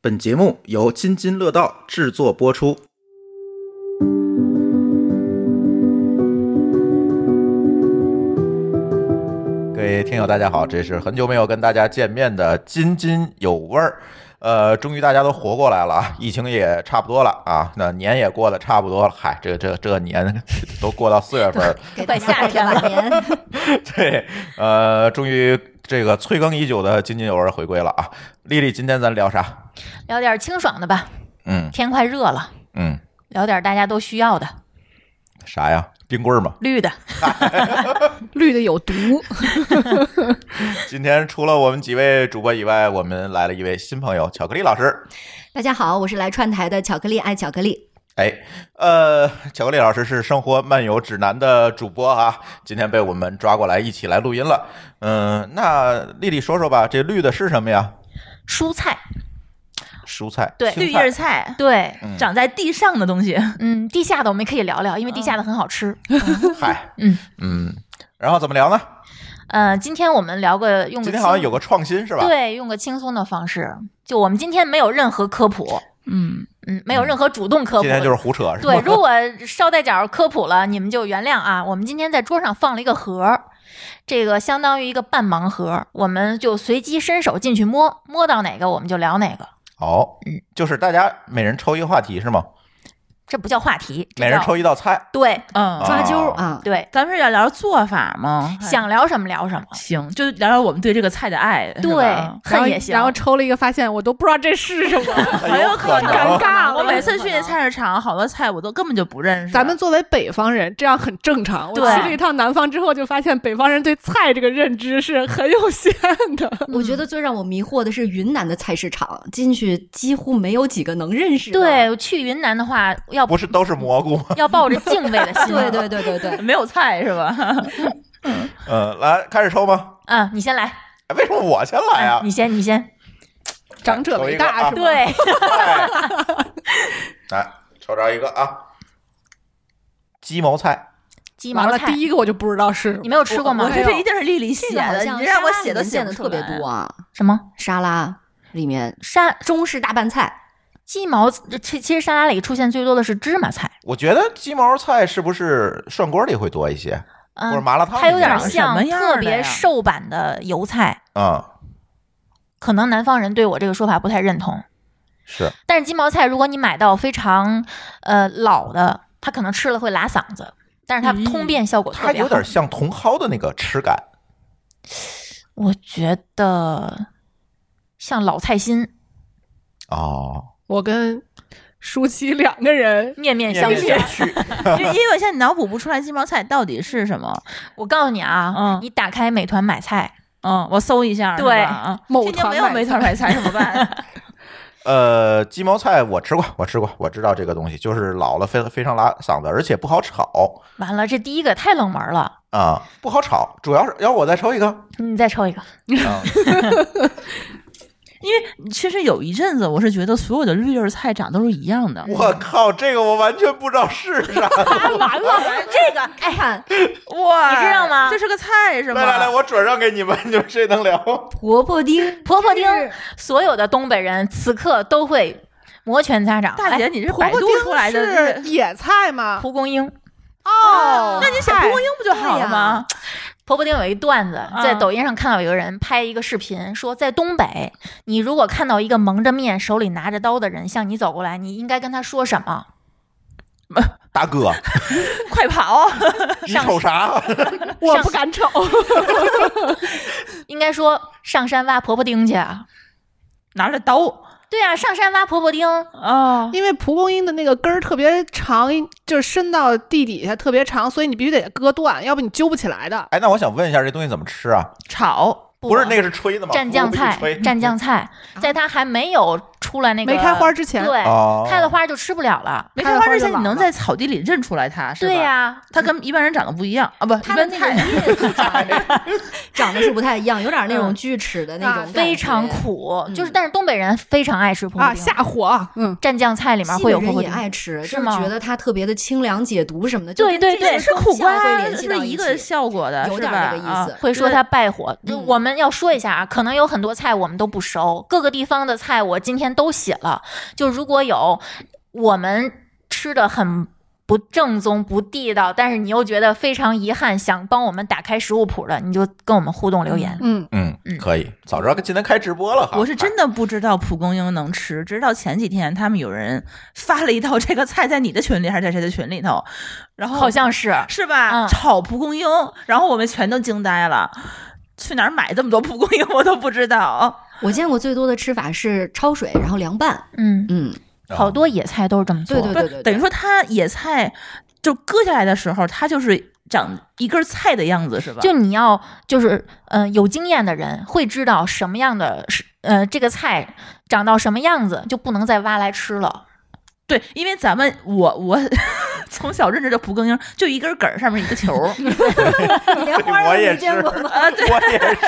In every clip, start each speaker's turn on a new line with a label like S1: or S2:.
S1: 本节目由津津乐道制作播出。各位听友，大家好，这是很久没有跟大家见面的津津有味儿。呃，终于大家都活过来了啊，疫情也差不多了啊，那年也过得差不多了。嗨，这这这年 都过到四月 份了，
S2: 给
S3: 快夏天了
S2: 年，
S1: 对，呃，终于这个催更已久的津津有味回归了啊！丽丽，今天咱聊啥？
S3: 聊点清爽的吧，
S1: 嗯
S3: 天快热了，
S1: 嗯，
S3: 聊点大家都需要的，
S1: 啥呀？冰棍儿嘛。
S3: 绿的。
S2: 绿的有毒，
S1: 今天除了我们几位主播以外，我们来了一位新朋友，巧克力老师。
S4: 大家好，我是来串台的巧克力爱巧克力。
S1: 哎，呃，巧克力老师是《生活漫游指南》的主播啊，今天被我们抓过来一起来录音了。嗯，那丽丽说说吧，这绿的是什么呀？
S3: 蔬菜，
S1: 蔬菜，
S3: 对
S1: 青
S5: 绿
S1: 菜
S5: 叶菜，
S3: 对，
S1: 嗯
S5: 长在地上的东西，嗯
S3: 嗯，地下的我们可以聊聊，因为地下的很好吃。
S1: 嗨，
S3: 嗯
S1: 嗯，然后怎么聊呢？
S3: 呃，今天我们聊个用个
S1: 今天好像
S3: 轻
S1: 有个创新是吧？
S3: 嗯对，用个轻松的方式，就我们今天没有任何科普，
S2: 嗯，
S3: 嗯，没有任何主动科普，
S1: 今天就是胡扯，是吧
S3: 对，如果捎带脚科普了，你们就原谅啊。我们今天在桌上放了一个盒儿，这个相当于一个半盲盒，我们就随机伸手进去摸，摸到哪个我们就聊哪个。
S1: 好，就是大家每人抽一个话题是吗？
S3: 这不叫话题，这
S1: 每人
S3: 叫
S1: 抽一道 菜，
S3: 对
S5: 嗯，
S4: 抓阄
S1: 哦
S4: 啊，
S3: 对，
S5: 咱们是要聊做法吗？还
S3: 想聊什么聊什么。
S5: 行，就聊聊我们对这个菜的爱，是
S3: 对
S5: 吧
S3: 恨也行
S2: 然后抽了一个，发现我都不知道这是什么。
S1: 很有哎可
S2: 很 尴
S1: 能。
S2: 尬了
S5: 我每次去那菜市场，好多菜我都根本就不认识。
S2: 咱们作为北方人，这样很正常。我
S3: 对
S2: 去了一趟南方之后，就发现北方人对菜这个认知是很有限的。
S4: 我觉得最让我迷惑的是云南的菜市场，进去几乎没有几个能认识的。
S3: 对，去云南的话，要
S1: 不是都是蘑菇吗？
S3: 要抱着敬畏 的心。啊
S4: 对， 对对对对，
S5: 没有菜是吧？
S1: 嗯，来开始抽吗？
S3: 嗯，你先来，
S1: 哎为什么我先来啊
S3: 哎你？先，你先。
S2: 长者为大
S1: 抽
S2: 是
S1: 一
S2: 吧？
S1: 个啊
S3: 对，
S1: 哎 来抽着一个啊，鸡毛菜，
S3: 鸡
S2: 完
S3: 毛
S2: 了，
S3: 菜
S2: 第，一个我就不知道是什
S3: 你
S2: 么
S3: 没有吃过吗
S5: 我？觉得
S2: 没
S5: 这
S2: 有
S5: 一定是丽丽写
S4: 这个好
S5: 的，
S4: 像
S5: 你让我写都写
S4: 见
S5: 不
S4: 的
S5: 出
S4: 特别
S5: 来
S4: 多。啊，
S3: 什么
S4: 沙拉里面
S3: 沙
S4: 中式大拌菜，
S3: 鸡毛？其其实沙拉里出现最多的是芝麻菜，
S1: 我觉得鸡毛菜是不是涮锅里会多一些，或者
S3: 嗯，
S1: 麻辣烫里？
S3: 它有点
S5: 长什么
S3: 像
S5: 样
S3: 特
S5: 的
S3: 别
S5: 呀
S3: 瘦版的油菜，
S1: 啊，
S3: 可能南方人对我这个说法不太认同。
S1: 是
S3: 但是鸡毛菜，如果你买到非常呃老的，它可能吃了会拉嗓子，但是它
S2: 咦
S3: 通便效果特
S1: 它
S3: 别
S1: 有
S3: 好
S1: 点。像茼蒿的那个吃感。
S3: 我觉得像老菜心，
S1: 哦，
S2: 我跟舒淇两个人，
S3: 面面
S1: 面
S3: 相
S1: 面
S3: 觑。
S1: 相觑，
S5: 因为因为我现在脑补不出来鸡毛菜到底是什么。
S3: 我告诉你啊，
S5: 嗯
S3: 你打开美团买菜，
S5: 嗯，我搜一下。是吧
S3: 对
S5: 啊，
S2: 某
S5: 今天
S2: 团
S5: 没有
S2: 买
S5: 美团买菜怎么办？
S1: 呃，鸡毛菜我吃过，我吃过，我知道这个东西，就是老了非非常拉嗓子，而且不好炒
S3: 完了这第一个太冷门了，
S1: 啊、不好炒。主要是要我再抽一个，
S3: 你再抽一个。
S1: 啊
S5: 因为其实有一阵子，我是觉得所有的绿叶菜长都是一样的。
S1: 我靠，这个我完全不知道是啥。
S5: 完了，这个
S4: 哎看
S5: 哇，
S3: 你知道吗
S5: 这是个菜是吗？
S1: 来来来，我转让给你们，你们谁能聊？
S4: 婆婆丁，
S3: 婆婆丁
S4: 真是，
S3: 所有的东北人此刻都会摩拳擦掌。
S5: 大姐，你是百
S2: 婆
S5: 度
S2: 婆丁
S5: 出来的
S2: 是野菜
S3: 哎
S2: 吗？
S3: 蒲公英，
S2: 哦，
S5: 那你写蒲公英不就好了吗？
S3: 婆婆丁有一段子，
S5: 嗯
S3: 在抖音上看到有个人拍一个视频，说在东北，你如果看到一个蒙着面、手里拿着刀的人向你走过来，你应该跟他说什么？
S1: 大哥，
S5: 快跑！
S1: 你瞅啥？
S2: 我不敢瞅。
S3: 应该说上山挖婆婆丁去啊！
S5: 拿着刀
S3: 对啊，上山挖婆婆丁，
S5: 啊，
S2: 因为蒲公英的那个根儿特别长，就是伸到地底下特别长，所以你必须得割断，要不你揪不起来的。
S1: 哎，那我想问一下，这东西怎么吃啊？
S5: 炒
S1: 不是那个是吹的吗？
S3: 蘸酱菜
S1: 不是一吹，
S3: 蘸酱菜，在它还没有出来那个
S2: 没开花之前，
S3: 对，
S1: 哦
S3: 开了花就吃不了了。
S5: 没
S2: 开
S5: 开
S2: 了
S5: 花
S2: 花
S5: 之
S2: 就
S5: 前，你
S2: 老
S5: 能
S2: 了
S5: 在草地里认出来它是吧？
S3: 对呀、
S5: 它跟一般人长得不一样啊，不，一
S4: 它的那个
S5: 般菜
S4: 叶子长得 长得是不太一样，有点那种锯齿的那
S2: 啊
S4: 种，
S3: 非常。苦，
S1: 嗯
S3: 就是但是东北人非常爱吃婆婆
S2: 啊，
S3: 丁，
S2: 下火，嗯，
S3: 蘸酱菜里面
S4: 西北
S3: 会有婆
S4: 人
S3: 婆
S4: 也
S3: 丁。
S4: 爱吃，
S3: 是
S4: 就是
S3: 吗
S4: 觉得它特别的清凉解毒什么的。就
S3: 对
S4: 跟
S3: 对
S4: 这
S3: 对
S4: 个
S5: 是
S4: 双
S5: 苦
S4: 向会
S5: 瓜，
S4: 联系
S5: 是
S4: 到
S5: 一
S4: 起
S5: 个效果的，
S4: 有
S5: 是
S4: 点
S5: 吧
S4: 那个意
S5: 啊
S4: 思
S3: 会说它败火。
S4: 嗯
S3: 我们要说一下啊，可能有很多菜我们都不熟，各个地方的菜我今天都写了，就如果有我们吃的很。不正宗、不地道，但是你又觉得非常遗憾，想帮我们打开食物谱的，你就跟我们互动留言。
S2: 嗯，
S1: 嗯
S3: 嗯，
S1: 可以。早知道今天开直播了哈，
S5: 我是真的不知道蒲公英能吃，直到前几天他们有人发了一道这个菜在你的群里还是在谁的群里头，然
S2: 嗯
S5: 后
S3: 好像是，
S2: 哦
S5: 是吧、
S3: 嗯
S5: 炒蒲公英，然后我们全都惊呆了，去哪儿买这么多蒲公英 我都不知道。
S4: 我见过最多的吃法是焯水，然后凉拌。
S3: 嗯，
S4: 嗯，
S1: 啊
S3: 好多野菜都是这么做。
S4: 对对
S5: 不
S4: 对
S5: 是
S4: 对对，
S5: 等于说它野菜就割下来的时候，它就是长一根菜的样子，是吧？
S3: 就你要就是嗯、呃有经验的人会知道什么样的是呃这个菜长到什么样子就不能再挖来吃了。
S5: 对，因为咱们我我 从小认识的蒲公英就一根梗儿上面一个 球儿，啊
S4: 莲花
S1: 我
S4: 儿
S1: 也
S4: 没见
S1: 是
S4: 过 吗？
S1: 我也是。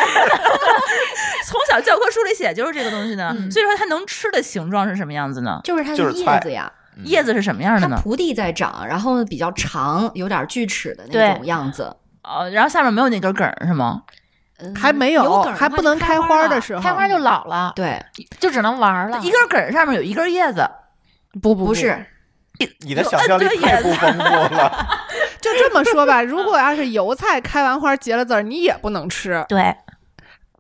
S5: 从小教科书里写就是这个东西呢。
S3: 嗯
S5: 所以说它能吃的形状是什么样子呢？
S4: 就是它
S1: 就
S4: 的
S1: 是
S4: 叶
S1: 菜
S4: 子呀，
S5: 叶子是什么样的
S4: 它
S5: 呢？
S4: 菩提在长，然后比较长，有点锯齿的那
S3: 对
S4: 种样子。
S5: 哦，然后下面没有那根梗儿是吗？
S4: 嗯
S2: 还没有
S4: 有梗儿的话
S2: 还不能
S4: 就
S2: 开
S4: 开
S2: 花儿
S4: 儿
S2: 的
S4: 了
S2: 时候
S3: 开花就老了，
S4: 对，
S3: 就只能
S4: 啊
S3: 玩了。
S5: 一根梗儿上面有一根叶子，
S2: 不不
S4: 不是，
S1: 你的想象 力太不丰富了。
S2: 就这么说吧，如果
S5: 嗯
S2: 要是油菜开完花结了籽儿，你也不能吃。
S3: 对，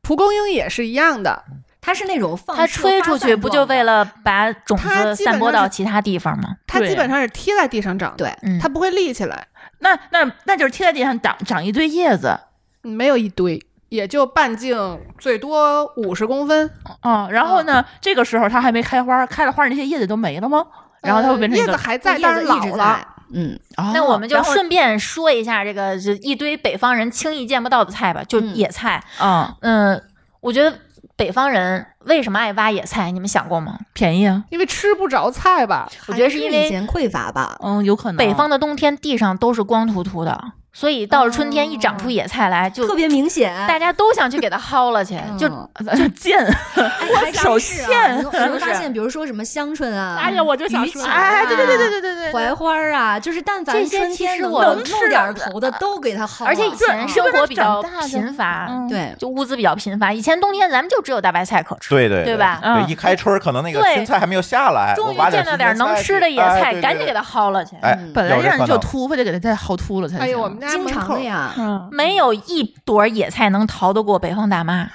S2: 蒲公英也是一样的，
S4: 它是那种放
S3: 它
S4: 射
S3: 吹
S4: 发
S3: 出
S4: 散
S3: 去不就
S4: 状的
S3: 为了把种
S2: 它
S3: 子
S2: 基本
S3: 散播
S2: 上
S3: 到
S2: 是
S3: 其他地方吗？
S2: 它
S5: 对
S2: 基本上是贴在地上长的，
S4: 对
S3: 嗯
S2: 它不会立起来，
S5: 那那那就是贴在地上长长一堆叶子
S2: 嗯没有一堆，也就半径最多五十公分，
S5: 哦。然后呢，这个时候它还没开花，开了花那些叶子都没了吗？然后它会变成一
S2: 嗯叶
S5: 个
S2: 子还在，
S4: 叶
S2: 但
S4: 子
S2: 是
S4: 一
S2: 老
S4: 直
S2: 了
S4: 在。。嗯，
S5: 哦
S3: 那我们就
S5: 然后
S3: 顺便说一下这个，就一堆北方人轻易见不到的菜吧，就
S4: 嗯
S3: 野菜。
S5: 嗯
S3: 嗯，我觉得北方人为什么爱挖野菜，你们想过吗？
S5: 便宜啊，
S2: 因为吃不着菜吧，
S3: 我觉得是因为
S4: 以前匮乏吧。
S5: 嗯，有可能
S4: 哦
S3: 北方的冬天地上都是光秃秃的，所以到了春天一长出野菜来，就
S4: 哦特别明显，
S3: 大家都想去给它薅了去， 就
S4: 嗯
S5: 就贱，
S4: 哎还
S5: 手
S4: 真是
S5: 欠
S4: 啊，你会你会发现，比如说什么香椿啊，
S6: 哎呀，我就想
S5: 鱼
S6: 说，
S5: 钱哎，对对对对对
S2: 嗯
S5: 对对，
S4: 槐花儿啊，就是但凡
S3: 这些
S4: 春
S3: 其
S4: 天
S3: 实
S4: 能
S3: 我
S4: 够
S5: 能吃
S4: 露点儿
S5: 的
S4: 头的都给它薅了，
S3: 哎而且以
S4: 嗯
S3: 前
S5: 是
S3: 生
S5: 不是
S3: 活比较
S5: 长大的
S3: 贫乏
S5: 嗯，
S4: 对
S3: 就物资比较贫乏。以前冬天咱们就只有大白菜可吃，
S1: 对对
S3: 对吧
S5: 嗯
S1: 对，一开春儿可能那个
S3: 对
S1: 青菜还没有下来，
S3: 终
S1: 我
S3: 于
S1: 挖
S3: 见到点能吃的野
S1: 哎
S3: 菜，赶紧给
S1: 它。
S3: 它薅了去。
S1: 哎
S4: 嗯，
S5: 本来
S1: 有这
S5: 让你
S1: 可
S5: 就
S1: 能
S5: 秃，非得给它再薅秃了才行。
S2: 哎呦，我们家
S4: 经
S2: 门
S4: 常
S2: 口
S4: 的，呀。
S5: 嗯，
S3: 没有一朵野菜能逃得过北方大妈。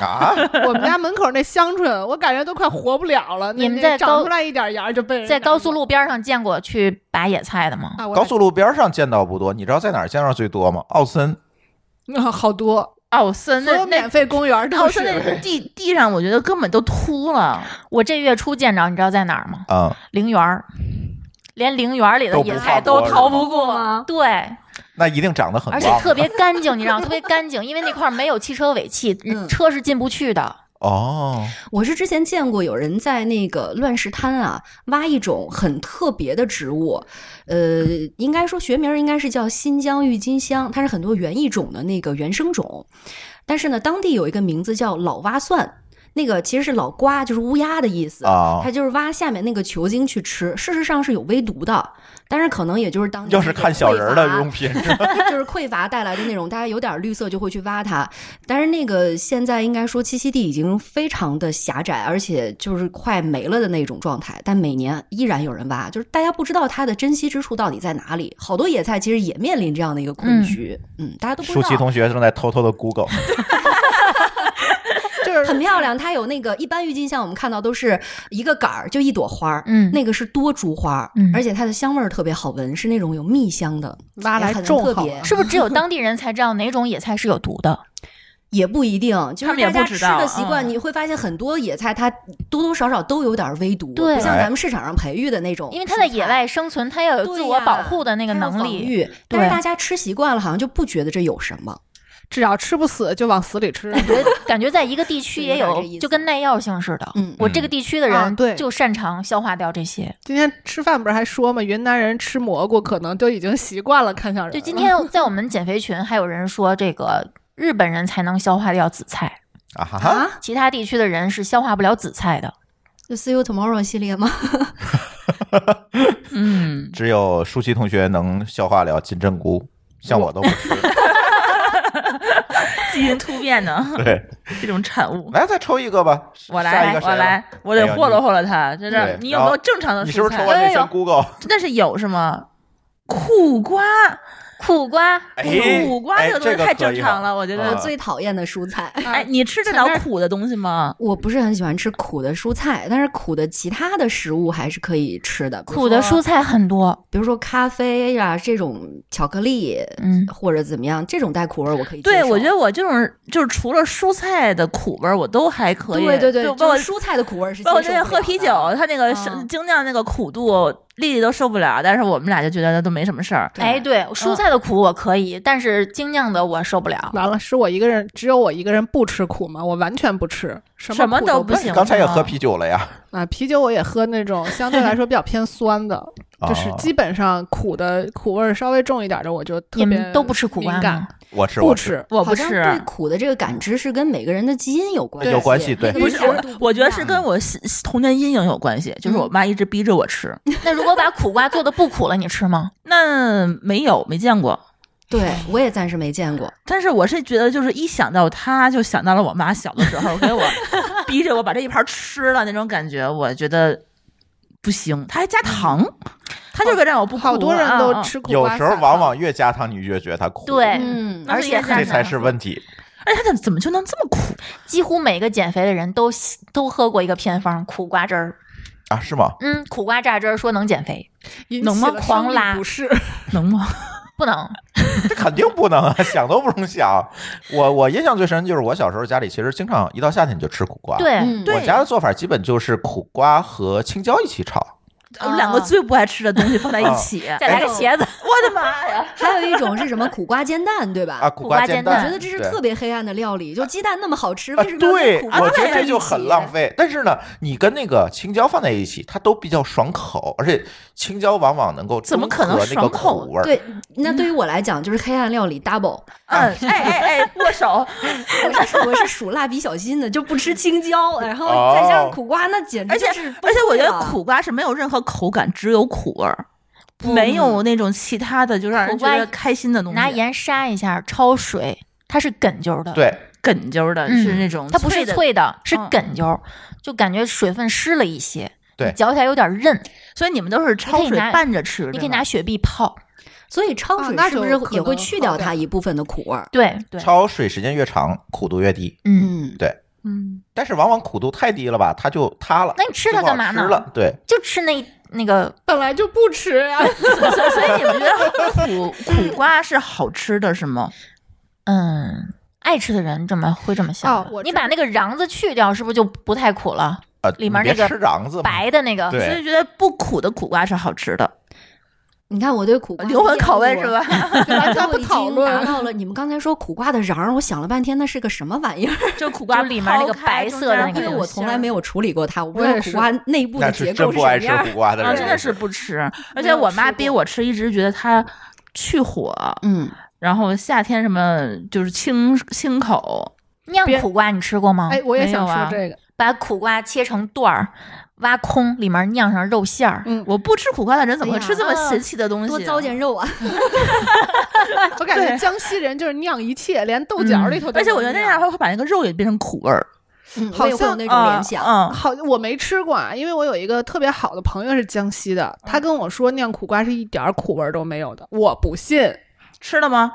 S1: 啊，
S2: 我们家门口那香椿，我感觉都快活不了了。那
S3: 你们
S2: 那
S3: 在
S2: 长
S3: 高
S2: 出来一点芽儿就被人
S3: 在
S2: 拿
S3: 高速
S2: 走
S3: 路边上见过去拔野菜的吗？
S2: 啊，我
S1: 高速路边上见到不多，你知道在哪儿见到最多吗？奥森，
S2: 啊好多，
S5: 奥森
S2: 所
S5: 那
S2: 有免
S5: 那
S2: 费公园儿都
S5: 奥森
S2: 是。
S5: 那地地上，我觉得根本都秃了。
S3: 我这月初见着，你知道在哪儿吗？
S1: 嗯，
S3: 陵园儿，连陵园儿里的
S1: 都不
S3: 野
S1: 放
S3: 菜都
S1: 过是
S3: 逃
S1: 吗
S3: 不过。对，
S1: 那一定长得很
S3: 而
S1: 旺
S3: 且特别干净，你知道，特别干净，因为那块儿没有汽车尾气，
S4: 嗯
S3: 车是进不去的。
S1: 哦，
S4: 我是之前见过有人在那个乱石滩啊挖一种很特别的植物，呃，应该说学名应该是叫新疆郁金香，它是很多园艺种的那个原生种，但是呢，当地有一个名字叫老蛙蒜，那个其实是老瓜，就是乌鸦的意思。
S1: 啊
S4: 它，就是挖下面那个球茎去吃，事实上是有微毒的，但是可能也就是当年
S1: 要是
S4: 那个
S1: 看小人儿的
S4: 匮乏
S1: 用品，是吧
S4: 就是匮乏带来的那种，大家有点绿色就会去挖它。但是那个现在应该说栖息地已经非常的狭窄，而且就是快没了的那种状态。但每年依然有人挖，就是大家不知道它的珍惜之处到底在哪里。好多野菜其实也面临这样的一个困局，嗯大家都不
S1: 舒
S4: 知
S1: 淇
S4: 道。
S1: 同学正在偷偷的 Google，
S2: 就是
S4: 很漂亮，它有那个一般郁金香，我们看到都是一个杆儿就一朵花儿，
S3: 嗯
S4: 那个是多株花儿，
S3: 嗯
S4: 而且它的香味儿特别好闻，是那种有蜜香的，
S2: 挖来
S4: 也很
S2: 种
S4: 特
S2: 好
S4: 别
S5: 啊
S2: 了，
S3: 是不是只有当地人才知道哪种野菜是有毒的？
S4: 也不一定，就是
S5: 他们也
S4: 大家
S5: 不知
S4: 吃
S5: 道
S4: 的习惯，
S5: 嗯
S4: 你会发现很多野菜它多多少少都有点微毒，
S3: 对
S4: 不像
S1: 哎
S4: 咱们市场上培育的那种蔬菜，
S3: 因为它在野外生存，它要有自我保护的那个能
S4: 它有防
S3: 力。
S4: 御，但是
S3: 对
S4: 大家吃习惯了，好像就不觉得这有什么。
S2: 只要吃不死就往死里吃。
S3: 感觉感觉在一个地区也
S4: 有点
S3: 有
S4: 这意，思
S3: 就跟耐药性似的。
S4: 嗯
S3: 我这个地区的
S2: 啊
S3: 人
S2: 对
S3: 就擅长消化掉这些。
S2: 今天吃饭不是还说嘛，云南人吃蘑菇可能都已经习惯了看相人。
S3: 就
S4: 嗯
S3: 今，天在我们减肥群，还有人说这个日本人才能消化掉紫菜，
S1: 啊哈哈，
S3: 其他地区的人是消化不了紫菜的。
S4: 就 See You Tomorrow 系列吗？
S5: 嗯，
S1: 只有舒淇同学能消化了金针菇，像我都不吃。
S5: 基因突变的
S1: 对，
S5: 这种产物。
S1: 来再抽一个吧，
S5: 我
S1: 下一
S5: 来
S1: 个，谁
S5: 我来，我
S1: 哎
S5: 得
S1: 呀
S5: 霍
S1: 你
S5: 罗霍罗他，真的
S1: 对，
S5: 你有
S1: 然
S5: 没
S1: 后
S5: 有正常的蔬
S1: 你
S5: 菜？
S1: 是不是抽完那
S3: 有有
S1: 身
S3: 有
S1: Google？
S5: 那是有是吗？苦瓜，
S3: 苦瓜，
S1: 哎，
S5: 苦瓜
S1: 哎
S5: 这
S1: 这
S5: 个东西太正常
S1: 了。
S5: 了，我觉
S1: 啊
S4: 我
S5: 得。
S4: 最讨厌的蔬菜。
S5: 哎，你吃得了苦的东西吗？
S4: 我不是很喜欢吃苦的蔬菜，但是苦的其他的食物还是可以吃的，比如
S3: 苦的
S4: 说
S3: 蔬菜很多，
S4: 比如说咖啡呀、这种巧克力，
S3: 嗯，
S4: 或者怎么样，这种带苦味儿我可以接
S5: 对，
S4: 受
S5: 我觉得我这种就是除了蔬菜的苦味儿，我都还可以。
S4: 对对对，
S5: 就
S4: 就
S5: 包括
S4: 是蔬菜的苦味儿是
S5: 包括
S4: 接受
S5: 之前
S4: 不
S5: 喝
S4: 了
S5: 啤
S4: 的
S5: 酒，它那个是
S4: 嗯
S5: 精酿那个苦度，丽丽都受不了，但是我们俩就觉得都没什么事儿。
S3: 哎，对，蔬菜的苦我可以，但是精酿的我受不了。
S2: 完了，是我一个人，只有我一个人不吃苦吗？我完全不吃，什
S5: 什么
S2: 苦
S5: 都
S2: 都
S5: 不
S2: 不
S5: 行
S1: 刚才也喝啤酒了呀，
S2: 啊！啤酒我也喝那种相对来说比较偏酸的，就是
S1: 啊
S2: 基本上苦的苦味儿稍微重一点的，我就特
S3: 你
S2: 别
S3: 们都不吃苦瓜
S2: 敏感
S3: 吗？
S1: 我吃
S2: 不
S1: 我吃，
S2: 吃。
S5: 我
S4: 好
S5: 不
S4: 像
S5: 吃，
S4: 对苦的这个感知是跟每个人的基因有关
S2: 对
S4: 系，
S2: 有
S1: 关系对
S4: 每个
S5: 不
S4: 人
S5: 是
S4: 接受
S5: 我
S4: 度，不
S5: 我
S4: 一
S5: 觉得是
S4: 样
S5: 跟我西童年阴影有关系，
S4: 嗯
S5: 就是我妈一直逼着我吃，
S3: 那如果把苦瓜做的不苦了，你吃吗？
S5: 那没有没见过。
S4: 对我也暂时没见过。
S5: 但是我是觉得，就是一想到她，就想到了我妈小的时候给 我逼着我把这一盘吃了那种感觉，我觉得不行。她还
S3: 嗯
S5: 加糖，她就让我不
S2: 好多
S5: 苦
S2: 人
S5: 啊
S2: 都
S5: 啊
S2: 吃苦瓜，
S1: 有时候往往越加糖你越觉得它苦，
S3: 对
S4: 嗯，
S5: 哎那
S3: 而
S5: 是
S3: 且
S5: 一家
S3: 很
S1: 这才
S5: 人
S1: 是问题。
S5: 而且她怎么怎么就能这么苦？
S3: 几乎每个减肥的人都吸都喝过一个偏方，苦瓜汁儿。
S1: 啊，是吗？
S3: 嗯，苦瓜榨汁儿说能减肥，
S2: 引
S5: 能
S2: 起
S5: 吗
S2: 了
S3: 狂
S2: 生理
S3: 拉
S2: 不适。
S5: 能吗？
S3: 不能。
S1: 这肯定不能啊，想都不用想。我我印象最深就是我小时候家里其实经常一到夏天你就吃苦瓜。，
S3: 对，
S4: 嗯，
S5: 哎对
S1: 我家的做法基本就是苦瓜和青椒一起炒。
S5: 我们两个
S3: 啊
S5: 最不爱吃的东西放在一起，
S3: 再来个茄子，
S5: 我的妈 呀！
S4: 还有一种是什么苦瓜煎蛋，对吧？
S1: 啊，
S3: 苦
S1: 瓜
S3: 瓜
S1: 煎
S3: 煎
S1: 蛋，
S4: 我觉得这是
S1: 对
S4: 特别黑暗的料理，就鸡蛋那么好吃，
S1: 啊
S4: 为什，么要跟
S1: 对，
S4: 苦瓜
S1: 我觉
S4: 放
S1: 得
S4: 在
S1: 这
S4: 一
S1: 就很
S4: 起
S1: 浪。费。但是呢，你跟那个青椒放在一起，它都比较爽口，而且青椒往往能够
S5: 怎么可能
S1: 中和那个
S5: 爽口
S1: 苦味儿？
S4: 对，那对于我来讲就是黑暗料理 double。
S3: 啊
S5: 嗯，哎哎哎，握手，
S4: 我是我是属蜡笔小新的，就不吃青椒，然
S1: 哦
S4: 后再加上苦瓜，那简直
S5: 而且
S4: 就是
S5: 而且我觉
S4: 崩溃
S3: 啊
S5: 得
S4: 了
S5: 苦瓜是没有任何口感，只有苦味儿，没有那种其他的就让人
S3: 嗯苦
S5: 觉
S3: 瓜
S5: 得开心的东西。
S3: 拿盐杀一下，焯水，它是梗啾的。，
S1: 对，
S5: 梗啾的，
S3: 嗯
S5: 是那种
S3: 它不是
S5: 的。
S3: 脆的，是
S5: 嗯
S3: 梗啾，就感觉水分湿了一些，
S1: 对
S3: 你嚼起来有点韧。
S5: 所以你们都是焯
S3: 你可以
S5: 水
S3: 拿
S5: 拌着吃的吗，
S3: 你可以拿雪碧泡。
S4: 所以
S2: 啊
S4: 焯水
S2: 那
S4: 是不
S2: 就是可
S4: 也会
S2: 能
S4: 去
S2: 好
S4: 掉
S2: 点
S4: 它一部分的苦味儿？
S3: 对对，
S1: 焯水时间越长，苦度越低。
S3: 嗯，
S4: 嗯，
S5: 嗯，
S1: 但是往往苦度太低了吧，它就塌了。
S3: 那你吃
S1: 就
S3: 它
S1: 不好
S3: 干嘛呢
S1: 吃了，对，
S3: 就吃那那个
S2: 本来就不吃 呀、
S5: 所以所以你们觉得苦苦瓜是好吃的是吗？
S3: 嗯，爱吃的人怎么会这么想
S2: 哦我
S3: 你
S2: 知
S3: 把那个瓤子去掉，是不是就不太苦了？
S1: 呃，
S3: 里面
S1: 你别
S3: 那个
S1: 吃瓤
S2: 嗯
S1: 子嘛，
S3: 白的那个，
S1: 对
S5: 所以觉得不苦的苦瓜是好吃的，
S4: 你看我对苦瓜
S5: 灵魂拷问
S4: 厌恶
S5: 是？吧？
S4: 对
S2: 完全
S4: 我
S2: 不
S4: 已
S2: 讨
S4: 经
S2: 论
S4: 达到了你们刚才说苦瓜的瓤儿，我想了半天那是个什么玩意儿？
S5: 就苦瓜
S3: 就里面那个
S5: 刨开
S3: 白色的那
S5: 中
S3: 个
S4: 因
S5: 间有
S4: 为
S3: 东
S4: 我
S3: 西
S4: 从来没有处理过它，我不知
S2: 我
S4: 道
S2: 也
S4: 苦
S2: 是
S4: 瓜内部
S1: 那
S4: 的
S1: 是
S4: 结
S1: 真
S4: 构
S1: 不
S4: 什么
S1: 爱吃
S4: 样儿。
S1: 苦瓜的
S5: 啊，
S1: 人，
S5: 真的是不吃。而且
S2: 有
S5: 我
S2: 吃
S5: 妈逼
S2: 过
S5: 我吃，一直觉得它去火，
S4: 嗯，
S5: 然后夏天什么就是清清口，
S3: 酿
S2: 别
S3: 苦瓜你吃过吗？
S2: 哎，我也
S5: 没有
S2: 想说
S5: 啊
S2: 这个，
S3: 把苦瓜切成段儿，挖空，里面酿上肉馅儿。
S2: 嗯，
S5: 我不吃苦瓜的人怎么会
S4: 哎呀
S5: 吃这么
S4: 啊
S5: 神奇的东西？
S4: 多糟践肉啊！
S2: 我感觉
S5: 对嗯
S2: 江西人就是酿一切，连豆角里头都能酿、
S5: 而且我觉得那样会会把那个肉也变成苦味儿，
S4: 嗯
S2: 好
S4: 我也会有
S2: 像
S4: 那
S5: 啊那
S4: 种联想。
S5: 嗯，
S2: 好，我没吃过，啊，因为我有一个特别好的朋友是江西的，他跟我说酿苦瓜是一点儿苦味儿都没有的，我不信，
S5: 吃了吗？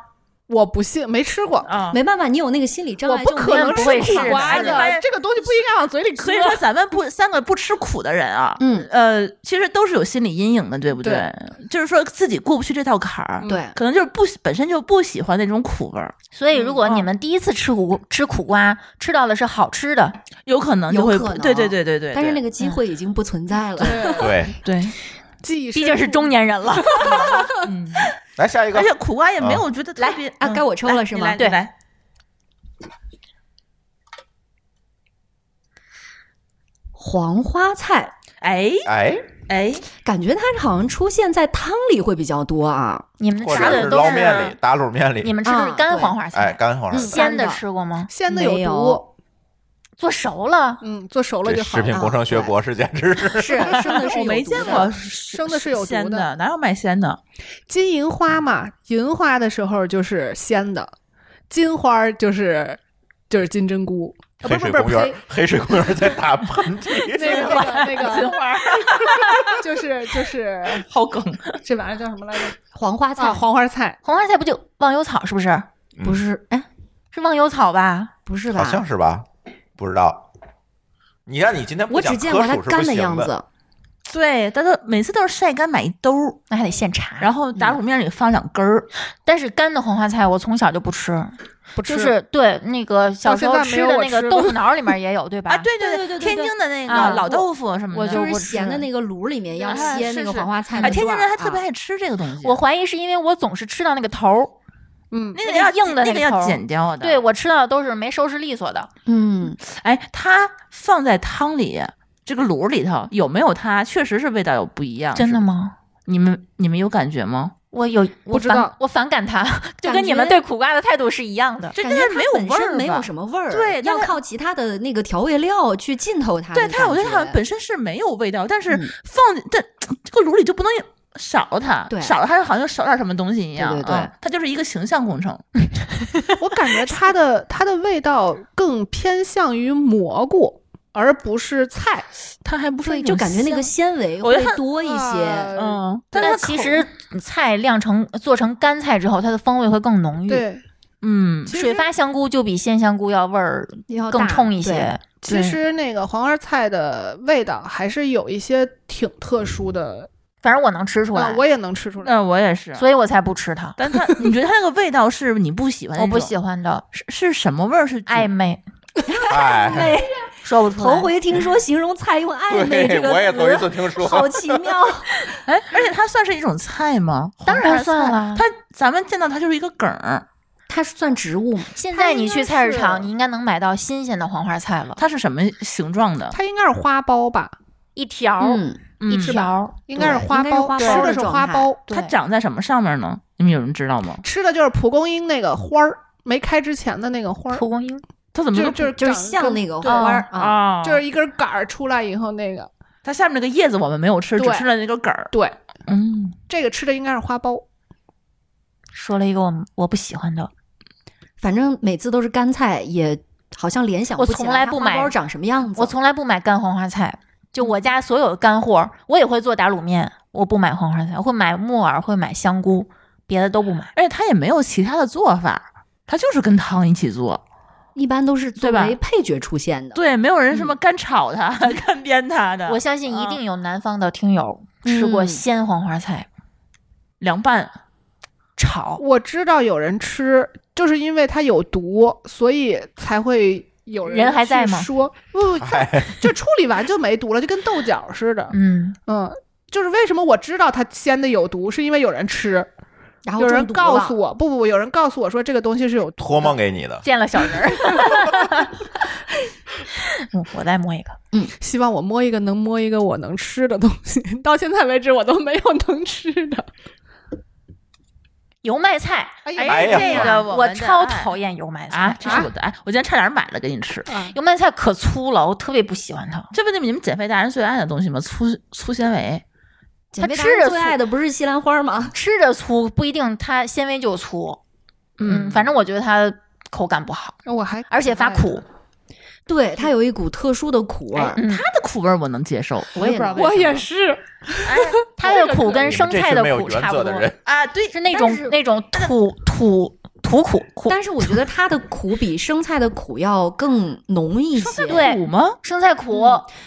S2: 我不信，没吃过，
S5: 啊，
S4: 没办法，你有那个心理障
S2: 我
S4: 碍，
S2: 不
S4: 啊就
S2: 可
S4: 没有
S2: 能
S3: 不
S2: 吃
S3: 会
S2: 苦
S3: 试
S4: 啊
S2: 瓜
S5: 的哎
S2: 的，这个东西不应该往嘴里搁
S5: 所以。说咱们不三个不吃苦的人啊，
S4: 嗯，
S5: 呃，其实都是有心理阴影的，对不对？就是说自己过不去这道坎儿，
S2: 嗯
S4: 对，
S5: 可能就是不喜本身就不喜欢那种苦味儿，
S3: 所以如果
S2: 哦
S5: 嗯
S3: 你们第一次吃苦吃苦瓜，吃到的是好吃的，
S5: 有可能就会
S4: 有可能
S5: 对对对对对。
S4: 但是那
S5: 个
S4: 个机会已经不存在了。
S2: 对，
S1: 对。
S5: 对，
S2: 记忆
S3: 毕竟是
S2: 深处
S3: 中年人 了。
S5: 嗯，
S1: 来下一个
S5: 而，且苦瓜也没有觉得特别
S4: 啊
S5: 嗯
S4: 该我抽
S5: 来
S4: 了是
S5: 你
S4: 吗
S5: 来
S3: 对
S5: 你来，
S4: 黄花菜，
S5: 哎
S1: 哎，
S5: 哎，
S4: 感觉它好像出现在汤里会比较多啊。
S3: 你们
S1: 或
S3: 吃
S1: 者是
S3: 的都
S1: 捞
S3: 是
S1: 面里、打卤面
S3: 你
S1: 里，
S3: 们吃的是
S4: 啊
S3: 干
S4: 对
S3: 黄花
S1: 哎，
S3: 菜，
S1: 干黄
S4: 嗯
S1: 菜，
S3: 鲜
S4: 干
S3: 的
S4: 的
S3: 吃过吗？
S2: 嗯鲜的
S4: 没
S2: 有毒
S4: 有，
S3: 做熟了，
S2: 嗯，做熟了
S1: 这
S2: 就好
S1: 食品
S2: 了。啊
S1: 工程学博士简直啊是。
S4: 是生 的是有
S5: 我没
S4: 毒
S5: 见
S4: 的
S5: 过
S2: 生的是有毒
S5: 鲜
S2: 的
S5: 的，哪有卖鲜的？
S2: 金银花嘛，银花的时候就是鲜的，金花儿就是就是金针菇，啊、不
S1: 黑
S2: 是不
S1: 水
S2: 是不是
S1: 公园
S2: 呸，
S1: 黑水公园在打喷嚏。
S2: 那个那个那
S5: 金
S2: 个
S5: 花
S2: 就是就是
S5: 好梗，
S2: 这玩意儿叫什么来着？
S4: 黄花菜、
S2: 啊，黄花菜。
S3: 红花菜不就忘忧草是不是？
S4: 不是哎
S3: 是忘忧草吧？
S4: 不是
S1: 嗯好
S4: 吧？
S1: 像是吧？不知道。你看，你今天不
S4: 我
S1: 讲
S4: 只见
S1: 科
S4: 过它
S1: 属是不
S4: 干的
S1: 行
S4: 样子，
S5: 对，但是每次都是晒干买一兜儿，
S3: 那还得现查。
S5: 然后打卤面里放两根儿，
S3: 但是干的红花菜我从小就不吃，
S2: 不吃
S3: 就是对那个小时候
S2: 到现在没
S3: 吃
S2: 有
S3: 的
S2: 我
S3: 那个
S2: 吃
S3: 豆
S2: 的
S3: 腐脑里面也有对吧？
S5: 啊，对对
S4: 对对对对
S5: 天津的那
S3: 啊
S5: 个老豆腐什么的，
S3: 我
S4: 就
S3: 我
S4: 是
S3: 吃
S4: 咸的那个卤里面要
S5: 啊
S4: 切
S5: 是
S4: 那个
S5: 是
S4: 黄花菜
S5: 哎，
S4: 的
S5: 天津
S4: 段
S5: 人
S4: 儿
S5: 还特别
S4: 啊
S5: 爱吃这个东西。
S3: 我怀疑是因为我总是吃到那个头儿，
S2: 嗯，
S5: 那个
S3: 那个
S5: 要
S3: 硬的那
S5: 那个
S3: 个
S5: 要
S3: 头
S5: 剪掉的。
S3: 对，我吃到的都是没收拾利索的。
S4: 嗯，
S5: 哎，它放在汤里，这个卤里头有没有它？确实是味道有不一样。
S3: 真的
S5: 是吧？
S3: 吗？
S5: 你们你们有感觉吗？
S3: 我有，我
S2: 不知
S3: 反
S2: 道
S3: 我反感它，就
S4: 感
S3: 跟你们
S4: 觉
S3: 对苦瓜的态度是一样的。
S5: 这
S4: 感
S5: 但
S4: 觉
S5: 是
S4: 它
S5: 没有
S4: 本
S5: 味儿，
S4: 身没有什么味儿，
S5: 对但
S4: 要
S5: 是
S4: 靠其他的那个调味料去浸透它的
S5: 对
S4: 感觉。
S5: 它，我觉得它好像本身是没有味道，但是
S4: 嗯
S5: 放进但这个卤里就不能少它，
S4: 对
S5: 少了它好像少点什么东西一样。
S4: 对对对
S5: 嗯它就是一个形象工程。
S2: 我感觉它的它的味道更偏向于蘑菇，而不是菜。
S5: 它还不是
S4: 对，
S5: 一
S4: 就
S5: 种
S4: 感觉啊那个
S5: 香
S4: 纤维
S5: 我觉
S4: 会
S5: 得它
S4: 多一些。
S2: 呃
S5: 嗯，但
S3: 但
S5: 它
S3: 其
S5: 口
S3: 实菜晾成做成干菜之后，它的风味会更浓郁。，
S2: 对，
S5: 嗯
S2: 其实
S3: 水发香菇就比鲜香菇要味儿
S4: 要
S3: 更
S4: 大
S3: 冲一
S4: 对
S3: 些。
S2: 其实那个黄花菜的味道还是有一些挺特殊的，
S3: 反正我能吃出来
S2: 啊，我也能吃出来。
S5: 那我也是，
S3: 所以我才不吃它。
S5: 但它你觉得它那个味道是你不喜欢的
S3: 我
S5: 那种？
S3: 不喜欢的
S5: 是是什么味儿？是几
S3: 暧昧，
S1: 哎，
S4: 哎，
S3: 说不出来。
S4: 头回听说形容菜用暧昧这
S1: 对，
S4: 个词，
S1: 我也头一次听说。
S4: 好奇妙。
S5: 哎，而且它算是一种菜吗？
S3: 当然
S5: 黄花
S3: 哦算啊
S5: 菜
S3: 了
S5: 它咱们见到它就是一个梗儿，
S4: 它算植物吗？
S3: 现
S2: 它
S3: 在
S2: 应
S3: 你
S2: 该
S3: 去菜市
S2: 是
S3: 场，你应该能买到新鲜的黄花菜了，
S5: 它是什么形状的？
S2: 它应该是花苞吧？
S3: 一条儿、
S4: 嗯，
S3: 一
S5: 嗯
S3: 条。
S2: 应该是
S4: 对
S2: 花
S4: 应该是花
S2: 苞，吃
S4: 苞
S2: 的
S4: 的
S2: 是
S4: 状
S2: 花
S4: 态
S2: 苞，
S5: 它
S3: 对
S5: 长在什么上面呢？你们有人知道吗？
S2: 吃的就是蒲公英那个花儿，没开之前的那个花儿，
S3: 蒲公英，
S5: 它怎么
S2: 就
S5: 个
S2: 就是
S4: 就是
S2: 长
S4: 像
S2: 跟
S4: 那个
S2: 对
S4: 花儿啊，
S5: 啊？
S2: 就是一根杆儿出来以后那个，
S5: 它下面那个叶子我们没有吃，只
S2: 对
S5: 吃了那个梗儿。
S2: 对，
S5: 嗯，
S2: 这个吃的应该是花苞。
S3: 说了一个我我不喜欢的，
S4: 反正每次都是干菜，也好像联想
S3: 我
S4: 起
S3: 从来
S4: 它
S3: 不
S4: 花
S3: 买
S4: 苞长什么样子。
S3: 我从来不买干黄花菜，就我家所有的干货，我也会做打卤面，我不买黄花菜，我会买木耳，会买香菇，别的都不买。
S5: 而且它也没有其他的做法，它就是跟汤一起做。
S4: 一般都是作
S5: 对吧
S4: 为配角出现的。
S5: 对，没有人什么干炒它、干煸它的。
S3: 我相信一定有南方的听友吃过
S4: 嗯
S3: 鲜黄花菜
S5: 凉拌
S3: 炒，
S2: 我知道有人吃，就是因为它有毒，所以才会有
S3: 人还
S2: 去
S3: 在吗
S2: 说不不，在
S1: 哎，
S2: 就处理完就没毒了，就跟豆角似的。
S3: 嗯，
S2: 嗯，就是为什么我知道它鲜的有毒，是因为有人吃，
S4: 然后
S2: 有
S4: 中
S2: 人
S4: 毒
S2: 告
S4: 了
S2: 诉我，不不不，有人告诉我说这个东西是有毒
S1: 托梦
S2: 的。
S1: 给你的，
S3: 见了小人儿。 嗯我再摸一个，
S2: 希望我摸一个能摸一个我能吃的东西， 到现在为止我都没有能吃的。
S3: 油麦菜，
S2: 哎呀
S1: 哎呀
S5: 这个我
S3: 我
S5: 们的
S3: 超
S5: 爱
S3: 讨厌油麦菜
S5: 啊，这是我的爱。我今天差点买了给你吃。
S3: 油麦菜可粗了，我特别不喜欢它。
S5: 这不就是你们减肥达人最爱的东西吗？粗粗纤维，
S4: 减肥达
S3: 吃
S4: 人
S3: 着
S4: 最
S3: 醋
S4: 爱的不是西兰花吗？
S3: 吃着粗不一定它纤维就粗，嗯，反正我觉得它口感不好，
S2: 我还
S3: 而且发苦。
S4: 对，它有一股特殊的苦味儿。
S3: 嗯
S5: 它的苦味儿我能接受，我
S4: 也
S5: 也不知道
S4: 能
S5: 为
S2: 我
S5: 什么
S2: 也是，
S3: 它的苦
S1: 你
S3: 跟
S1: 们
S3: 生
S1: 这
S3: 菜
S1: 群
S3: 的
S1: 没有
S3: 苦
S1: 原
S3: 差不
S1: 则
S3: 多
S1: 的，人，
S5: 啊，对，
S3: 是那种
S4: 但是
S3: 那种土土土苦苦。
S4: 但是我觉得它的苦比生菜的苦要更浓一些，
S3: 对
S5: 苦吗？
S3: 生菜苦，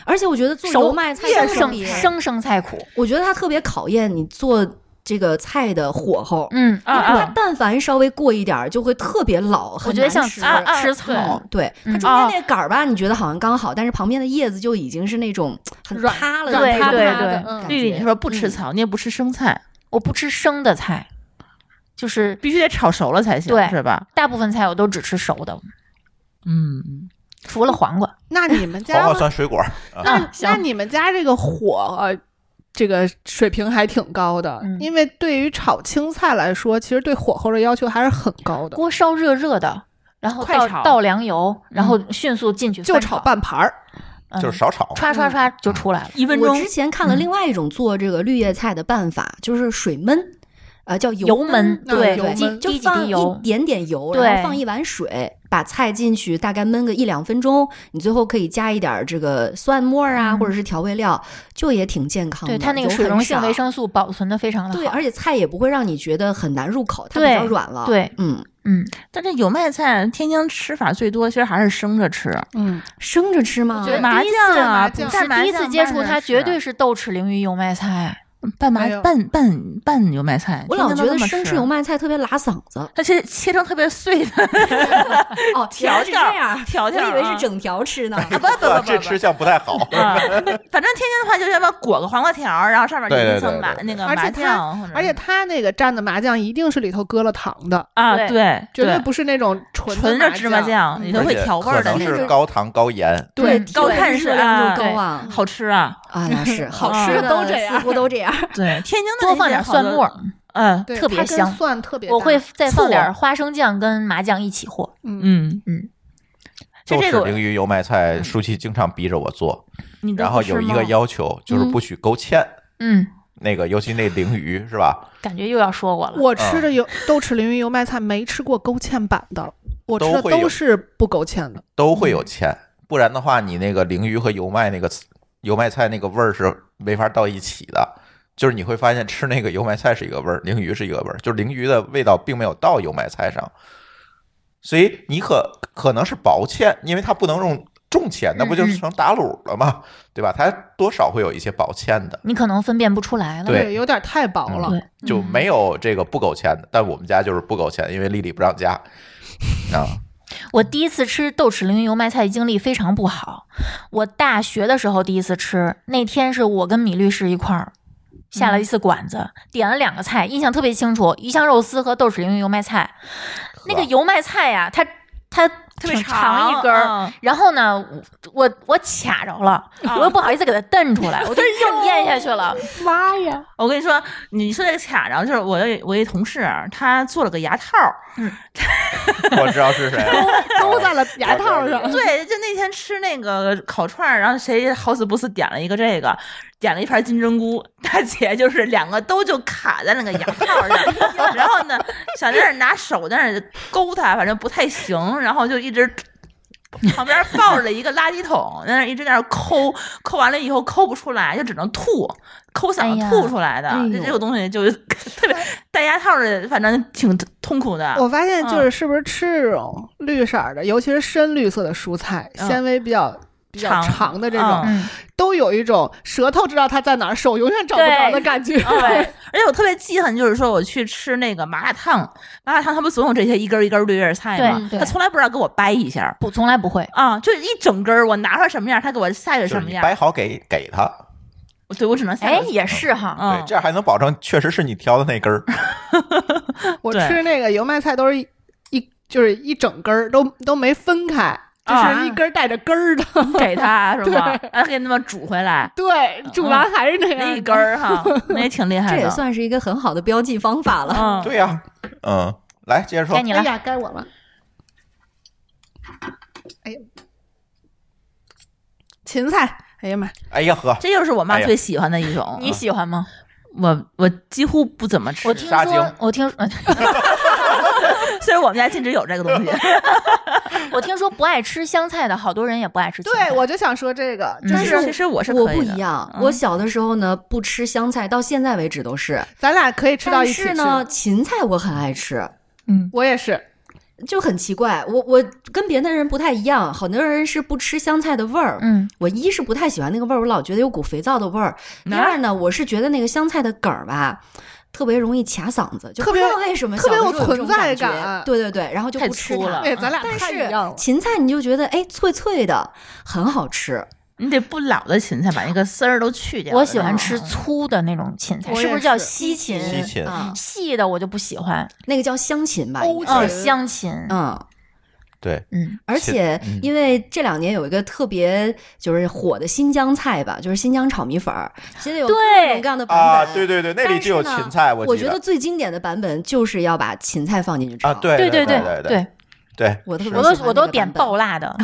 S4: 而且我觉得做油
S3: 嗯熟
S4: 麦菜
S3: 生
S4: 特
S3: 生
S4: 别
S3: 生生菜苦，
S4: 我觉得它特别考验你做这个菜的火候。
S3: 嗯，
S5: 啊
S4: 因为它
S5: 啊，
S4: 但凡稍微过一点儿，就会特别老，
S3: 我
S4: 很
S3: 觉得
S4: 难
S3: 像
S4: 吃
S3: 吃
S5: 啊啊
S3: 吃
S5: 对
S3: 草，
S4: 对，它中
S3: 嗯
S4: 间
S5: 哦
S4: 那杆儿吧，你觉得好像刚好，但是旁边的叶子就已经是那种很
S2: 软
S4: 塌了的
S3: 对
S4: 那种
S3: 对
S4: 感
S3: 对
S4: 觉
S2: 嗯
S5: 丽丽，你说不吃草，你也不吃生菜，
S3: 我不吃生的菜，就是
S5: 必须得炒熟了才行，
S3: 对
S5: 是吧？
S3: 大部分菜我都只吃熟的，
S5: 嗯，
S3: 除了黄瓜。
S2: 那你们
S1: 黄
S2: 家
S1: 瓜酸水果，
S2: 那、
S5: 啊行
S2: 那你们家这个火、呃这个水平还挺高的、
S3: 嗯
S2: 因为对于炒青菜来说，其实对火候的要求还是很高的，
S3: 锅烧热热的，然后
S5: 快
S3: 倒
S5: 炒嗯
S3: 倒凉油，然后迅速进去
S2: 就
S3: 翻
S2: 炒，半盘儿。
S3: 嗯
S1: 就是少炒。
S3: 刷刷刷就出来了。
S5: 嗯一分
S4: 我
S3: 嗯
S5: 钟
S4: 之前看了另外一种做这个绿叶菜的办法，就是水焖。呃叫
S3: 油焖，
S2: 啊
S3: 对
S2: 油，
S4: 对，
S2: 焖
S4: 就
S3: 滴几
S4: 放
S3: 滴油
S4: 一点点油，
S3: 对
S4: 然后放一碗水，把菜进去，大概焖个一两分钟。你最后可以加一点儿这个蒜末儿啊，
S3: 嗯
S4: 或者是调味料，就也挺健康的。
S3: 对它那个
S4: 油
S3: 水
S4: 很
S3: 溶性
S4: 少
S3: 维生素保存的非常的
S4: 对，
S3: 好
S4: 而。且菜也不会让你觉得很难入口，它比
S3: 对
S4: 较软了。，
S3: 对，
S4: 嗯，
S3: 嗯，
S5: 但这油麦菜，天津吃法最多，其实还是生着吃，
S2: 嗯，
S4: 生着吃
S3: 我
S4: 嘛
S3: 觉，得
S5: 麻
S3: 第一次
S5: 酱啊，
S2: 麻
S5: 不
S2: 酱
S5: 蘸
S3: 是
S5: 麻
S3: 第一
S5: 酱
S3: 次接触
S5: 拌着
S3: 它，绝
S5: 吃啊
S3: 对是豆豉鲮鱼油麦菜。
S5: 拌麻
S2: 哎呦
S5: 拌拌拌油麦菜。
S4: 我
S5: 天
S4: 老
S5: 津
S4: 觉
S5: 都
S4: 得
S5: 这么
S4: 生
S5: 吃
S4: 吃油，麦菜特别拉嗓子。
S5: 它切切成特别碎的
S4: 哦，
S5: 条
S4: 原来是
S5: 条儿
S4: 这样，
S5: 条条儿啊，
S4: 我以为是整条吃 呢。
S5: 不不不不
S1: 这
S5: 不
S1: 吃相不太好。
S5: 啊， 反正天津的话就是要么裹个黄瓜条儿，然后上面
S1: 对对
S5: 淋一层
S1: 对
S5: 麻
S1: 对
S5: 那个
S2: 而且
S5: 麻
S2: 它
S5: 酱或者，
S2: 而且它那个蘸的麻酱一定是里头搁了糖的，
S5: 啊，
S3: 对
S5: 对，
S2: 绝对
S5: 对
S2: 不是那种纯
S5: 纯
S2: 的
S5: 着芝麻酱，
S2: 嗯
S5: 里头会调味
S1: 而
S5: 儿
S1: 且
S5: 的
S1: 可能
S5: 那
S1: 是
S5: 种，
S1: 高糖高盐。
S2: 对
S3: 嗯
S4: 体
S5: 高
S4: 温
S5: 碳水
S4: 热量
S5: 啊
S4: 就高啊，
S5: 好吃啊。
S4: 啊，那是好吃
S5: 啊
S4: 的
S2: 都这样
S4: 似乎 都这样。
S5: 对，天津的
S3: 多
S5: 那
S3: 放
S5: 些
S3: 点
S5: 好
S3: 蒜
S5: 多
S3: 末儿，
S5: 嗯
S2: 对
S3: 特别
S2: 它跟
S3: 香
S2: 蒜特别大。
S3: 我会再放
S5: 醋啊
S3: 点花生酱跟麻酱一起和。
S2: 嗯，
S5: 嗯
S3: 嗯，
S5: 就
S1: 豆
S5: 这
S1: 豉
S5: 个
S1: 鲮
S5: 我
S1: 鱼油麦菜，
S5: 嗯
S1: 舒淇经常逼着我做，
S5: 你都
S1: 然后
S5: 不吃
S1: 有一个
S5: 吗
S1: 要求就是
S4: 嗯
S1: 不许勾芡，
S3: 嗯，
S1: 那个尤其那鲮鱼是吧？
S3: 感觉又要说我了。
S2: 我
S1: 啊
S2: 吃的油豆豉鲮鱼油麦菜没吃过勾芡版的，我吃的
S1: 都会有
S2: 都是不勾芡的。
S1: 都会有芡，不然的话，你那个鲮鱼和油麦那个油麦菜那个味儿是没法到一起的。就是你会发现吃那个油麦菜是一个味儿，鲮鱼是一个味儿，就是鲮鱼的味道并没有到油麦菜上，所以你可可能是薄芡，因为它不能用重芡，那不就
S3: 嗯嗯
S1: 成打卤了吗？对吧？它多少会有一些薄芡的，
S3: 你可能分辨不出来了。
S1: 对
S2: 有点太薄
S1: 嗯
S2: 了。
S3: 对
S1: 就没有这个不勾芡的。但我们家就是不勾芡，因为丽丽不让加啊。
S3: 我第一次吃豆豉鲮鱼油麦菜经历非常不好。我大学的时候第一次吃，那天是我跟米律师一块儿下了一次馆子，点了两个菜，印象特别清楚，鱼香肉丝和豆豉鲮鱼油麦菜。那个油麦菜呀、它它
S5: 特
S3: 挺
S5: 别
S3: 长一根儿。
S5: 嗯
S3: 然后呢，我我卡着了，我又不好意思给它蹬出来，我就硬咽下去了。
S2: 妈呀！
S5: 我跟你说，你说这个卡着，就是我有我一同事，他做了个牙套儿，
S1: 我知道是谁了，啊
S2: 都在了牙套
S1: 嗯
S2: 上。
S5: 对，就那天吃那个烤串儿，然后谁好死不死点了一个这个，点了一盘金针菇，大姐就是两个都就卡在那个牙套上，然后呢想在那儿拿手在那儿勾它，反正不太行，然后就一直。旁边抱着一个垃圾桶，在那儿一直在那儿抠，抠完了以后抠不出来，就只能吐，抠嗓
S3: 哎
S5: 子
S3: 呀
S5: 吐出来的。
S4: 哎呦
S5: 这这个东西就 特别戴牙套的，反正挺痛苦的。
S2: 我发现就是是不是吃这种绿色儿的，尤其是深绿色的蔬菜，
S5: 嗯
S2: 纤维比较比较
S5: 长
S2: 长的这种，
S3: 嗯，
S2: 都有一种舌头知道它在哪儿，手永远找不着的感觉。
S3: 对，
S5: 而且我特别记恨，就是说我去吃那个麻辣烫，麻辣烫它不总有这些一根儿一根儿绿叶菜吗？
S3: 对对
S5: 他从来不知道给我掰一下儿
S3: 不，从来不会。
S5: 啊，就一整根儿，我拿出来什么样，他给我下去
S1: 就是
S5: 什么
S1: 你
S5: 样，
S1: 掰好给给他，
S5: 我对我只能下
S3: 哎，
S5: 去。
S3: 也是哈，
S5: 嗯
S1: 对，这样还能保证确实是你挑的那根儿。
S2: 我
S5: 对
S2: 吃那个油麦菜都是一一就是一整根儿，都都没分开，就是一根儿带着根儿的。
S5: 给他 是吗？然后给他们煮回 来
S2: 对，煮完还是那
S3: 啊
S2: 样、
S5: 那一根。儿哈，那也挺厉害
S4: 这
S5: 的。
S4: 也算是一个很好的标记方法了。
S5: 嗯，
S1: 对呀、嗯，来接着说
S3: 该。你了。
S2: 呀，该我了。哎呦，芹菜，哎呀妈，
S1: 哎呀呵，
S5: 这就是我妈
S1: 哎呀
S5: 最喜欢的一 种。
S3: 你喜欢吗？
S5: 我我几乎不怎么吃
S3: 我，听
S1: 沙
S3: 说
S1: 精，
S3: 我听，
S5: 虽然我们家禁止有这个 东西。
S3: 我听说不爱吃香菜的好多人也不爱吃芹菜。
S2: 对我就想说这个，
S3: 嗯
S2: 就
S5: 但
S2: 是
S5: 是其实我是
S4: 我
S5: 可
S4: 不
S5: 以
S4: 一
S5: 的，
S4: 样，
S5: 嗯
S4: 我小的时候呢不吃香菜，到现在为止都是。
S2: 咱俩可以吃到
S4: 但
S2: 一起
S4: 是
S2: 去。
S4: 呢，芹菜我很爱吃，
S3: 嗯，
S2: 我也是，
S4: 就很奇怪。我我跟别的人不太一样，很多人是不吃香菜的味儿。
S3: 嗯，
S4: 我一是不太喜欢那个味儿，我老觉得有股肥皂的味儿。第
S5: 啊
S4: 二呢，我是觉得那个香菜的梗儿吧。特别容易卡嗓子，就
S2: 特别
S4: 不知道为什么
S2: 特别
S4: 小的时
S2: 有
S4: 候这种
S2: 存在
S4: 感觉
S2: 感
S4: 对对对，然后就
S5: 太
S4: 不吃
S5: 粗
S4: 它
S3: 呃
S5: 了
S2: 对，咱俩
S4: 但
S2: 太一样
S4: 是
S2: 了。
S4: 芹菜你就觉得哎脆脆的，很好吃。
S5: 你得不老的芹菜，把那个丝儿都去掉。
S3: 我喜
S1: 哎
S3: 欢
S5: 嗯
S3: 吃粗的那种芹菜，
S2: 我
S3: 是
S2: 也
S3: 不是叫
S2: 是
S3: 西芹？嗯
S1: 西芹哎
S4: 啊，
S2: 嗯
S3: 细的我就不喜欢，
S4: 那个叫香芹吧，应
S2: 欧
S4: 该
S3: 嗯，
S2: 芹
S3: 香芹，
S4: 嗯，
S1: 对，
S3: 嗯，
S4: 而
S1: 其
S4: 且
S1: 嗯
S4: 因为这两年有一个特别就是火的新疆菜吧，就是新疆炒米粉儿，现在有各种
S3: 对
S4: 各样的版本。
S1: 啊，对对对，那里就有芹菜，
S4: 我
S1: 记
S4: 觉得最经典的版本就是要把芹菜放进去炒。
S1: 啊，，对
S3: 对
S1: 对
S3: 对
S1: 对
S3: 对，
S1: 对，
S4: 我特别
S3: 我
S4: 喜
S3: 都
S4: 欢
S3: 我
S4: 那
S3: 都
S4: 个
S3: 点
S4: 版本
S3: 爆辣的，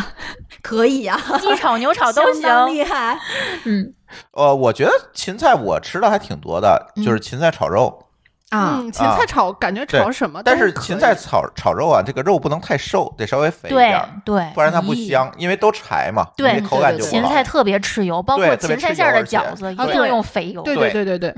S4: 可以啊，
S3: 鸡炒、牛炒都
S4: 相
S3: 行。
S4: 当厉害。
S3: 嗯，
S1: 呃，我觉得芹菜我吃的还挺多的，就是芹菜炒肉，
S4: 啊，
S2: 嗯，芹菜炒感觉炒什么都
S1: 但
S2: 可以，
S1: 是芹菜炒炒肉啊，这个肉不能太瘦，得稍微肥一
S3: 对
S1: 点儿，
S3: 对，
S1: 不然它不
S4: 咦
S1: 香，因为都柴嘛，你
S3: 对
S1: 这口感
S4: 对
S1: 就
S4: 对
S1: 不
S3: 芹
S1: 好。
S3: 菜特别吃油，包括
S1: 对特别
S3: 芹菜
S1: 吃
S3: 馅儿
S1: 油
S3: 的
S1: 而且
S3: 饺子一
S2: 啊
S3: 定
S2: 对
S3: 用肥油。
S2: 对对对对，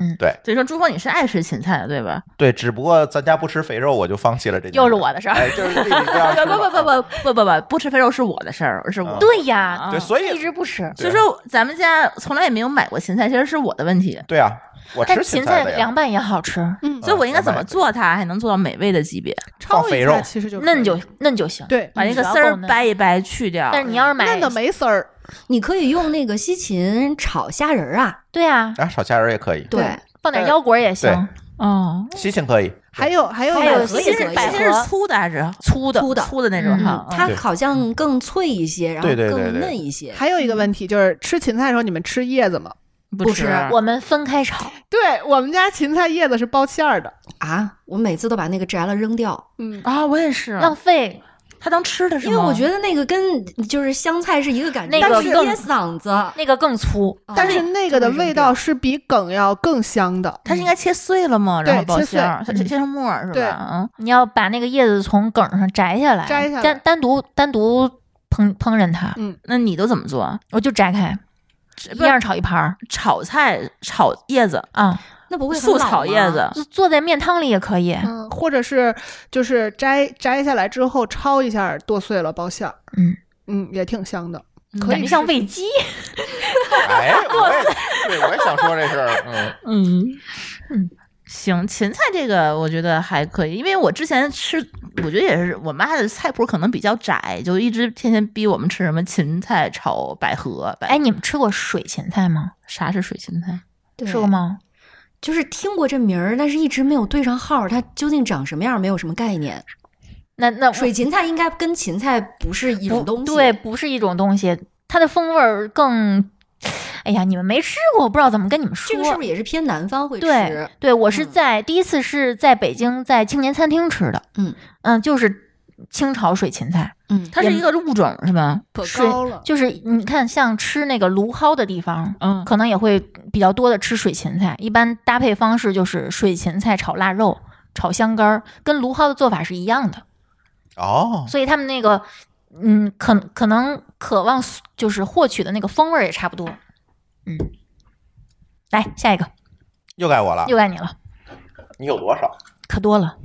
S5: 所以说，朱峰，你是爱吃芹菜的，对吧？
S1: 对，只不过咱家不吃肥肉，我就放弃了这件事。
S3: 又是我的事儿
S1: 哎， 就是弟弟这样
S5: 不
S1: 说
S5: 不不不不不不不，不吃肥肉是我的事儿，是我。
S3: 啊对呀，
S1: 啊对，所
S3: 一
S1: 以
S3: 直不吃。
S5: 所以说，咱们家从来也没有买过芹菜，其实是我的问题。
S1: 对啊，我
S3: 但
S1: 吃
S3: 哎芹
S1: 菜
S3: 菜
S1: 的呀，
S3: 凉拌也好吃，
S2: 嗯，
S5: 所以我应该怎么做它，还能做到美味的级别？
S2: 焯
S1: 放
S2: 一
S1: 肥
S2: 下
S1: 肉
S2: 其实就可以
S3: 嫩就嫩就行。
S2: 对
S5: 把那
S3: 只
S5: 个
S3: 要
S5: 丝儿
S3: 够嫩
S5: 掰一掰去掉。
S3: 但是你要是买，
S2: 嫩的没丝儿，
S4: 你可以用那个西芹炒虾仁儿啊，
S3: 对 啊，
S1: 啊，炒虾仁儿也可以，
S4: 对，
S3: 放点
S1: 但
S3: 腰果也行，
S5: 哦，
S1: 西芹可以，
S2: 还有还有
S3: 还有
S2: 哪个
S4: 可以
S5: 其实
S4: 可以
S5: 其实是粗的还是
S3: 粗的。
S4: 粗的
S5: 粗的那种哈？嗯
S4: 它好像更脆一些，然后
S1: 对对对
S4: 更
S1: 对
S4: 嫩一些。
S2: 还有一个问题就是吃芹菜的时候你们吃叶子吗？
S5: 不
S4: 不
S5: 吃啊
S4: 吃
S3: 我们分开炒，
S2: 对我们家芹菜叶子是包馅儿的，
S4: 啊，我每次都把那个摘了扔掉，
S2: 嗯，
S5: 啊，我也是。
S3: 浪费。
S5: 它当吃的是
S4: 因
S5: 吗？
S4: 为我觉得那个跟就是香菜是一个感觉，
S3: 那个
S4: 但是
S3: 更
S4: 噎嗓子。啊
S3: 那个更粗，
S2: 但是那个的味道是比梗要更香的，
S5: 它是应该切碎了吗？
S2: 对
S5: 然后包
S2: 切碎
S5: 馅儿，它切切成沫儿是
S2: 对
S5: 吧？嗯，
S3: 你要把那个叶子从梗上摘下来，
S2: 摘下来
S3: 单单独单独烹烹饪它，
S5: 那你都怎么做？啊
S3: 我就摘开，一样炒一盘儿
S5: 炒菜炒叶子，
S3: 啊，
S4: 那不会很
S5: 素
S4: 老
S5: 炒叶
S4: 吗
S5: 子，
S3: 就做在面汤里也可以。
S2: 嗯，或者是就是摘摘下来之后焯一下，剁碎了包馅儿，
S3: 嗯
S2: 嗯，也挺香的，可
S3: 感
S5: 嗯
S2: 以
S3: 觉像
S2: 试
S3: 喂鸡，
S1: 哎，我也对，我也想说这事儿，嗯，
S5: 嗯嗯，行，芹菜这个我觉得还可以，因为我之前吃，我觉得也是我妈的菜谱可能比较窄，就一直天天逼我们吃什么芹菜炒百合。百
S3: 哎，你们吃过水芹菜吗？
S5: 啥是水芹菜？
S4: 对
S3: 吃过？吗？
S4: 就是听过这名儿，但是一直没有对上号儿，它究竟长什么样儿没有什么概念。
S3: 那那
S4: 水芹菜应该跟芹菜不是一种
S3: 不
S4: 东西，
S3: 对，，不是一种东西，它的风味儿更。哎呀，你们没吃过，我不知道怎么跟你们说。
S4: 这个是不是也是偏南方会
S3: 对
S4: 吃？
S3: 对，我是
S4: 嗯
S3: 在、第一次是在北京在青年餐厅吃的，
S4: 嗯
S3: 嗯，就是清炒水芹菜，
S4: 嗯，
S5: 它是一个物种是吧？
S2: 可
S3: 水
S2: 高了，
S3: 就是你看像吃那个芦蒿的地方，
S5: 嗯
S3: 可能也会比较多的吃水芹菜，一般搭配方式就是水芹菜炒腊肉、炒香干儿，跟芦蒿的做法是一样的，
S1: 哦，
S3: 所以他们那个嗯，可可能渴望就是获取的那个风味儿也差不多，嗯。来下一个，
S1: 又该我了，
S3: 又该你了，
S1: 你有多少？
S3: 可 多了。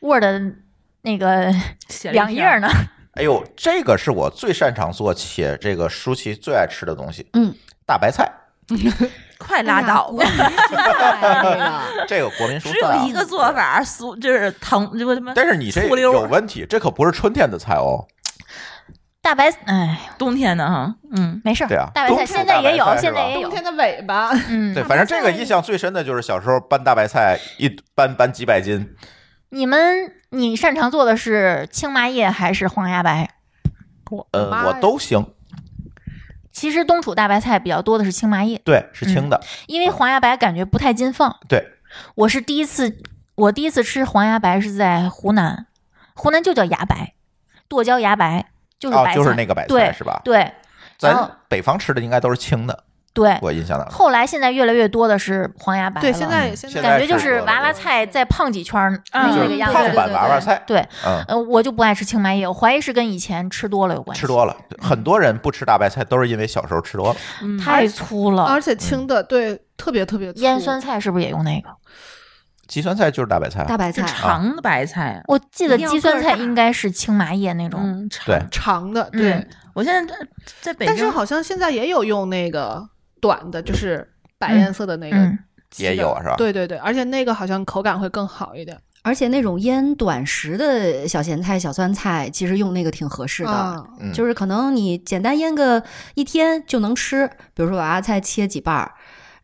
S3: Word 那个
S5: 写了一
S3: 两页
S5: 篇
S3: 儿呢，
S1: 哎呦，这个是我最擅长做且这个舒淇最爱吃的东西，
S4: 嗯，
S1: 大白菜，
S5: 快拉倒吧！
S4: 哎这个
S1: 这个国民蔬
S5: 只
S1: 菜啊
S5: 有一个做法，酥就是糖，这个什么
S1: 但是你这
S5: 醋溜
S1: 有问题，这可不是春天的菜哦。
S3: 大白，哎，
S5: 冬天的哈，嗯，
S3: 没事儿，
S1: 对啊
S3: 大白
S1: 冬
S3: 菜
S1: 储
S3: 现
S1: 大
S3: 在也
S1: 白
S3: 有
S1: 菜，是
S3: 现在
S1: 吧
S3: 也
S2: 冬
S3: 有，
S2: 天的尾巴，
S3: 嗯
S1: 对，，反正这个印象最深的就是小时候搬大白菜，一搬搬几百斤。
S3: 你们你擅长做的是青麻叶还是黄芽白？
S2: 我
S1: 呃，
S2: 妈
S1: 我
S2: 呀
S1: 都行，
S3: 其实冬储大白菜比较多的是呃青麻叶，
S1: 对，是青的，
S3: 因为黄芽白感觉不太禁放。
S1: 对，
S3: 我是第一次，我第一次吃黄芽白是在湖南，湖南就叫芽白，剁椒芽白就是白
S1: 哦，
S3: 菜，
S1: 就是那个白菜
S3: 对
S1: 是吧？
S3: 对然后
S1: 咱北方吃的应该都是青的，
S3: 对。
S1: 我印象当中。
S3: 后来现在越来越多的是黄芽白
S2: 对，
S3: 了
S2: 现在
S1: 嗯
S2: 现
S1: 现
S3: 感
S1: 在
S3: 觉
S1: 是
S3: 就是
S1: 多
S3: 娃娃
S1: 了
S3: 菜再胖几圈儿
S5: 嗯
S3: 那个样
S1: 胖
S3: 子。
S1: 版娃娃菜，
S3: 啊对，
S1: 嗯，
S3: 呃，我就不爱吃青麻叶，我怀疑是跟以前吃多了有关系。
S1: 吃多了，很多人不吃大白菜都是因为小时候吃多了。
S5: 嗯
S3: 太粗了，
S4: 哦
S2: 而且青的对特别特别粗
S3: 腌酸，菜是不是也用那个？
S1: 鸡酸菜就是大白菜啊，
S4: 大白
S5: 就
S4: 菜，
S5: 长的白菜。
S3: 我记得
S4: 一定要
S3: 鸡酸
S4: 个
S3: 菜
S4: 儿大
S3: 应该是青麻叶那种，
S5: 嗯，长
S1: 对啊
S2: 长的，
S3: 嗯
S2: 对，
S5: 我现在在在北
S2: 但
S5: 京
S2: 是好像现在也有用那个短的，就是白颜色的那个
S3: 嗯，
S2: 切的，
S1: 也有是吧？
S2: 对对对，而且那个好像口感会更好一点，
S4: 而且那种腌短时的小咸菜、小酸菜，其实用那个挺合适的。
S2: 啊，
S1: 嗯，
S4: 就是可能你简单腌个一天就能吃，比如说把芽菜切几瓣儿，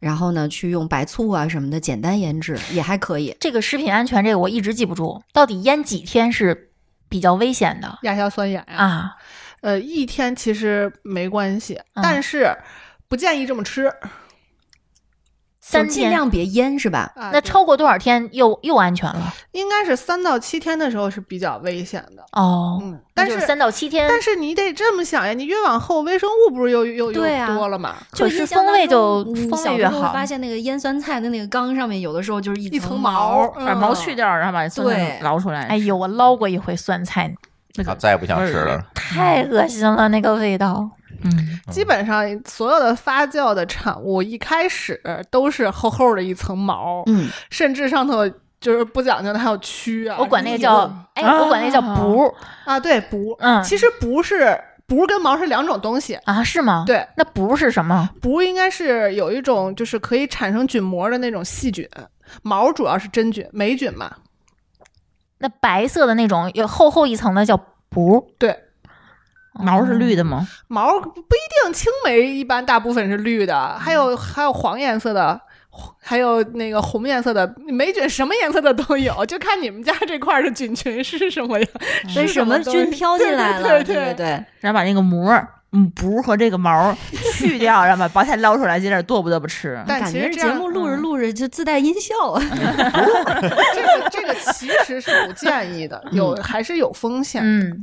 S4: 然后呢去用白醋啊什么的简单腌制也还可以。
S3: 这个食品安全这个我一直记不住，到底腌几天是比较危险的
S2: 亚硝酸盐呀，
S3: 啊？
S2: 呃，一天其实没关系，
S3: 嗯
S2: 但是不建议这么吃。
S4: 就
S3: 三
S4: 尽
S3: 天，
S4: 量别腌是吧？
S2: 啊
S3: 那
S2: 对
S3: 超过多少天又又安全了？
S2: 应该是三到七天的时候是比较危险的。
S3: 哦，
S2: 嗯，
S3: 那
S2: 但
S3: 就是三到七天，
S2: 但是你得这么想呀，你越往后微生物不是又又又
S4: 对啊
S2: 多了嘛？
S3: 可
S4: 就是印象
S3: 风
S4: 当
S3: 味就
S4: 中你
S3: 风味
S4: 小
S3: 越
S4: 时候
S3: 好
S4: 发现那个腌酸菜的那个缸上面，有的时候就是一
S2: 一层
S4: 毛嗯
S2: 毛，
S5: 把毛去掉，然后把酸菜
S4: 对
S5: 捞出来。
S3: 哎呦，我捞过一回酸菜，
S5: 那
S1: 啊，
S5: 个，
S1: 再也不想吃了。
S3: 太
S4: 嗯
S3: 恶心了，那个味道。
S5: 嗯，
S2: 基本上所有的发酵的产物一开始都是厚厚的一层毛，
S4: 嗯，
S2: 甚至上头就是不讲究的还有蛆啊。
S3: 我管那个
S2: 什
S3: 叫
S2: 么
S3: 哎，我管那个叫
S5: 啊
S3: 补
S2: 啊，对补，
S3: 嗯
S2: 其实补是补跟毛是两种东西。
S3: 啊，是吗？，
S2: 对，
S3: 那补是什么？
S2: 补应该是有一种就是可以产生菌膜的那种细菌，毛主要是真菌、霉菌嘛。
S3: 那白色的那种有厚厚一层的叫补，
S2: 对，
S5: 毛是绿
S3: 的，
S5: 的吗？
S2: 毛不一定，青霉一般大部分是绿的，
S3: 嗯
S2: 还有还有黄颜色的，红还有那个红颜色的，霉菌什么颜色的都有，就看你们家这块儿的菌群是什么呀？
S4: 被
S2: 是
S4: 什么
S2: 东西
S4: 菌飘进来了？
S2: 对
S4: 对
S2: 对对
S4: 对，
S5: 然后把那个膜儿。嗯，不和这个毛儿去掉，然后把白菜捞出来，接着剁不剁不吃。
S2: 但
S4: 感
S2: 其
S4: 觉
S2: 实
S4: 这
S2: 这
S4: 节
S2: 样嗯
S4: 目 录着录着就自带音效啊。
S2: 这个这个其实是不建议的，有
S4: 嗯
S2: 还是有风险。
S3: 嗯，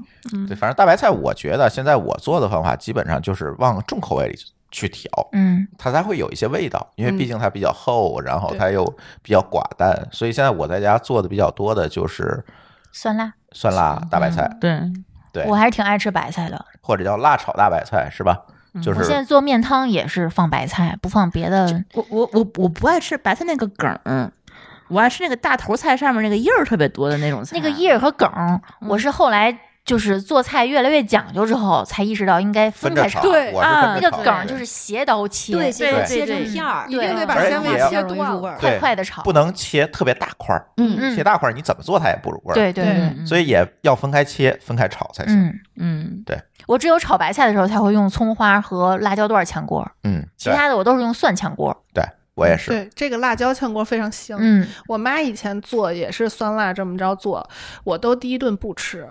S1: 对，反正大白菜，我觉得现在我做的方法基本上就是往重口味里去调，
S3: 嗯，
S1: 它才会有一些味道，因为
S2: 嗯
S1: 毕竟它比较厚，然后
S2: 对
S1: 它又比较寡淡，所以现在我在家做的比较多的就是
S3: 酸辣，
S1: 蒜辣大白
S3: 嗯
S1: 菜，
S5: 对，
S1: 对，
S3: 我还是挺爱吃白菜的。
S1: 或者叫辣炒大白菜，是吧？就
S3: 嗯我现在
S1: 是
S3: 做面汤也是放白菜，不放别的。
S5: 我我我我不爱吃白菜那个梗儿，我爱吃那个大头菜上面那个叶儿特别多的那种菜。
S3: 那
S1: 啊
S3: 个叶儿和梗儿，
S1: 嗯
S3: 我是后来就是做菜越来越讲究之后，才意识到应该
S1: 分
S3: 开
S1: 着
S3: 炒
S1: 炒，。
S2: 对
S1: 我是
S5: 啊
S1: 分
S3: 那
S1: 着
S3: 个
S1: 炒
S3: 梗儿
S1: 对
S3: 就是斜刀切，
S4: 先把它
S1: 对
S4: 切成
S5: 对
S4: 片儿，
S2: 一定得
S1: 而
S2: 把
S1: 且
S2: 纤维
S1: 也要
S2: 切
S4: 容易
S2: 断
S4: 入味
S2: 了
S4: 儿。
S3: 快
S1: 对
S3: 快的炒。
S1: 不能切特别大块儿，
S4: 嗯
S3: 嗯
S1: 切大块儿你怎么做它也不入味儿，嗯
S3: 对对
S2: 对
S3: 对，
S1: 所以也要分开切，分开炒才行。
S3: 嗯，
S5: 嗯，
S3: 我只有炒白菜的时候才会用葱花和辣椒段儿炝锅，
S1: 嗯，
S3: 其
S1: 对，
S3: 他的我都是用蒜炝锅。
S1: 对我也是，
S2: 对，这个辣椒炝锅非常香。
S3: 嗯，
S2: 我妈以前做也是酸辣这么着做，我都第一顿不吃，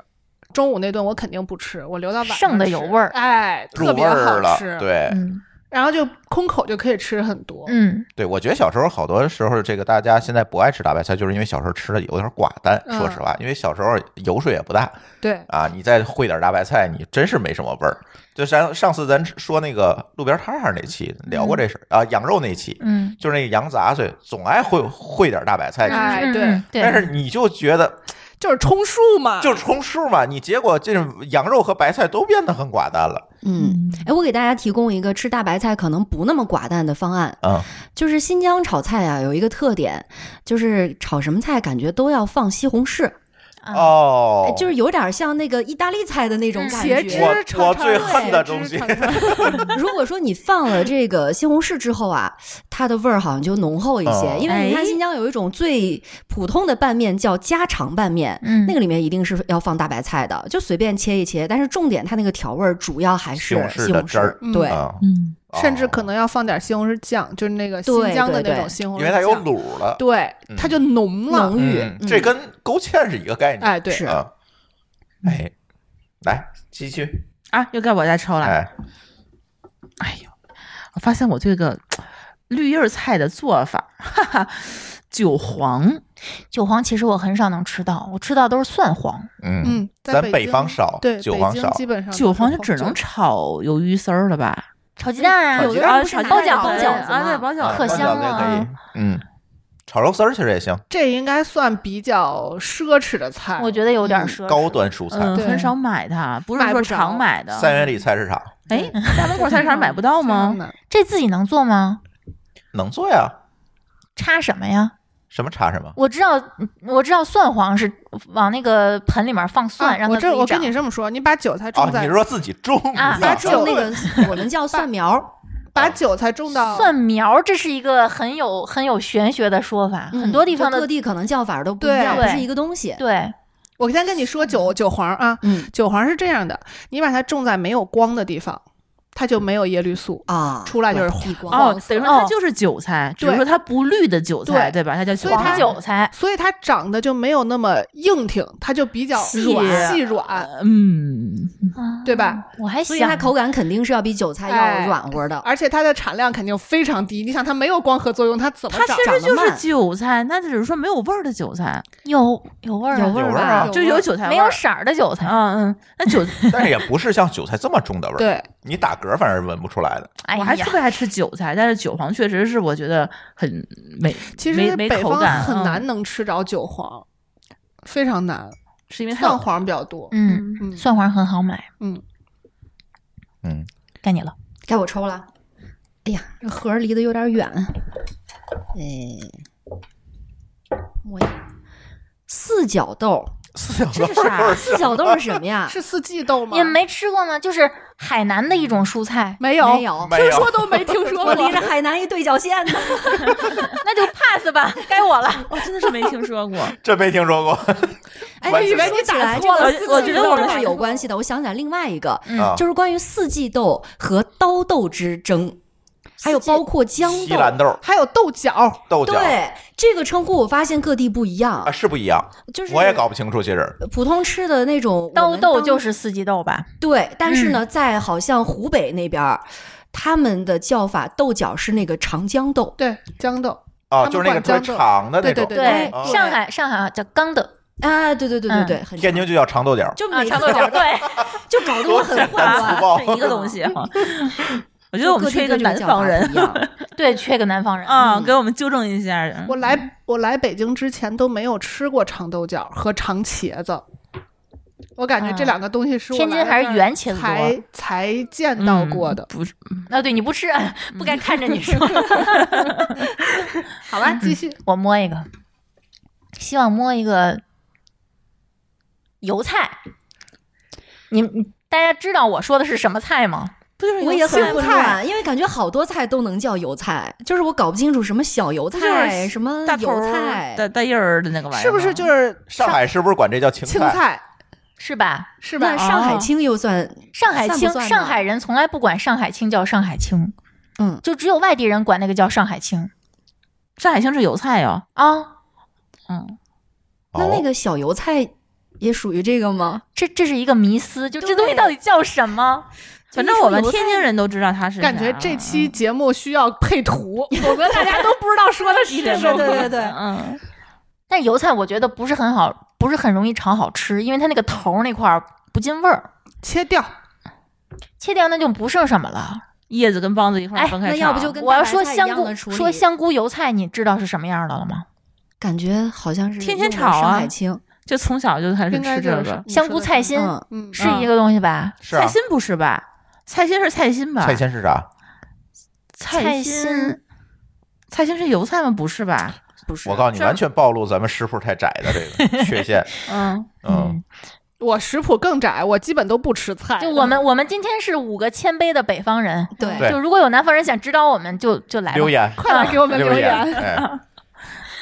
S2: 中午那顿我肯定不吃，我留到晚上
S3: 剩的有
S2: 吃
S3: 味儿
S2: 哎，
S1: 入
S2: 特
S1: 味
S2: 别好
S1: 儿了
S2: 吃。，
S1: 对，
S3: 嗯
S2: 然后就空口就可以吃很多。
S3: 嗯，
S1: 对，我觉得小时候好多时候，这个大家现在不爱吃大白菜，就是因为小时候吃的有点寡淡。
S2: 嗯
S1: 说实话，因为小时候油水也不大
S2: 对，
S1: 啊，你再烩点大白菜，你真是没什么味儿。就咱上次咱说那个路边摊上那期聊过这事儿、啊，羊肉那期，
S3: 嗯，
S1: 就是那个羊杂碎总爱烩烩点大白菜进去。
S2: 哎
S3: 嗯
S2: 对
S3: 嗯
S1: 但
S3: 对，
S1: 是你就觉得
S2: 就是充数嘛，
S1: 就是充数嘛，你结果这羊肉和白菜都变得很寡淡了。
S4: 嗯
S5: 嗯，
S4: 哎，我给大家提供一个吃大白菜可能不那么寡淡的方案，
S1: 嗯，
S4: 就是新疆炒菜啊，有一个特点，就是炒什么菜感觉都要放西红柿，
S3: 啊
S1: 哦，
S4: 就是有点像那个意大利菜的那种感
S2: 茄汁
S4: 觉。
S1: 我
S2: 尝尝。
S1: 我最恨的
S2: 茄汁
S1: 东西
S2: 尝尝
S4: 如果说你放了这个西红柿之后啊，它的味儿好像就浓厚一些，
S1: 哦
S4: 因为你看
S5: 哎
S4: 新疆有一种最普通的拌面叫家常拌面。
S3: 嗯
S4: 那个里面一定是要放大白菜的，就随便切一切，但是重点它那个调味儿主要还是
S1: 西红柿
S4: 西
S1: 的
S4: 红
S1: 汁儿
S4: 柿，对，
S1: 嗯，
S5: 嗯，
S2: 甚至可
S1: 能
S2: 能要放点西红柿酱，就是那个
S4: 对
S2: 新疆的
S4: 对
S2: 那
S4: 对
S2: 种西红柿
S1: 因
S2: 酱，
S1: 为它有卤了。
S2: 对，
S1: 嗯
S2: 它就浓了。
S4: 浓郁。
S1: 嗯，这跟勾芡是一个概念。
S2: 哎，对，
S4: 是
S1: 啊，哎，来继续，
S5: 啊，又该我再抽了。
S1: 哎，
S5: 哎呦，我发现我这个绿叶儿菜的做法，哈哈，韭黄，
S3: 韭黄其实我很少能吃到，我吃到都是蒜黄。
S1: 嗯，
S2: 嗯，在
S1: 咱
S2: 北
S1: 北
S2: 京
S1: 方少，
S2: 对，
S1: 韭
S2: 北
S1: 黄
S2: 京
S1: 少，
S2: 基本上
S5: 韭黄就
S2: 都是
S5: 只能炒鱿鱼丝儿了吧？
S3: 炒鸡蛋啊，
S1: 有的
S5: 啊
S4: 人不是
S5: 炒
S4: 拿
S5: 包
S4: 来
S5: 饺
S4: 包
S5: 子
S4: 饺子
S5: 啊，
S4: 吗
S5: 对，包饺
S1: 啊
S5: 子，
S3: 可
S1: 包饺
S3: 香
S1: 子也可以
S3: 了，
S1: 嗯，炒肉丝儿其实也行，
S2: 这应该算比较奢侈的菜，
S3: 啊我觉得有点
S4: 嗯
S3: 奢侈。
S1: 高端蔬菜，
S5: 嗯，
S2: 对
S5: 很少买它，不是
S2: 买不
S5: 说
S2: 着
S5: 常买的。
S1: 三元里菜市场
S5: 哎，大门口菜市场买不到
S2: 非常
S5: 吗？
S2: 难
S3: 这自己能做吗？
S1: 能做呀，
S3: 插什么呀？
S1: 什么查什么，
S3: 我知道，我知道蒜黄是往那个盆里面放蒜，
S2: 啊
S3: 让它
S2: 我
S3: 自己
S2: 这
S3: 长。
S2: 我跟你这么说，你把韭菜
S1: 哦
S2: 种，在，
S1: 你是说自己种
S3: 啊
S4: 把
S1: 的？
S4: 种那 个我们叫蒜苗儿，
S2: 把韭菜种到
S3: 蒜苗，这是一个很有很有玄学的说法，
S4: 嗯
S3: 很多地方
S4: 就
S3: 的
S4: 各地可能叫法都不一
S2: 对
S4: 样，不是
S3: 对
S4: 一个东西。
S3: 对，
S2: 我先跟你说韭韭黄啊，
S4: 嗯
S2: 韭黄是这样的，你把它种在没有光的地方，它就没有叶绿素。
S4: 啊，
S2: 出来就是
S4: 我的地瓜
S5: 哦
S2: 黄，色
S5: 等于说它
S3: 哦
S5: 就是韭菜，只
S2: 对
S5: 是说它不绿的韭菜，对吧？它叫韭
S2: 所以它
S5: 菜
S3: 黄。韭菜，
S2: 所以它长得就没有那么硬挺，它就比较
S5: 细
S2: 软细软，
S5: 嗯，
S2: 对吧？
S3: 啊我还
S4: 所
S3: 想
S4: 以它口感肯定是要比韭菜
S2: 哎
S4: 要软和的。
S2: 而且它的产量肯定非常低。你想，它没有光合作用，它怎么
S5: 它
S2: 长
S5: 其？实
S4: 长得
S5: 就是
S4: 慢
S5: 韭菜，那只是说没有味儿的韭菜，
S3: 有有味儿啊，
S4: 有味
S1: 有
S4: 儿
S1: 味儿
S4: 吧
S1: 啊
S2: 有
S5: 就
S2: 味
S5: 有
S2: 儿
S5: 韭菜
S3: 没
S5: 味儿
S3: 有色儿的韭菜。
S5: 嗯嗯，那韭菜，
S1: 但是也不是像韭菜这么重的味儿。，
S2: 对，
S1: 你打嗝反正闻不出来的。
S3: 哎
S5: 我还
S3: 呀
S5: 特别爱吃韭菜，但是韭黄确实是我觉得很没，
S2: 其
S5: 没
S2: 实
S5: 没
S2: 北
S5: 口
S2: 方
S5: 感，
S2: 很
S5: 嗯
S2: 难能吃着韭黄，非常难，
S5: 是因为它有
S2: 蒜黄比较多。
S3: 嗯，
S2: 嗯
S3: 蒜黄很好买，
S2: 嗯，
S1: 嗯，
S3: 该你了。
S4: 该我抽了。哎呀，这盒儿离得有点远。哎，我四角 豆，
S1: 四角
S5: 这是啥
S1: 豆儿
S4: 四角豆是什么呀？
S2: 是四季豆吗？
S3: 你们没吃过吗？就是海南的一种蔬 菜，
S2: 没有
S4: 没，有，
S1: 没
S2: 听
S1: 有
S2: 说都没听说
S4: 我
S2: 过。
S4: 离着海南一对角线呢。
S3: 那就 pass 吧，该我了。
S5: 我哦真的是没听说过。
S1: 真没听说过
S4: 哎，
S1: 我以为
S4: 说
S2: 你
S4: 起
S2: 打
S4: 来
S2: 错
S4: 这
S5: 了
S4: 个四
S5: 我
S4: 季
S5: 觉得
S4: 豆
S5: 我们
S4: 是
S5: 是
S4: 有关系的。我想起来另外一个，
S3: 嗯
S1: 啊。
S4: 就是关于四季豆和刀豆之争，还有包括豇
S1: 西
S4: 豆。
S1: 兰豆儿、
S2: 还有豆角，
S1: 豆角
S4: 对这个称呼，我发现各地不一样
S1: 啊，，是不一样，
S4: 就是
S1: 我也搞不清楚。其实
S4: 普通吃的那种我
S3: 刀
S4: 们
S3: 豆
S4: 当
S3: 就是四季豆吧？
S4: 对，但是呢，在好像湖北那边儿，他们的叫法豆角是那个长江豆，
S2: 对，豇豆，
S1: 啊，
S2: 他们
S1: 就是那个特别
S2: 管豇豆
S1: 长的那种，
S2: 对对
S1: 哦
S3: 上海上海叫刚豆
S4: 啊，对对对对对，很
S1: 天津就叫长豆角。
S4: 就
S3: 啊，
S4: 每
S3: 长
S4: 次
S3: 豆角
S4: 搞得
S3: 对，
S4: 就搞得我很混
S1: 啊
S4: 乱。
S1: 报
S5: 是一个东西哈。我觉得我们
S4: 各地
S5: 缺一个
S4: 各地的
S5: 南
S4: 叫
S5: 方
S4: 法
S5: 人
S4: 不一样
S3: 对，缺个南方人。
S5: 啊，给我们纠正一下。嗯
S2: 嗯我来我来北京之前都没有吃过长豆角和长茄子，我感觉这
S3: 啊
S2: 两个东西是我
S3: 天津
S2: 来
S3: 还是
S2: 这儿
S3: 圆茄子多？
S2: 才才见到
S5: 嗯
S2: 过的。
S5: 不是
S3: 啊，对，你不吃， 不该看着你说。
S2: 好吧，继续。
S3: 我摸一个，希望摸一个油菜。你们大家知道我说的是什么菜吗？
S5: 不就是
S4: 我
S5: 油
S4: 也
S5: 菜
S4: 很
S5: 吗
S4: 混乱，因为感觉好多菜都能叫油菜，就是我搞不清楚什么小油
S5: 不就是
S4: 菜、什么
S5: 大头
S4: 油
S5: 儿
S4: 菜。
S5: 大大叶儿的那个玩意儿吗，
S2: 是不是就是
S1: 上海是不是管这叫青
S2: 青菜
S3: 是吧？
S2: 是吧
S4: 那？上海
S5: 哦
S4: 青又算
S3: 上海
S4: 啊算不
S3: 青，
S4: 算呢
S3: 上海人从来不管上海青叫上海青，
S4: 嗯，
S3: 就只有外地人管那个叫上海青
S5: 上海青是油菜哦哟？
S3: 啊。
S5: 嗯，
S4: 那那
S1: 哦
S4: 个小油菜也属于这个 吗？
S3: 这这是一个迷思，就这东西
S4: 对
S3: 到底叫什么？
S5: 反正我们天津人都知道它是啥。嗯
S2: 感觉这期节目需要配图， 否则大家都不知道说的是什
S4: 对
S2: 么。
S4: 对对 对，
S5: 嗯，
S3: 但油菜我觉得不是很好，不是很容易炒好吃，因为它那个头儿那块儿不进味儿，
S2: 切掉，
S3: 切掉那就不剩什么了。
S5: 叶子跟梆子一块儿
S3: 哎
S5: 分开
S4: 那
S5: 炒。
S4: 要不就跟
S3: 我
S4: 大
S3: 要
S4: 白
S3: 说
S4: 菜一
S3: 香
S4: 样
S3: 菇
S4: 的处理
S3: 说香菇油菜，你知道是什么样的了吗？
S4: 感觉好像是
S5: 天
S4: 用
S5: 天
S4: 的
S5: 炒啊
S4: 上海青，
S5: 就从小就开始
S2: 应该
S5: 吃
S2: 就
S5: 这
S2: 是
S1: 啊
S5: 个。
S3: 香菇菜心
S4: 嗯，
S2: 嗯，
S3: 是一个东西吧？
S1: 是
S5: 菜
S1: 啊，
S5: 心不是吧？菜心是菜心吧？
S1: 菜心是啥？
S5: 菜
S3: 心
S5: 心，菜心是油菜吗？不是吧？
S4: 不是
S1: 我告诉你，完全暴露咱们食谱太窄的这个缺陷。
S5: 嗯，
S1: 嗯，
S2: 我食谱更窄，我基本都不吃菜。
S3: 就我们我们今天是五个谦卑的北方人，
S4: 对
S1: 对
S3: 就如果有南方人想指导我们，就就来吧
S1: 留。言，
S2: 快来给我们
S1: 啊留
S2: 留言，
S1: 哎，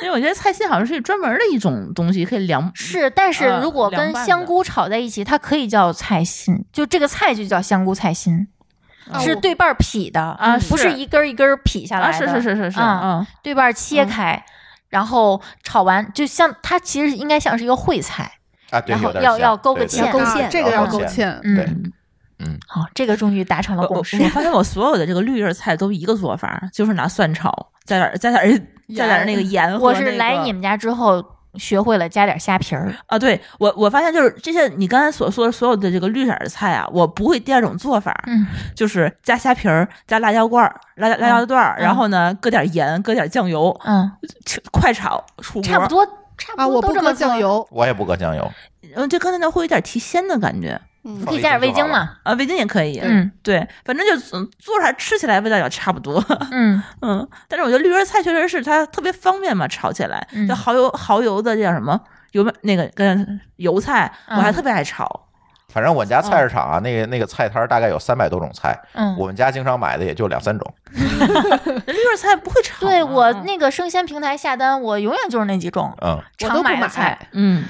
S5: 因为我觉得菜心好像是专门的一种东西，可以凉。
S3: 是，但是
S5: 嗯
S3: 如果跟
S5: 凉拌的
S3: 香菇炒在一起，它可以叫菜心，就这个菜就叫香菇菜心，
S5: 啊
S3: 是
S2: 哦我
S3: 对半儿劈的
S5: 啊
S3: 不是
S5: 是
S3: 一根儿一根儿劈下
S5: 啊，
S3: 来的，
S5: 是是是是是，
S3: 嗯
S5: 嗯，
S3: 对半儿切开，然后炒完，就像它其实应该像是一个烩菜，
S1: 啊，对，
S3: 然后
S1: 有点
S3: 要
S1: 像
S3: 要勾个
S1: 对对
S4: 芡
S1: 对
S4: 勾
S2: 啊
S4: 芡
S2: 这个要
S1: 勾
S2: 勾
S1: 芡
S2: 芡。
S1: 对
S3: 嗯，
S1: 嗯，
S3: 好，这个终于达成了
S5: 我我
S3: 共识
S5: 我。发现我所有的这个绿叶菜都一个做法，就是拿蒜炒，加点儿加点儿加点儿那个盐和、那个。
S3: 我是来你们家之后学会了加点虾皮儿，
S5: 啊，对我我发现就是这些你刚才所说的所有的这个绿色儿的菜啊，我不会第二种做法，
S3: 嗯，
S5: 就是加虾皮儿、加辣椒罐儿、辣椒辣椒段儿，
S3: 嗯
S5: 然后呢搁点盐、搁点酱油，
S3: 嗯，
S5: 切快炒出锅，
S3: 差不，多，差
S2: 啊，
S3: 不
S2: 我
S3: 多嗯都
S2: 不
S3: 这
S2: 搁
S3: 么做
S2: 酱。油，
S1: 我也不搁酱油，
S5: 嗯，这刚才呢会有点提鲜的感觉
S2: 嗯
S3: 你，可以加点味精嘛，
S5: 啊，味精也可以，
S3: 嗯
S5: 对，反正就嗯做出来吃起来味道也差不多，
S3: 嗯，
S5: 嗯，但是我觉得绿叶菜确实是它特别方便嘛，炒起来
S3: 嗯，
S5: 就蚝油蚝油的叫什么油那个跟油菜，我还
S3: 嗯
S5: 特别爱炒，
S1: 反正我们家菜市场啊，那个那个菜摊儿大概有三百多种菜，
S3: 嗯
S1: 我们家经常买的也就两三种。
S5: 那绿叶菜不会炒吗，啊
S3: 对我那个生鲜平台下单，我永远就是那几种
S1: 嗯，
S2: 我都
S3: 常
S2: 不
S3: 买的
S2: 买
S3: 菜。
S5: 嗯，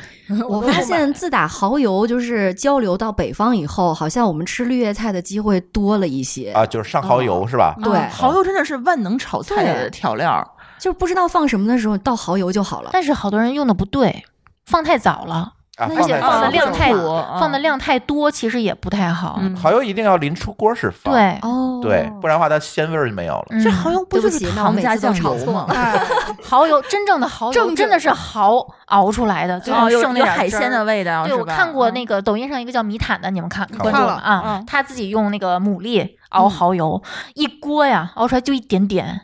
S4: 我
S2: 都不
S4: 发现
S2: 买
S4: 自打蚝油就是交流到北方以后，好像我们吃绿叶菜的机会多了一些，
S1: 啊，就是上蚝油是吧？
S4: 对
S5: 啊蚝油真的是万能炒菜的
S4: 对
S5: 调料。
S4: 就是不知道放什么的时候倒蚝油就好了。
S3: 但是好多人用的不对，放太早了，
S1: 啊，
S3: 而且
S1: 在
S3: 放
S1: 饭上
S3: 的量太
S5: 不少啊
S3: 放的量太多，其实也不太好。
S5: 嗯
S1: 蚝油一定要临出锅时放，
S3: 对，
S4: 哦
S1: 对，不然的话它鲜味儿就没有了。
S3: 嗯
S5: 这蚝油不
S4: 对不
S5: 就是
S4: 起，那我
S5: 糖
S4: 每
S5: 加
S4: 次都
S5: 酱
S4: 炒
S5: 油
S4: 错
S5: 吗？
S4: 了。
S3: 蚝油真正的蚝
S2: 正
S3: 油
S2: 经
S3: 真的是蚝熬出来的，就
S5: 哦，
S3: 是
S5: 有
S3: 剩那
S5: 有
S3: 点
S5: 海
S3: 汁儿
S5: 鲜的。味道，
S3: 对，
S5: 是
S3: 我
S5: 吧
S3: 看过
S5: 嗯
S3: 那个抖音上一个叫米坦的，你们看
S1: 看
S3: 关注
S2: 过
S3: 了吗啊
S5: 嗯？
S3: 他自己用那个牡蛎熬蚝油，一锅呀，熬出来就一点点，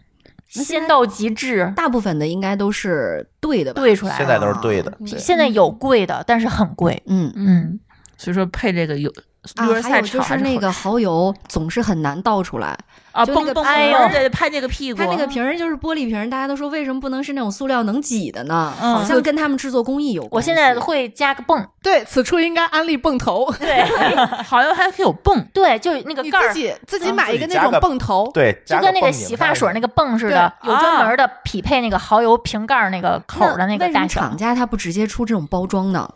S4: 那现在
S3: 鲜到极致，
S4: 大部分的应该都是对的吧？
S3: 兑出来
S1: 现
S3: 了。嗯
S1: 在都是对的，
S2: 对
S3: 现在有贵的，但是很贵。
S4: 嗯。
S3: 嗯，
S5: 所以说配这个有
S4: 啊
S5: 绿叶，
S4: 还
S5: 菜
S4: 有
S5: 炒
S4: 就是那个蚝油总是很难倒出来，
S5: 啊
S4: 就那
S5: 蹦
S4: 个
S5: 蹦，
S3: 哎呦
S5: 对，拍那个屁股，
S4: 它
S5: 嗯
S4: 那个瓶儿就是玻璃瓶儿，大家都说为什么不能是那种塑料能挤的呢？
S5: 嗯
S4: 好像跟他们制作工艺
S1: 嗯
S4: 有关系。
S3: 我现在会加个泵，
S2: 对，此处应该安利泵头，
S3: 对
S5: 蚝油还可以有泵，
S3: 对，就是那个
S2: 你
S3: 盖
S2: 自
S3: 儿，
S2: 己自己
S1: 嗯
S2: 买
S1: 自
S2: 一
S1: 己
S2: 个
S1: 加
S2: 那种
S1: 个
S2: 泵头，
S1: 对，
S3: 就
S1: 加
S3: 跟那
S1: 泵
S3: 个
S1: 拧
S3: 洗
S1: 开
S3: 发水那个泵似的，
S5: 对
S3: 有专门的匹配那个蚝油瓶盖儿那个口儿的那
S4: 为
S3: 个
S4: 什么
S3: 大小
S4: 厂。家它不直接出这种包装呢？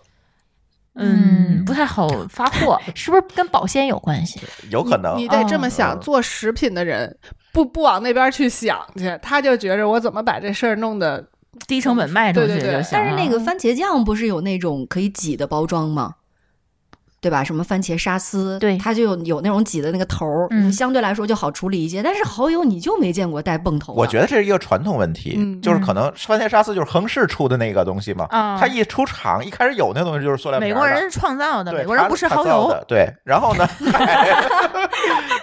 S5: 嗯，
S3: 嗯
S5: 不太好发 货。
S3: 是不是跟保鲜有关系？
S1: 有可能
S2: 你得这么
S1: 嗯
S2: 想，做食品的人不不往那边去想去，他就觉着我怎么把这事儿弄得
S5: 低成本卖出去就行
S2: 对对对
S5: 了。
S4: 但是那个
S3: 嗯
S4: 番茄酱不是有那种可以挤的包装吗？对吧？什么番茄沙司，
S3: 对
S4: 它就有有那种挤的那个头儿，
S3: 嗯
S4: 你相对来说就好处理一些。但是蚝油你就没见过带泵头的，
S1: 我觉得这是一个传统问题，
S2: 嗯
S1: 就是可能番茄沙司就是亨氏出的那个东西嘛，
S5: 啊
S1: 它一出厂一开始有那东西就是塑料瓶儿
S5: 美
S1: 的
S5: 国人创造的，
S1: 对
S5: 美国人
S1: 他
S5: 不吃
S1: 他
S5: 蚝
S1: 造
S5: 油，
S1: 的，对，然后呢，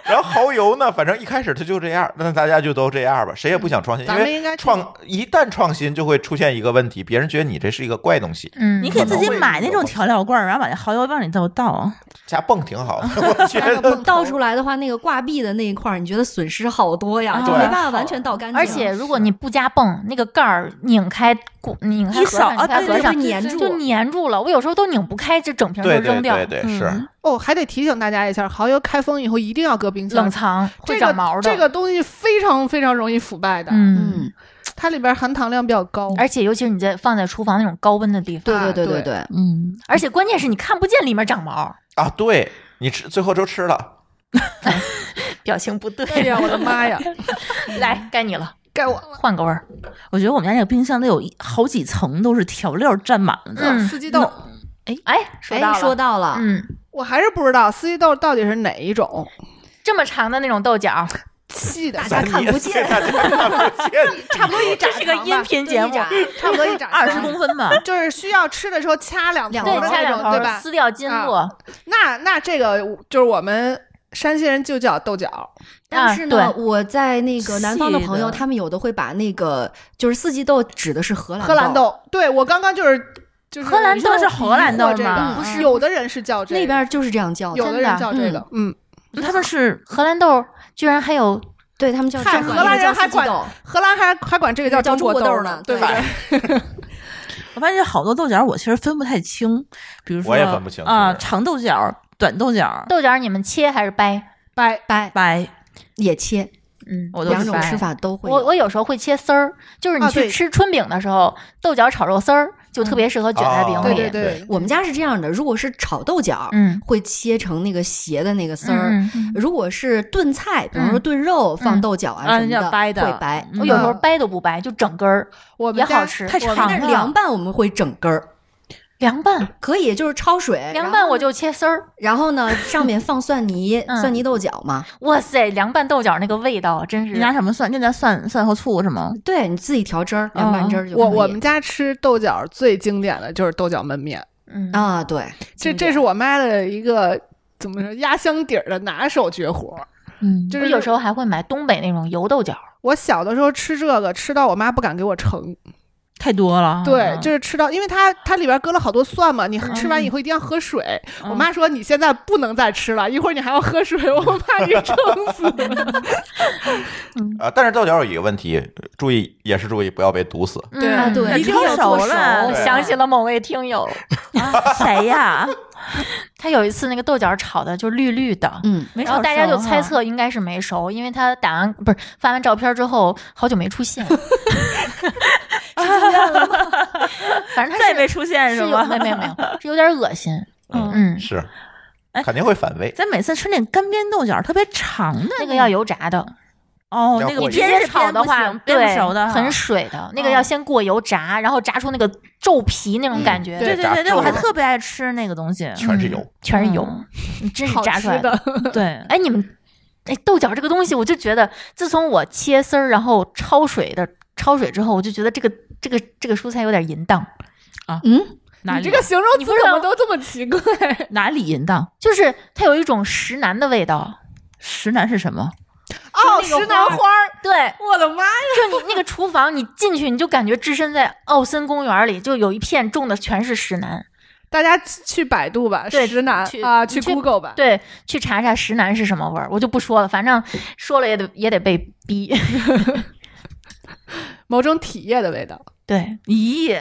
S1: 然后蚝油呢，反正一开始它就这样，那大家就都这样吧，谁也不想创新，因
S2: 咱们应
S1: 为
S2: 该
S1: 创一旦创新就会出现一个问题，别人觉得你这是一个怪东西，
S3: 嗯，
S5: 你可以自己买那
S1: 可能
S5: 种
S1: 会
S5: 调料罐儿，然后把那蚝油往里头倒。
S1: 加泵挺好的，我觉
S4: 那个
S1: 得
S4: 泵倒出来的话，那个挂壁的那一块儿，你觉得损失好多呀，
S5: 啊
S4: 就没
S1: 对
S4: 办法完全倒干
S1: 嗯
S4: 净。
S3: 而且如果你不加泵，那个盖儿拧开，鼓拧开
S5: 一
S3: 合
S5: 扫
S3: 上，拧
S5: 啊
S3: 开
S5: 对
S3: 合
S5: 对
S3: 上
S4: 对粘住
S3: 就粘住了。我有时候都拧不开，这整瓶就
S1: 对对
S3: 扔掉，
S1: 对对是。
S5: 嗯
S2: 哦，还得提醒大家一下，蚝油开封以后一定要搁冰箱
S3: 冷。藏
S2: 这
S3: 会
S2: 个
S3: 长毛的。
S2: 这个东西非常非常容易腐败的，
S3: 嗯，哎
S4: 嗯，
S2: 它里边含糖量比较高。
S3: 而且尤其是你在放在厨房那种高温的地方，
S4: 对
S2: 啊
S4: 对对
S2: 嗯对
S4: 对对，
S5: 嗯，
S3: 而且关键是你看不见里面长毛，
S1: 啊，对你吃最后都吃了，
S3: 表情不对。
S2: 哎呀，我的妈 呀，
S3: 来，该你了，
S2: 该我了。
S3: 换个味儿。
S5: 我觉得我们家那个冰箱得有一好几层都是调料占满了的。
S3: 嗯
S2: 四季豆，
S3: 哎，说到
S4: 哎，
S3: 了，
S4: 说到了，
S3: 嗯，
S2: 我还是不知道四季豆到底是哪一种，
S3: 这么长的那种豆角，
S2: 细的，
S4: 大家看不见
S1: 大家 看不见，
S2: 差不多一扎
S3: 这是个
S2: 长吧
S3: 音频节目
S4: 就一，盏
S2: 差不多一扎
S5: 二十公分吧，
S2: 就是需要吃的时候掐两头
S4: 对
S2: 的
S3: 对，
S4: 头
S3: 掐
S2: 那
S3: 两
S2: 种，对
S3: 头，
S2: 吧？
S3: 撕掉筋
S2: 啊
S3: 络。
S2: 那那这个就是我们山西人就叫豆角，
S4: 但是呢，
S3: 啊
S4: 我在那个南方的朋友，
S5: 细的
S4: 他们有的会把那个就是四季豆指的是荷兰
S2: 荷兰豆。对我刚刚就是就是
S3: 荷兰
S5: 你说的是荷兰豆
S2: 疑惑这个
S5: 吗？
S4: 不是
S2: 有的人是叫这个，
S4: 那边就是这样叫
S2: 有
S4: 的，
S2: 的人叫这
S4: 真的
S2: 个，嗯，
S5: 嗯他们是
S3: 荷兰豆居然还有
S4: 对他们叫
S2: 嗨
S4: 这个
S2: 荷兰人
S4: 叫四
S2: 还
S4: 季
S2: 管
S4: 豆
S2: 荷兰还还管这个
S4: 叫
S2: 中
S4: 中
S2: 国
S4: 国
S2: 豆
S4: 豆呢
S2: 对不
S4: 对
S2: 对？
S5: 我发现好多豆角，我其实分不太清，比如说
S1: 我也分不清
S5: 啊，
S1: 是
S5: 长豆角、短豆角、
S3: 豆角，你们切还是掰？
S2: 掰
S4: 掰
S5: 白，
S4: 也切，
S3: 嗯，
S5: 我都
S4: 两
S5: 是
S4: 种
S5: 掰
S4: 吃。法都会有。
S3: 我我有时候会切丝儿，就是你
S2: 啊
S3: 去
S2: 对
S3: 吃春饼的时候，豆角炒肉丝儿就特别适合卷在饼
S1: 哦
S3: 里。
S2: 对对
S1: 对
S2: 对，
S4: 我们家是这样的，如果是炒豆角，
S3: 嗯，
S4: 会切成那个斜的那个丝儿。
S3: 嗯嗯
S4: 如果是炖菜，比方说炖肉、放豆角啊
S5: 啊
S4: 什么的，
S5: 要掰的
S4: 会掰。
S5: 嗯
S3: 我有时候掰都不掰，就整根儿
S2: 我
S3: 也
S2: 们
S3: 好
S2: 家
S3: 吃。
S5: 太
S2: 我们
S5: 长
S4: 但
S3: 啊
S4: 是凉
S5: 了，
S4: 拌我们会整根儿，
S3: 凉拌，
S4: 可以就是焯水，然
S3: 凉
S4: 后
S3: 拌我就切丝儿。
S4: 然后呢上面放蒜泥，
S3: 嗯
S4: 蒜泥豆角嘛。
S3: 哇塞，凉拌豆角那个味道啊真是
S5: 你拿什么蒜？就拿蒜蒜和醋是吗？
S4: 对，你自己调汁儿，
S3: 哦
S4: 凉拌汁儿就可以。
S2: 我我们家吃豆角最经典的就是豆角焖面，
S3: 嗯
S4: 啊，对，经
S2: 这这
S4: 典
S2: 是我妈的一个怎么说压箱底儿的拿手绝活儿。
S5: 嗯
S2: 就
S3: 我
S2: 是
S3: 有时候还会买东北那种油豆角，
S2: 我小的时候吃这个，吃到我妈不敢给我盛。
S5: 太多
S3: 嗯
S5: 了。
S2: 对，就是吃到，因为它它里边搁了好多蒜嘛，你喝吃
S3: 嗯
S2: 完以后一定要喝水。我妈说你现在不能再吃了，一会儿你还要喝水，我
S3: 嗯
S2: 怕你撑 死。
S1: 啊，但是豆角有一个问题，注意也是注意不要被毒死，
S2: 对
S4: 啊，
S3: 嗯
S4: 对，
S5: 一
S4: 定
S5: 定
S4: 要做
S5: 熟了
S4: 熟
S3: 我想起了某位听友，
S5: 啊谁呀？
S3: 他有一次那个豆角炒的就绿绿的，
S4: 嗯，
S5: 没
S3: 然后
S5: 炒
S3: 大家
S5: 熟
S3: 就
S5: 哈
S3: 猜测应该是没熟，因为他打完不是发完照片之后好久没出现， 反正它
S5: 再也
S3: 是
S5: 没出现
S3: 是
S5: 是
S3: 有
S5: 吗？
S3: 没没有没有，是有点恶心。嗯，
S1: 是，
S5: 哎
S1: 肯定会反胃。
S5: 咱每次吃那干煸豆角特别长的
S3: 那个要油炸的，
S5: 哦，
S1: 要
S5: 那个
S1: 过
S3: 你
S1: 油
S3: 直
S5: 煸
S3: 接
S5: 是
S3: 炒
S5: 煸
S3: 的
S5: 不
S3: 话
S5: 行，煸
S3: 对
S5: 不熟的，哈
S3: 很。水的，那个
S5: 嗯
S3: 要先过油炸，然后炸出那个皱皮那种感觉。
S5: 对对对
S1: 炸
S5: 对，我还
S1: 皱了
S5: 特别爱吃那个东西。
S1: 全是油
S3: 嗯，全是油
S5: 嗯，
S3: 你真是
S2: 好
S3: 炸
S2: 吃
S3: 出来
S2: 的。
S5: 对，
S3: 哎，你们，哎，豆角这个东西，我就觉得，自从我切丝儿，然后焯水的焯水之后，我就觉得这个这个这个蔬菜有点淫荡，
S4: 嗯，
S5: 哪
S2: 你
S5: 里
S2: 这个形容
S3: 你
S2: 词
S3: 不知
S2: 怎
S3: 道
S2: 么都这么奇 怪？
S5: 哪里淫荡？
S3: 就是它有一种石楠的味道。
S5: 石楠是什么？
S2: 哦，
S3: 就那个
S2: 石楠
S3: 花
S2: 花儿，
S3: 对，
S2: 我的妈呀！
S3: 就你那个厨房，你进去你就感觉置身在奥森公园里，就有一片种的全是石楠。
S2: 大家去百度吧，
S3: 对
S2: 石楠
S3: 去
S2: 啊，去
S3: 去
S2: Google 吧。
S3: 对，去查查石楠是什么味儿，我就不说了，反正说了也得也得被逼。
S2: 某种体液的味道，
S3: 对，
S5: 咦，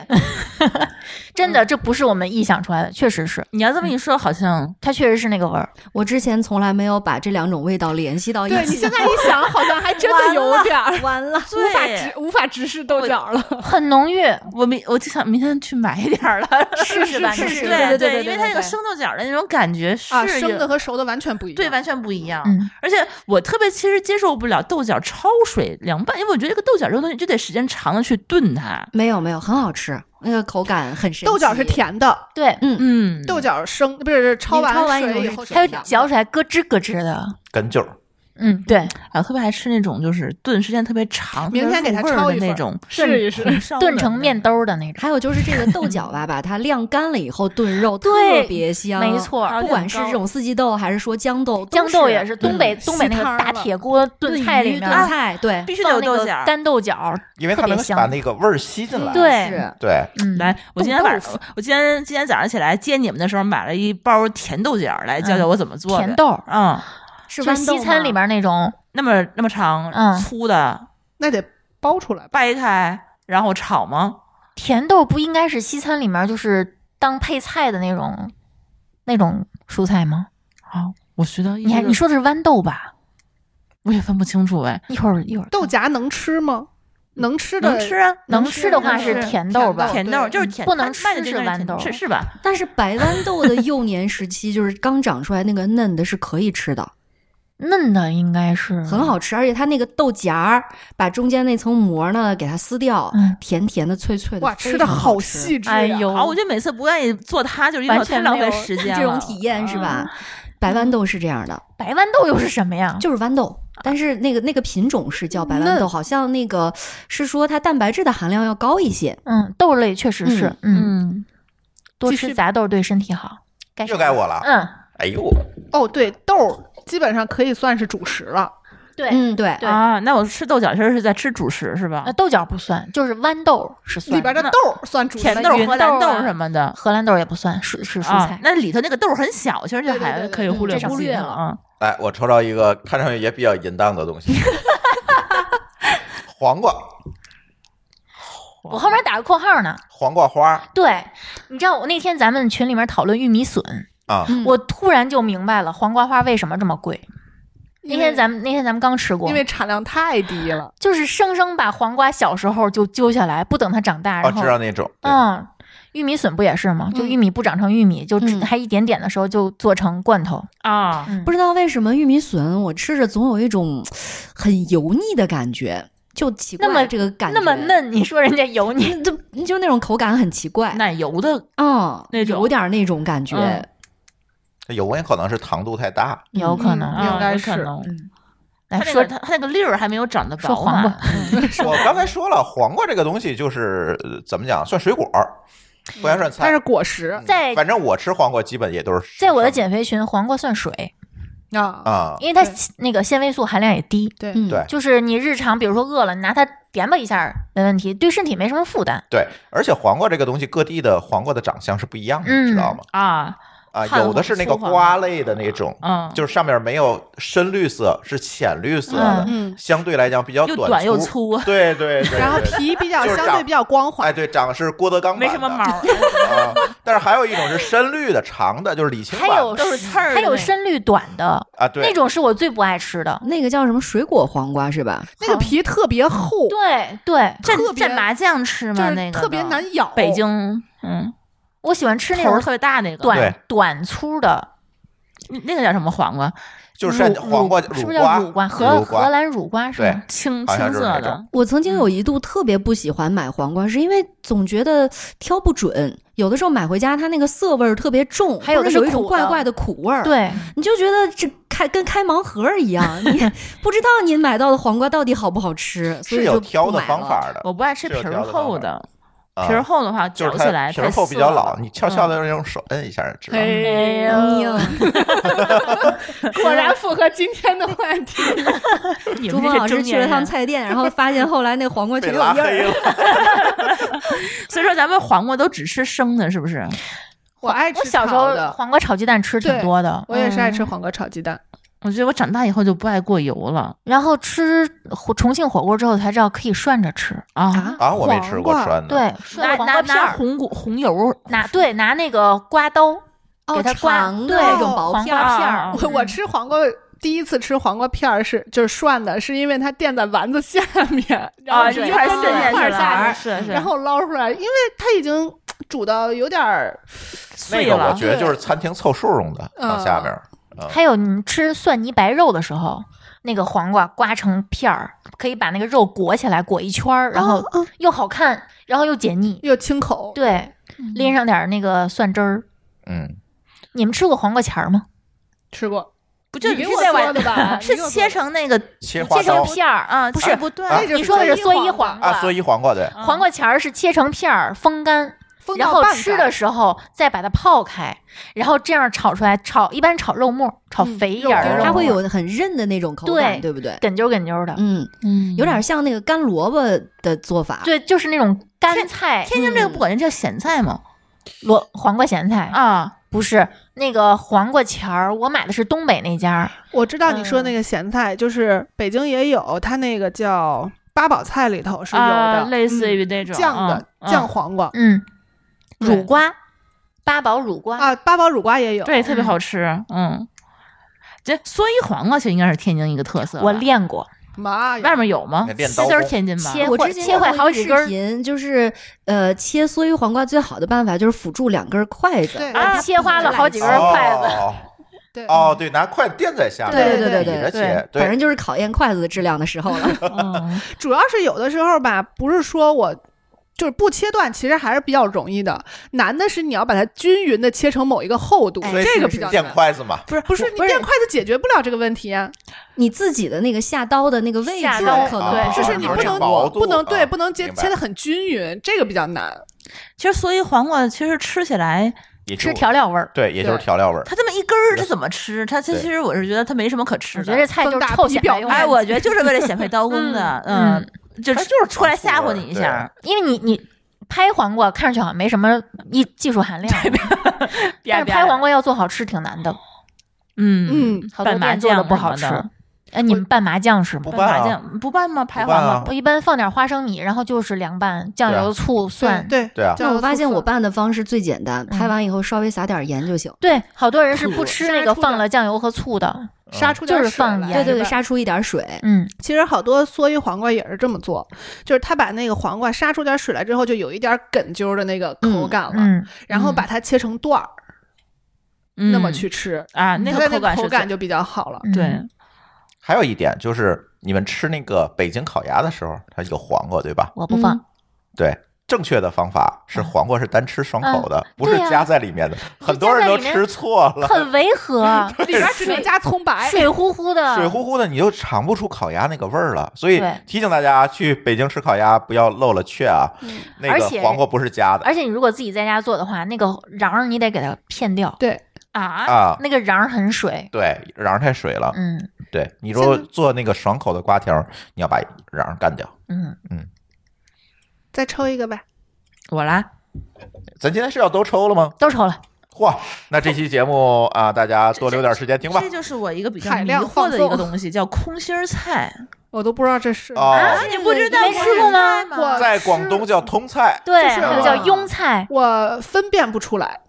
S3: 真的，这不是我们臆想出来的，确实是，
S5: 你要这么一说，好像
S3: 它确实是那个味儿。
S4: 我之前从来没有把这两种味道联系到一
S2: 对你
S4: 起
S2: 现，在一想，好像还真的有点儿
S4: 哎完了，
S2: 无法
S5: 对
S2: 直无法直视豆角了。
S3: 很浓郁，
S5: 我明我就想明天去买一点儿了。
S3: 试试吧，
S2: 嗯是
S3: 试
S2: 是
S3: 试吧。
S5: 对
S4: 对对对
S5: 因为
S4: 对
S5: 它那个
S4: 对
S5: 生豆角的那种感觉是
S2: 啊，
S5: 有
S2: 生的和熟的完全不一样。
S5: 对完全不一样。
S3: 嗯，
S5: 而且我特别其实接受不了豆角焯水凉拌，因为我觉得这个豆角这个东西就得时间长的去炖它。
S4: 没有没有，很好吃，那个口感很神奇。
S2: 豆角是，甜的，
S3: 对，
S5: 嗯，
S2: 豆角生不是是焯
S4: 焯完
S2: 水
S4: 以后
S2: 后
S4: 是
S2: 是
S3: 还有
S2: 甜的
S3: 嚼起来咯吱咯吱的。
S1: 根揪儿，
S3: 嗯，对，
S5: 啊，特别爱吃那种就是炖时间特别长，
S2: 明天给它
S5: 特别入味儿
S2: 焯
S5: 的
S2: 一份
S5: 那
S2: 儿
S5: 种，
S2: 试一试
S5: 红烧的
S3: 炖成面兜儿的那种。
S4: 还有就是这个豆角吧，把它晾干了以后炖肉，
S3: 对
S4: 特别香，
S3: 没。错
S5: 还，有
S4: 不管是这种四季豆还是说豇豆，都
S3: 豇豆也是
S4: 对
S3: 东北
S2: 嗯
S3: 东北那个
S2: 吸汤
S3: 大
S2: 了
S3: 铁锅炖
S4: 炖
S3: 菜里
S4: 鱼
S3: 面啊
S4: 炖菜，对
S5: 那，必须得
S3: 放
S5: 有
S3: 那
S5: 豆
S3: 个
S5: 角。
S3: 干豆角，
S1: 因为它
S3: 特别
S1: 能
S3: 香
S1: 把那个味儿吸进来。
S3: 对
S4: 是
S1: 对，
S3: 嗯，
S5: 来，我今天
S2: 冻
S5: 晚
S2: 豆
S5: 上
S2: 腐，
S5: 我今天今天早上起来接你们的时候，买了一包甜豆角，来教
S3: 嗯
S5: 教我怎么做的。
S3: 甜豆儿，
S5: 嗯，
S4: 是
S3: 就是
S4: 豌豆
S3: 西餐
S4: 吗
S3: 里面那种，
S5: 那么那么长，
S3: 嗯
S5: 粗的
S2: 那得包出来吧。
S5: 掰开，然后炒吗？
S3: 甜豆不应该是西餐里面就是当配菜的那种那种蔬菜吗？
S5: 啊，我觉得
S3: 你还你说的是豌豆吧？
S5: 我也分不清楚哎，
S3: 一会儿一会儿，
S2: 豆荚能吃吗？能吃的
S5: 能吃啊，
S3: 能
S2: 吃
S3: 吃的话
S2: 能
S3: 是
S2: 吃
S3: 甜豆吧？
S5: 甜豆
S2: 对
S5: 就是甜，
S3: 不能
S5: 它
S3: 吃
S5: 卖的这
S3: 是
S5: 个
S3: 豌
S5: 甜
S3: 豆
S5: 是是吧？
S4: 但是白豌豆的幼年时期，就是刚长出来那个嫩的，是可以吃的，
S3: 嫩的应该是哎
S4: 很。好吃。而且它那个豆荚儿，把中间那层膜呢给它撕掉，
S3: 嗯
S4: 甜甜的、脆脆的，
S2: 哇，
S4: 非
S2: 吃的
S4: 常
S2: 好
S4: 吃。
S2: 细致呀、
S3: 哎呦，
S5: 好，我就每次不愿意做它，就是因为
S3: 完
S5: 我太
S3: 全
S5: 浪
S3: 没
S5: 费
S3: 有
S5: 时间
S4: 这种
S5: 了嗯
S4: 体验是吧？
S3: 嗯
S4: 白豌豆是这样的，
S3: 白豌豆又是什么呀？
S4: 就是豌豆，
S3: 嗯
S4: 但是那个那个品种是叫白豌豆，
S2: 嫩
S4: 好像那个是说它蛋白质的含量要高一些。
S3: 嗯，豆类确实是，嗯，
S5: 嗯，
S3: 多
S2: 继
S3: 吃
S2: 续
S3: 杂豆对身体好。该
S1: 又
S3: 谁
S1: 该我了。
S3: 嗯，
S1: 哎呦，
S2: 哦，对，豆儿基本上可以算是主食了。
S3: 对，
S4: 嗯，对，
S3: 对呃
S5: 啊，那我吃豆角其实是在吃主食是吧
S3: 那？豆角不算，就是豌豆是算
S2: 里边的豆儿算主食，
S5: 甜豆、
S3: 那
S5: 荷
S3: 芸豆
S5: 兰豆
S3: 啊
S5: 什么的。
S3: 荷兰豆也不算，是是蔬
S5: 啊
S3: 菜，。
S5: 那里头那个豆儿很小，其实就
S2: 对对
S5: 还
S2: 对对
S5: 可以
S2: 嗯
S5: 忽略
S3: 这
S5: 不
S3: 少
S5: 计
S3: 略
S5: 它
S3: 了
S5: 啊。
S1: 来，我抽到一个看上去也比较淫荡的东西，黄瓜，
S3: 我后面打个括号呢。
S1: 黄瓜花儿
S3: 对，你知道我那天咱们群里面讨论玉米笋，
S1: 啊，
S4: 嗯
S3: 我突然就明白了黄瓜花为什么这么贵。那
S2: 因为
S3: 天咱们那天咱们刚吃过，
S2: 因为产量太低了。
S3: 就是生生把黄瓜小时候就揪下来，不等它长大，
S1: 哦，
S3: 然后
S1: 知道那种，对
S3: 嗯，玉米笋不也是吗？就玉米不长成玉米，就只
S4: 嗯
S3: 还一点点的时候就做成罐头。
S5: 啊，
S3: 嗯
S4: 不知道为什么玉米笋我吃着总有一种很油腻的感觉，就奇怪
S3: 那么
S4: 这个感觉
S3: 那么，嫩，你说人家 油腻？
S4: 嗯就就那种口感很奇怪，
S5: 奶油的
S4: 嗯，
S5: 那种
S4: 有点儿那种感觉，
S5: 嗯
S1: 它有也可能是糖度太大，
S3: 有可能。
S2: 嗯
S5: 啊
S2: 应该
S5: 有可
S2: 是
S5: 能它
S3: 来
S5: 那
S3: 嗯哎说
S5: 个它它那个粒儿还没有长得
S3: 说
S5: 饱
S3: 黄瓜
S5: 满，，
S1: 我刚才说了，黄瓜这个东西就是呃怎么讲，算水果儿，不该算
S2: 但
S1: 菜
S2: 是。果实
S1: 嗯
S3: 在
S1: 反正我吃黄瓜基本也都是
S3: 在我的
S1: 姐
S3: 减肥群，黄瓜算水，
S2: 啊，
S1: 啊，
S3: 因为它
S2: 对
S3: 那个纤维素含量也低。
S2: 对，
S4: 嗯，
S1: 对
S3: 就是你日常，比如说饿了，你拿它点吧一下没问题，对身体没什么负担。
S1: 对，而且黄瓜这个东西，各地的黄瓜的长相是不一样的，你知道吗？
S5: 啊，
S1: 啊，
S3: 汗
S1: 有的是那个
S3: 红嗯粗黄
S1: 瓜类的那种，
S5: 嗯，
S1: 就是上面没有深绿色，是浅绿色的，
S2: 嗯，
S1: 相对来讲比较
S5: 又
S1: 哦短啊
S5: 短又粗，
S1: 对对 对，
S2: 然后
S1: 对
S2: 皮比较
S1: 就是
S2: 相
S1: 长
S2: 对比较光滑
S1: 哎，，对，长得是郭德纲版
S5: 没什么
S1: 的
S5: 毛儿。
S1: 啊。但是还有一种是深绿的、长的，就是李青
S3: 还
S1: 版
S3: 有
S1: 的
S5: 都是刺儿的
S3: 还有
S5: 那个
S3: 深绿短的
S1: 啊，对，
S3: 那种是我最不爱吃的。
S4: 那个叫什么水果黄瓜是吧？
S2: 那个皮特别厚，
S3: 对对，
S2: 特
S5: 蘸
S2: 别
S5: 蘸麻酱吃
S2: 就
S5: 吗？那
S2: 是
S5: 个
S2: 特别
S5: 的
S2: 难咬。
S5: 北京，嗯，
S3: 我喜欢吃那
S5: 头儿
S3: 种
S5: 特别大那个，
S1: 对
S3: 短短粗的，
S5: 那个叫什么黄瓜？
S1: 就是像
S3: 乳
S1: 黄瓜、
S3: 乳是
S1: 乳
S3: 不是叫
S1: 瓜、
S3: 乳瓜？荷
S1: 乳瓜
S3: 荷兰乳瓜是
S1: 对
S3: 吗？
S5: 青
S1: 好
S5: 青
S1: 像是那
S5: 色
S1: 种
S5: 的，
S4: 我曾经有
S2: 嗯
S4: 一度特别不喜欢买黄瓜，是因为总觉得挑不准，有的时候买回家它那个涩味儿特别重，
S3: 还有
S4: 或
S3: 的
S4: 者
S3: 是
S4: 有一种
S3: 苦
S4: 怪
S3: 的
S4: 怪的苦味儿，，
S3: 对，
S4: 你就觉得这开跟开盲盒儿一样，你 不知道你买到的黄瓜到底好不好吃，所
S1: 是
S4: 以
S1: 有
S4: 就
S1: 挑
S4: 不
S1: 的
S4: 买
S1: 方
S4: 了。
S1: 法的，
S5: 我不爱
S1: 是
S5: 吃
S1: 有条
S5: 皮儿
S1: 的
S5: 厚
S1: 方法
S5: 的，
S1: 啊
S5: 哦皮儿厚的话
S1: 就是
S5: 嚼起
S1: 它
S5: 来
S1: 皮
S5: 太
S1: 儿厚比
S5: 涩
S1: 较
S5: 了
S1: 老，你悄悄
S5: 嗯
S1: 的用手摁一下就知道。
S2: 哎
S4: 嗯
S3: 哎
S2: 呦
S3: 呦，
S2: 果然符合今天的话题。
S5: 你
S4: 朱
S5: 们
S4: 峰
S5: 这
S4: 老
S5: 些
S4: 师
S5: 中
S4: 去
S5: 年
S4: 了趟
S5: 人，
S4: 菜 店，然后发现后来那黄瓜全
S1: 被
S4: 有
S1: 拉
S4: 叶
S1: 黑
S4: 儿。
S1: 了，
S5: 所以说咱们黄瓜都只吃生的，是不是？
S2: 我爱吃
S3: 我小时
S2: 炒
S3: 候
S2: 的，
S3: 黄瓜炒鸡蛋吃挺
S2: 对
S3: 多的，
S2: 我也是爱吃
S3: 嗯。
S2: 黄瓜炒鸡蛋。
S5: 我觉得我长大以后就不爱过油了
S3: 然后吃火重庆火锅之后才知道可以涮着吃，
S5: 啊。
S1: 啊，我没
S2: 黄
S1: 吃过
S2: 瓜
S1: 涮的，
S3: 对，
S5: 拿
S3: 涮黄
S5: 拿
S3: 瓜片
S5: 拿
S3: 儿，
S5: 红果红油，
S3: 拿对拿那个刮刀
S4: 哦，
S3: 给它刮
S4: 长的
S3: 对
S4: 那种薄
S3: 黄
S4: 片
S3: 瓜
S4: 儿，
S3: 片
S5: 啊啊
S3: 儿
S5: 啊，
S2: 哦我我吃黄瓜。第一次吃黄瓜片儿是就是涮的，是因为它垫在丸子下 面，然后
S5: 啊，
S2: 直接
S5: 一
S2: 跟
S5: 块
S3: 儿
S5: 儿
S2: 着
S5: 渗下
S2: 一块
S5: 去
S2: 儿
S5: 了
S2: 下
S5: 啊，
S2: 去，
S5: 是是，
S2: 然后捞出来，因为它已经煮到有点儿
S1: 那
S5: 碎
S1: 个我
S5: 了。
S1: 觉得就是餐厅凑数用的，
S2: 嗯
S1: 往下面儿
S3: 还有你吃蒜泥白肉的时候，那个黄瓜刮成片儿，可以把那个肉裹起来，裹一圈儿，然后又好看，然后又解腻。
S2: 又清口，
S3: 对，淋上点儿那个蒜汁儿。
S1: 嗯，
S3: 你们吃过黄瓜钱儿吗？
S2: 吃过，
S5: 不就
S2: 你
S5: 你
S2: 给
S5: 是
S2: 我
S5: 在
S2: 做
S5: 碗
S2: 的
S4: 啊
S2: 吧？
S5: 是
S2: 你给我做
S5: 切
S2: 的哎
S5: 成那个
S1: 切花
S3: 切成
S1: 刀
S3: 片儿
S5: 啊，
S3: 不
S5: 切
S3: 是
S5: 不断
S1: 啊
S2: 那
S3: 你说的是
S2: 蓑
S3: 蓑
S2: 衣
S3: 衣
S2: 黄
S3: 黄瓜，
S2: 瓜
S1: 啊，蓑衣黄瓜对，
S5: 啊
S3: 黄瓜钱儿是切成片儿，风干，
S2: 风
S3: 然
S2: 到
S3: 后
S2: 半
S3: 吃
S2: 干
S3: 的时候再把它泡开，然后这样炒出来，炒一般炒肉末儿，炒
S2: 嗯
S3: 肥一点儿
S1: 肉
S3: 的
S1: 末
S3: 肉末儿，
S4: 它会有很韧的那种口感，
S3: 对
S4: 对不对？
S3: 梗啾梗啾的。
S4: 嗯，
S5: 嗯
S4: 有点像那个干萝卜的做法。
S3: 对，就是那种干
S5: 天
S3: 菜，
S5: 天津这个不管叫咸菜吗？
S3: 罗黄瓜咸菜，
S5: 啊，
S3: 不是那个黄瓜钱儿，我买的是东北那家儿，
S2: 我知道你说那个咸菜，就是北京也有，它那个叫八宝菜里头是有
S5: 啊
S2: 的，
S5: 类似
S2: 嗯
S5: 于那种
S2: 酱的
S5: 嗯
S2: 酱
S5: 嗯
S2: 黄瓜
S3: 嗯，
S2: 对
S3: 乳瓜，八宝乳瓜，
S2: 啊，八宝乳瓜也有。
S5: 对，特别
S3: 嗯
S5: 好吃。嗯，这蓑衣黄瓜其实应该是天津一个特色吧。
S3: 我练过，
S2: 妈呀，
S5: 外面有吗
S1: 那？
S5: 这
S1: 练刀
S5: 都是
S1: 工
S5: 天津吧？
S3: 切
S4: 啊我
S3: 会
S4: 之前
S3: 切会
S4: 看过一
S3: 好
S4: 个
S3: 几
S4: 视
S3: 根儿
S4: 频，就是呃，切蓑衣黄瓜最好的办法就是辅助两根筷子，
S2: 对
S4: 让它
S3: 切花
S4: 不
S3: 了
S4: 来
S3: 好几
S4: 切
S3: 根儿筷子
S1: 哦
S2: 对
S1: 哦，对，拿筷子垫在下面，
S4: 对对对
S1: 倚着
S4: 对
S1: 切，
S4: 反
S1: 对
S4: 正就是考验筷子的质量的时 候了。
S5: 嗯
S2: 主要是有的时候吧，不是说我。就是不切断，其实还是比较容易的。难的是你要把它均匀的切成某一个厚度，
S4: 哎
S1: 所以
S2: 这个
S1: 是
S2: 比较
S1: 垫
S2: 难。
S1: 筷子嘛，
S2: 不是不是，你
S4: 不是
S2: 垫筷子解决不了这个问题啊！
S4: 你自己的那个下刀的那个位置
S3: 下
S2: 刀
S4: 可
S1: 对
S4: 能
S1: 啊
S2: 就是你
S1: 有
S2: 不
S1: 点
S2: 能
S1: 薄度
S2: 不能对
S1: 啊
S2: 不能切
S1: 明白
S2: 切的很均匀，这个比较难。
S5: 其实所以黄瓜其实吃起来，
S1: 也就
S3: 吃调料味儿。
S1: 对，也就是
S2: 对
S1: 调料味儿。
S5: 它这么一根儿，它怎么吃？它它
S1: 对
S5: 其实我是觉得它没什么可吃
S3: 我
S5: 的。
S3: 觉得这菜就
S2: 增
S3: 是
S2: 大
S3: 臭
S2: 皮
S3: 显
S2: 表
S3: 摆用
S5: 哎，
S3: 来
S5: 我觉得就是为了显摆刀工的，
S3: 嗯
S5: 嗯，就
S1: 它
S5: 是
S1: 就是
S5: 出来
S1: 重复
S5: 吓唬
S1: 味
S5: 你一
S1: 对
S5: 下，
S3: 因为你你拍黄瓜看上去好像没什么艺技术含量， 但是拍黄瓜要做好吃挺难的，
S5: 嗯
S2: 嗯，
S3: 好多
S5: 拌麻
S3: 店做的
S5: 酱
S3: 不好吃
S5: 什么的。
S3: 哎，你们拌麻酱是吗
S1: 不？
S5: 拌麻
S1: 拌啊
S5: 酱不拌吗？拍
S1: 不拌
S5: 黄瓜
S1: 啊
S3: 我一般放点花生米，然后就是凉拌，酱
S1: 对
S3: 油、
S1: 啊
S3: 醋、蒜。
S2: 对
S1: 对啊，
S4: 但我发现我
S2: 拌。
S4: 拌的方式最简单，
S3: 嗯
S4: 拍完以后稍微撒点盐就行。
S3: 对，好多人是不吃
S2: 杀
S3: 那个
S2: 出
S3: 放
S2: 的
S3: 了酱油和醋的。
S2: 杀
S1: 嗯
S2: 出点
S3: 就是
S2: 水
S3: 放
S2: 来
S3: 盐
S4: 对对
S2: 是
S4: 对，
S2: 吧
S4: 杀出一点水。
S3: 嗯，
S2: 其实好多蓑衣黄瓜也是这么做，就是他把那个黄瓜杀出点水来之后，就有一点梗啾的那个口感了，
S3: 嗯，
S2: 然后
S3: 嗯
S2: 把它切成段儿，
S5: 嗯
S2: 那么去吃，
S5: 啊，那
S2: 它
S5: 个
S2: 的
S5: 口感是
S2: 口感
S5: 最
S2: 就比较好了。
S3: 嗯
S5: 对，
S1: 还有一点就是，你们吃那个北京烤鸭的时候，它有黄瓜，对吧？
S3: 我不放
S2: 嗯，
S1: 对，正确的方法是黄瓜是单吃爽口的，不是
S3: 对啊
S1: 夹在里面的。很多
S3: 夹
S1: 人
S3: 在
S1: 都
S3: 里面
S1: 吃错了，
S3: 很违 和，
S2: 里边只能加葱白，
S3: 水乎乎的，
S1: 水乎乎的，你就尝不出烤鸭那个味儿了。所以
S3: 对
S1: 提醒大家，去北京吃烤鸭不要漏了怯啊！那
S3: 而
S1: 个
S3: 且
S1: 黄瓜不是夹的
S3: 而且你如果自己在家做的话，那个瓤儿你得给它片掉，
S2: 对，
S5: 啊，
S1: 啊，
S3: 那个瓤儿很水。
S1: 对，瓤儿太水了。
S3: 嗯
S1: 对，你如果做那个爽口的瓜条儿，你要把瓤儿干掉。
S3: 嗯，
S2: 再抽一个呗。
S5: 我来，
S1: 咱今天是要都抽了吗？
S3: 都抽了，
S1: 嚯，那这期节目啊，大家多留点时间听吧
S5: 这。就是我一个比较
S2: 海
S5: 迷
S2: 量
S5: 惑的
S2: 放
S5: 一个
S2: 纵
S5: 东西，叫空心儿菜。
S2: 我都不知道这是
S1: 哦，
S5: 啊，你不知道
S3: 没
S5: 空
S3: 吃
S5: 心儿
S3: 过吗
S5: 菜
S2: 我
S1: 在广东叫通菜，
S3: 对，
S2: 就是啊
S3: 还有叫雍菜，
S2: 我分辨不出来。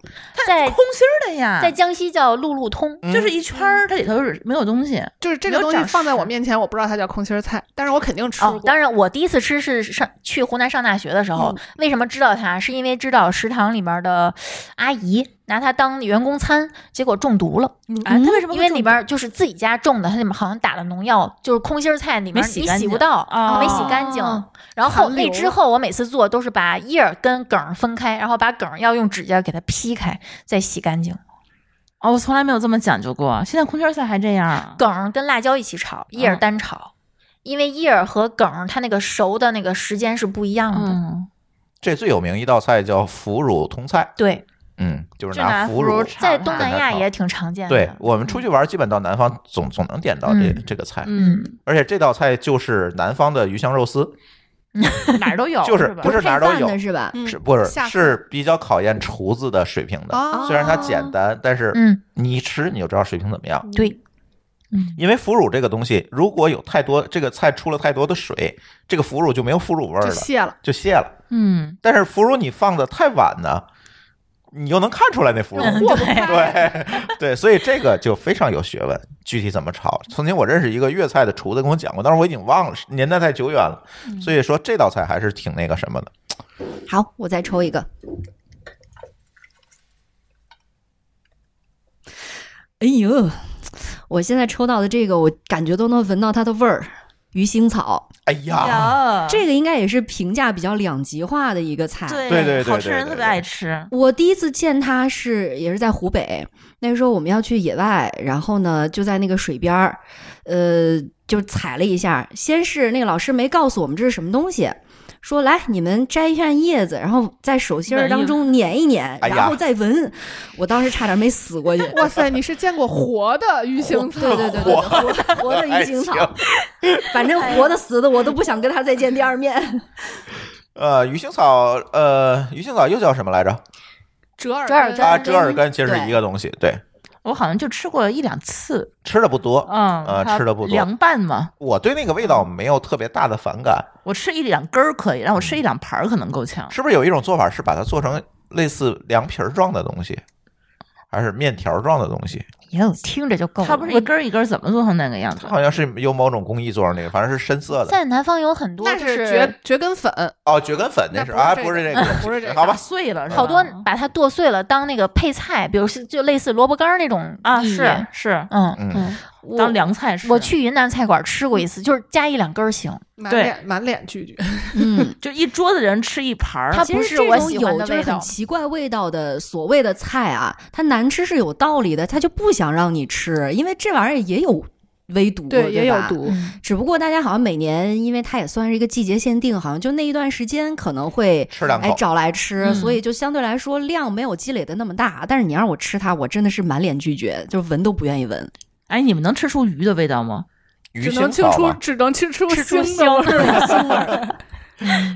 S3: 在
S5: 空心儿的
S2: 啊
S5: 呀，
S3: 在江西叫路路通，
S1: 嗯
S5: 就是一圈儿，它里头是没有东西。
S2: 就是这个东
S5: 没有长
S2: 西放在我
S5: 势
S2: 面前，我不知道它叫空心儿菜，但是我肯定吃过。
S3: 哦，当然，我第一次吃是上去湖南上大学的时候，
S5: 嗯
S3: 为什么知道它？是因为知道食堂里面的阿姨拿它当员工餐，结果中毒了。
S5: 哎，它为什么
S3: 因
S5: 会
S3: 为
S5: 中
S3: 里
S5: 毒
S3: 边就是自己家种的，它里面好像打了农药，就是空心儿菜里面
S5: 没洗
S3: 你
S5: 干
S3: 洗
S5: 净
S3: 不到，
S5: 哦
S3: 没洗干净。然后
S2: 残留
S3: 那之后，我每次做都是把叶儿跟梗儿分开，然后把梗儿要用指甲给它劈开，再洗干净。
S5: 哦，我从来没有这么讲究过。现在空心儿菜还这样啊？
S3: 梗儿跟辣椒一起炒，叶儿
S5: 嗯
S3: 单炒，因为叶儿和梗儿它那个熟的那个时间是不一样的。
S5: 嗯，
S1: 这最有名一道菜叫腐乳通菜，
S3: 对，
S1: 嗯，就是
S5: 就拿
S1: 腐
S5: 腐乳
S1: 乳
S5: 炒
S3: 在
S5: 它
S3: 东南亚也挺常见的。
S1: 对我们出去玩，基本到南方总总能点到这、
S3: 嗯
S1: 这个菜，
S3: 嗯，
S1: 而且这道菜就是南方的鱼香肉丝，
S5: 哪儿都有，
S1: 就是
S5: 吧
S1: 不是哪儿都
S4: 配饭
S1: 有
S4: 的是吧？
S2: 嗯
S1: 是不是
S2: 下饭
S1: 是比较考验厨子的水平的？
S2: 哦
S1: 虽然它简单，但是
S3: 嗯
S1: 你一吃你就知道水平怎么样。嗯
S3: 对，
S1: 因为腐乳这个东西，如果有太多这个菜出了太多的水，这个腐乳就没有腐乳味儿
S2: 就
S1: 了，
S2: 谢了，
S1: 就泄了。
S5: 嗯，
S1: 但是腐乳你放的太晚呢，你又能看出来那腐乳。
S2: 又过不开。
S1: 哎对对， 所以这个就非常有学问，具体怎么炒。曾经我认识一个粤菜的厨子跟我讲过，但是我已经忘了，年代太久远了。
S4: 嗯
S1: 所以说这道菜还是挺那个什么的。
S4: 好，我再抽一个。哎呦，我现在抽到的这个，我感觉都能闻到它的味儿，鱼腥草。
S1: 哎呀，
S5: 有
S4: 这个应该也是评价比较两极化的一个菜。
S5: 对
S1: 对对对
S5: 好吃
S1: 对
S5: 人
S1: 对
S5: 特
S1: 对
S5: 别爱吃。
S4: 我第一次见它是也是在湖北，那时候我们要去野外，然后呢就在那个水边儿，呃，就采了一下。先是那个老师没告诉我们这是什么东西，说来你们摘一片叶子，然后在手心儿
S5: 闻一
S4: 当
S5: 闻
S4: 中捻一捻，
S1: 哎呀
S4: 然后再闻。我当时差点没死过去。
S2: 哇塞，你是见过活的鱼腥草？
S4: 对对对对，活活的鱼腥
S1: 还
S4: 草
S1: 哎行，
S4: 反正活的死的我都不想跟他再见第二面。
S1: 呃，鱼腥草，呃，鱼腥草又叫什么来着？
S2: 折耳
S3: 折耳
S2: 根
S3: 根
S1: 啊，
S3: 儿
S1: 折耳根其实是一个东西，对，
S5: 我好像就吃过一两次，
S1: 吃的不
S4: 哦
S1: 多。
S5: 嗯，
S1: 呃
S5: 它
S1: 吃得不多
S5: 凉拌嘛，
S1: 我对那个味道没有特别大的反感，
S4: 哦
S5: 我吃一两根儿可以，让我吃一两盘儿可能够呛。
S1: 是不是有一种做法是把它做成类似凉皮儿状的东西，还是面条状的东西？
S3: 哟，听着就够了。
S5: 它不是一根儿一根儿怎么做成那个样子
S1: 它？好像是有某种工艺做成那个，反正是深色
S3: 我
S1: 的。
S3: 在南方有很多，
S2: 那
S3: 就是
S2: 蕨蕨根粉，
S1: 哦，蕨根粉那
S2: 那
S1: 是
S2: 不是
S1: 啊，
S2: 这
S1: 不是
S2: 个
S1: 这个，
S2: 不是这个
S1: 好吧
S5: 打，碎了是吧，
S3: 好多把它剁碎了当那个配菜，比如是就类似萝卜干儿那种
S5: 啊，
S3: 意义
S5: 是是，
S3: 嗯，
S1: 嗯，
S5: 嗯，
S3: 我
S5: 当凉菜吃。
S3: 我去云南菜馆吃过一次，就是加一两根儿行，
S2: 满
S5: 对
S2: 脸满脸拒绝。
S4: 嗯，
S5: 就一桌子人吃一盘儿，
S3: 它
S4: 其
S3: 不
S4: 实
S3: 是
S4: 这
S3: 我
S4: 种
S3: 喜欢
S4: 有
S3: 的
S4: 就是
S3: 味道
S4: 很奇怪味道的所谓的菜啊，它难吃是有道理的，它就不想让你吃，因为这玩意儿也有微毒，对，
S2: 也有
S4: 吧。
S2: 毒。
S4: 只不过大家好像每年，因为它也算是一个季节限定，好像就那一段时间可能会
S1: 吃两口
S4: 哎找来吃，
S5: 嗯
S4: 所以就相对来说量没有积累的那么大。啊但是你让我吃它，我真的是满脸拒绝，就是闻都不愿意 闻。
S5: 哎，你们能吃出鱼的味道吗？
S1: 鱼
S2: 只
S1: 腥
S2: 能清
S1: 草
S2: 出
S1: 嘛，，
S2: 只能清出
S3: 吃出
S2: 腥的味儿。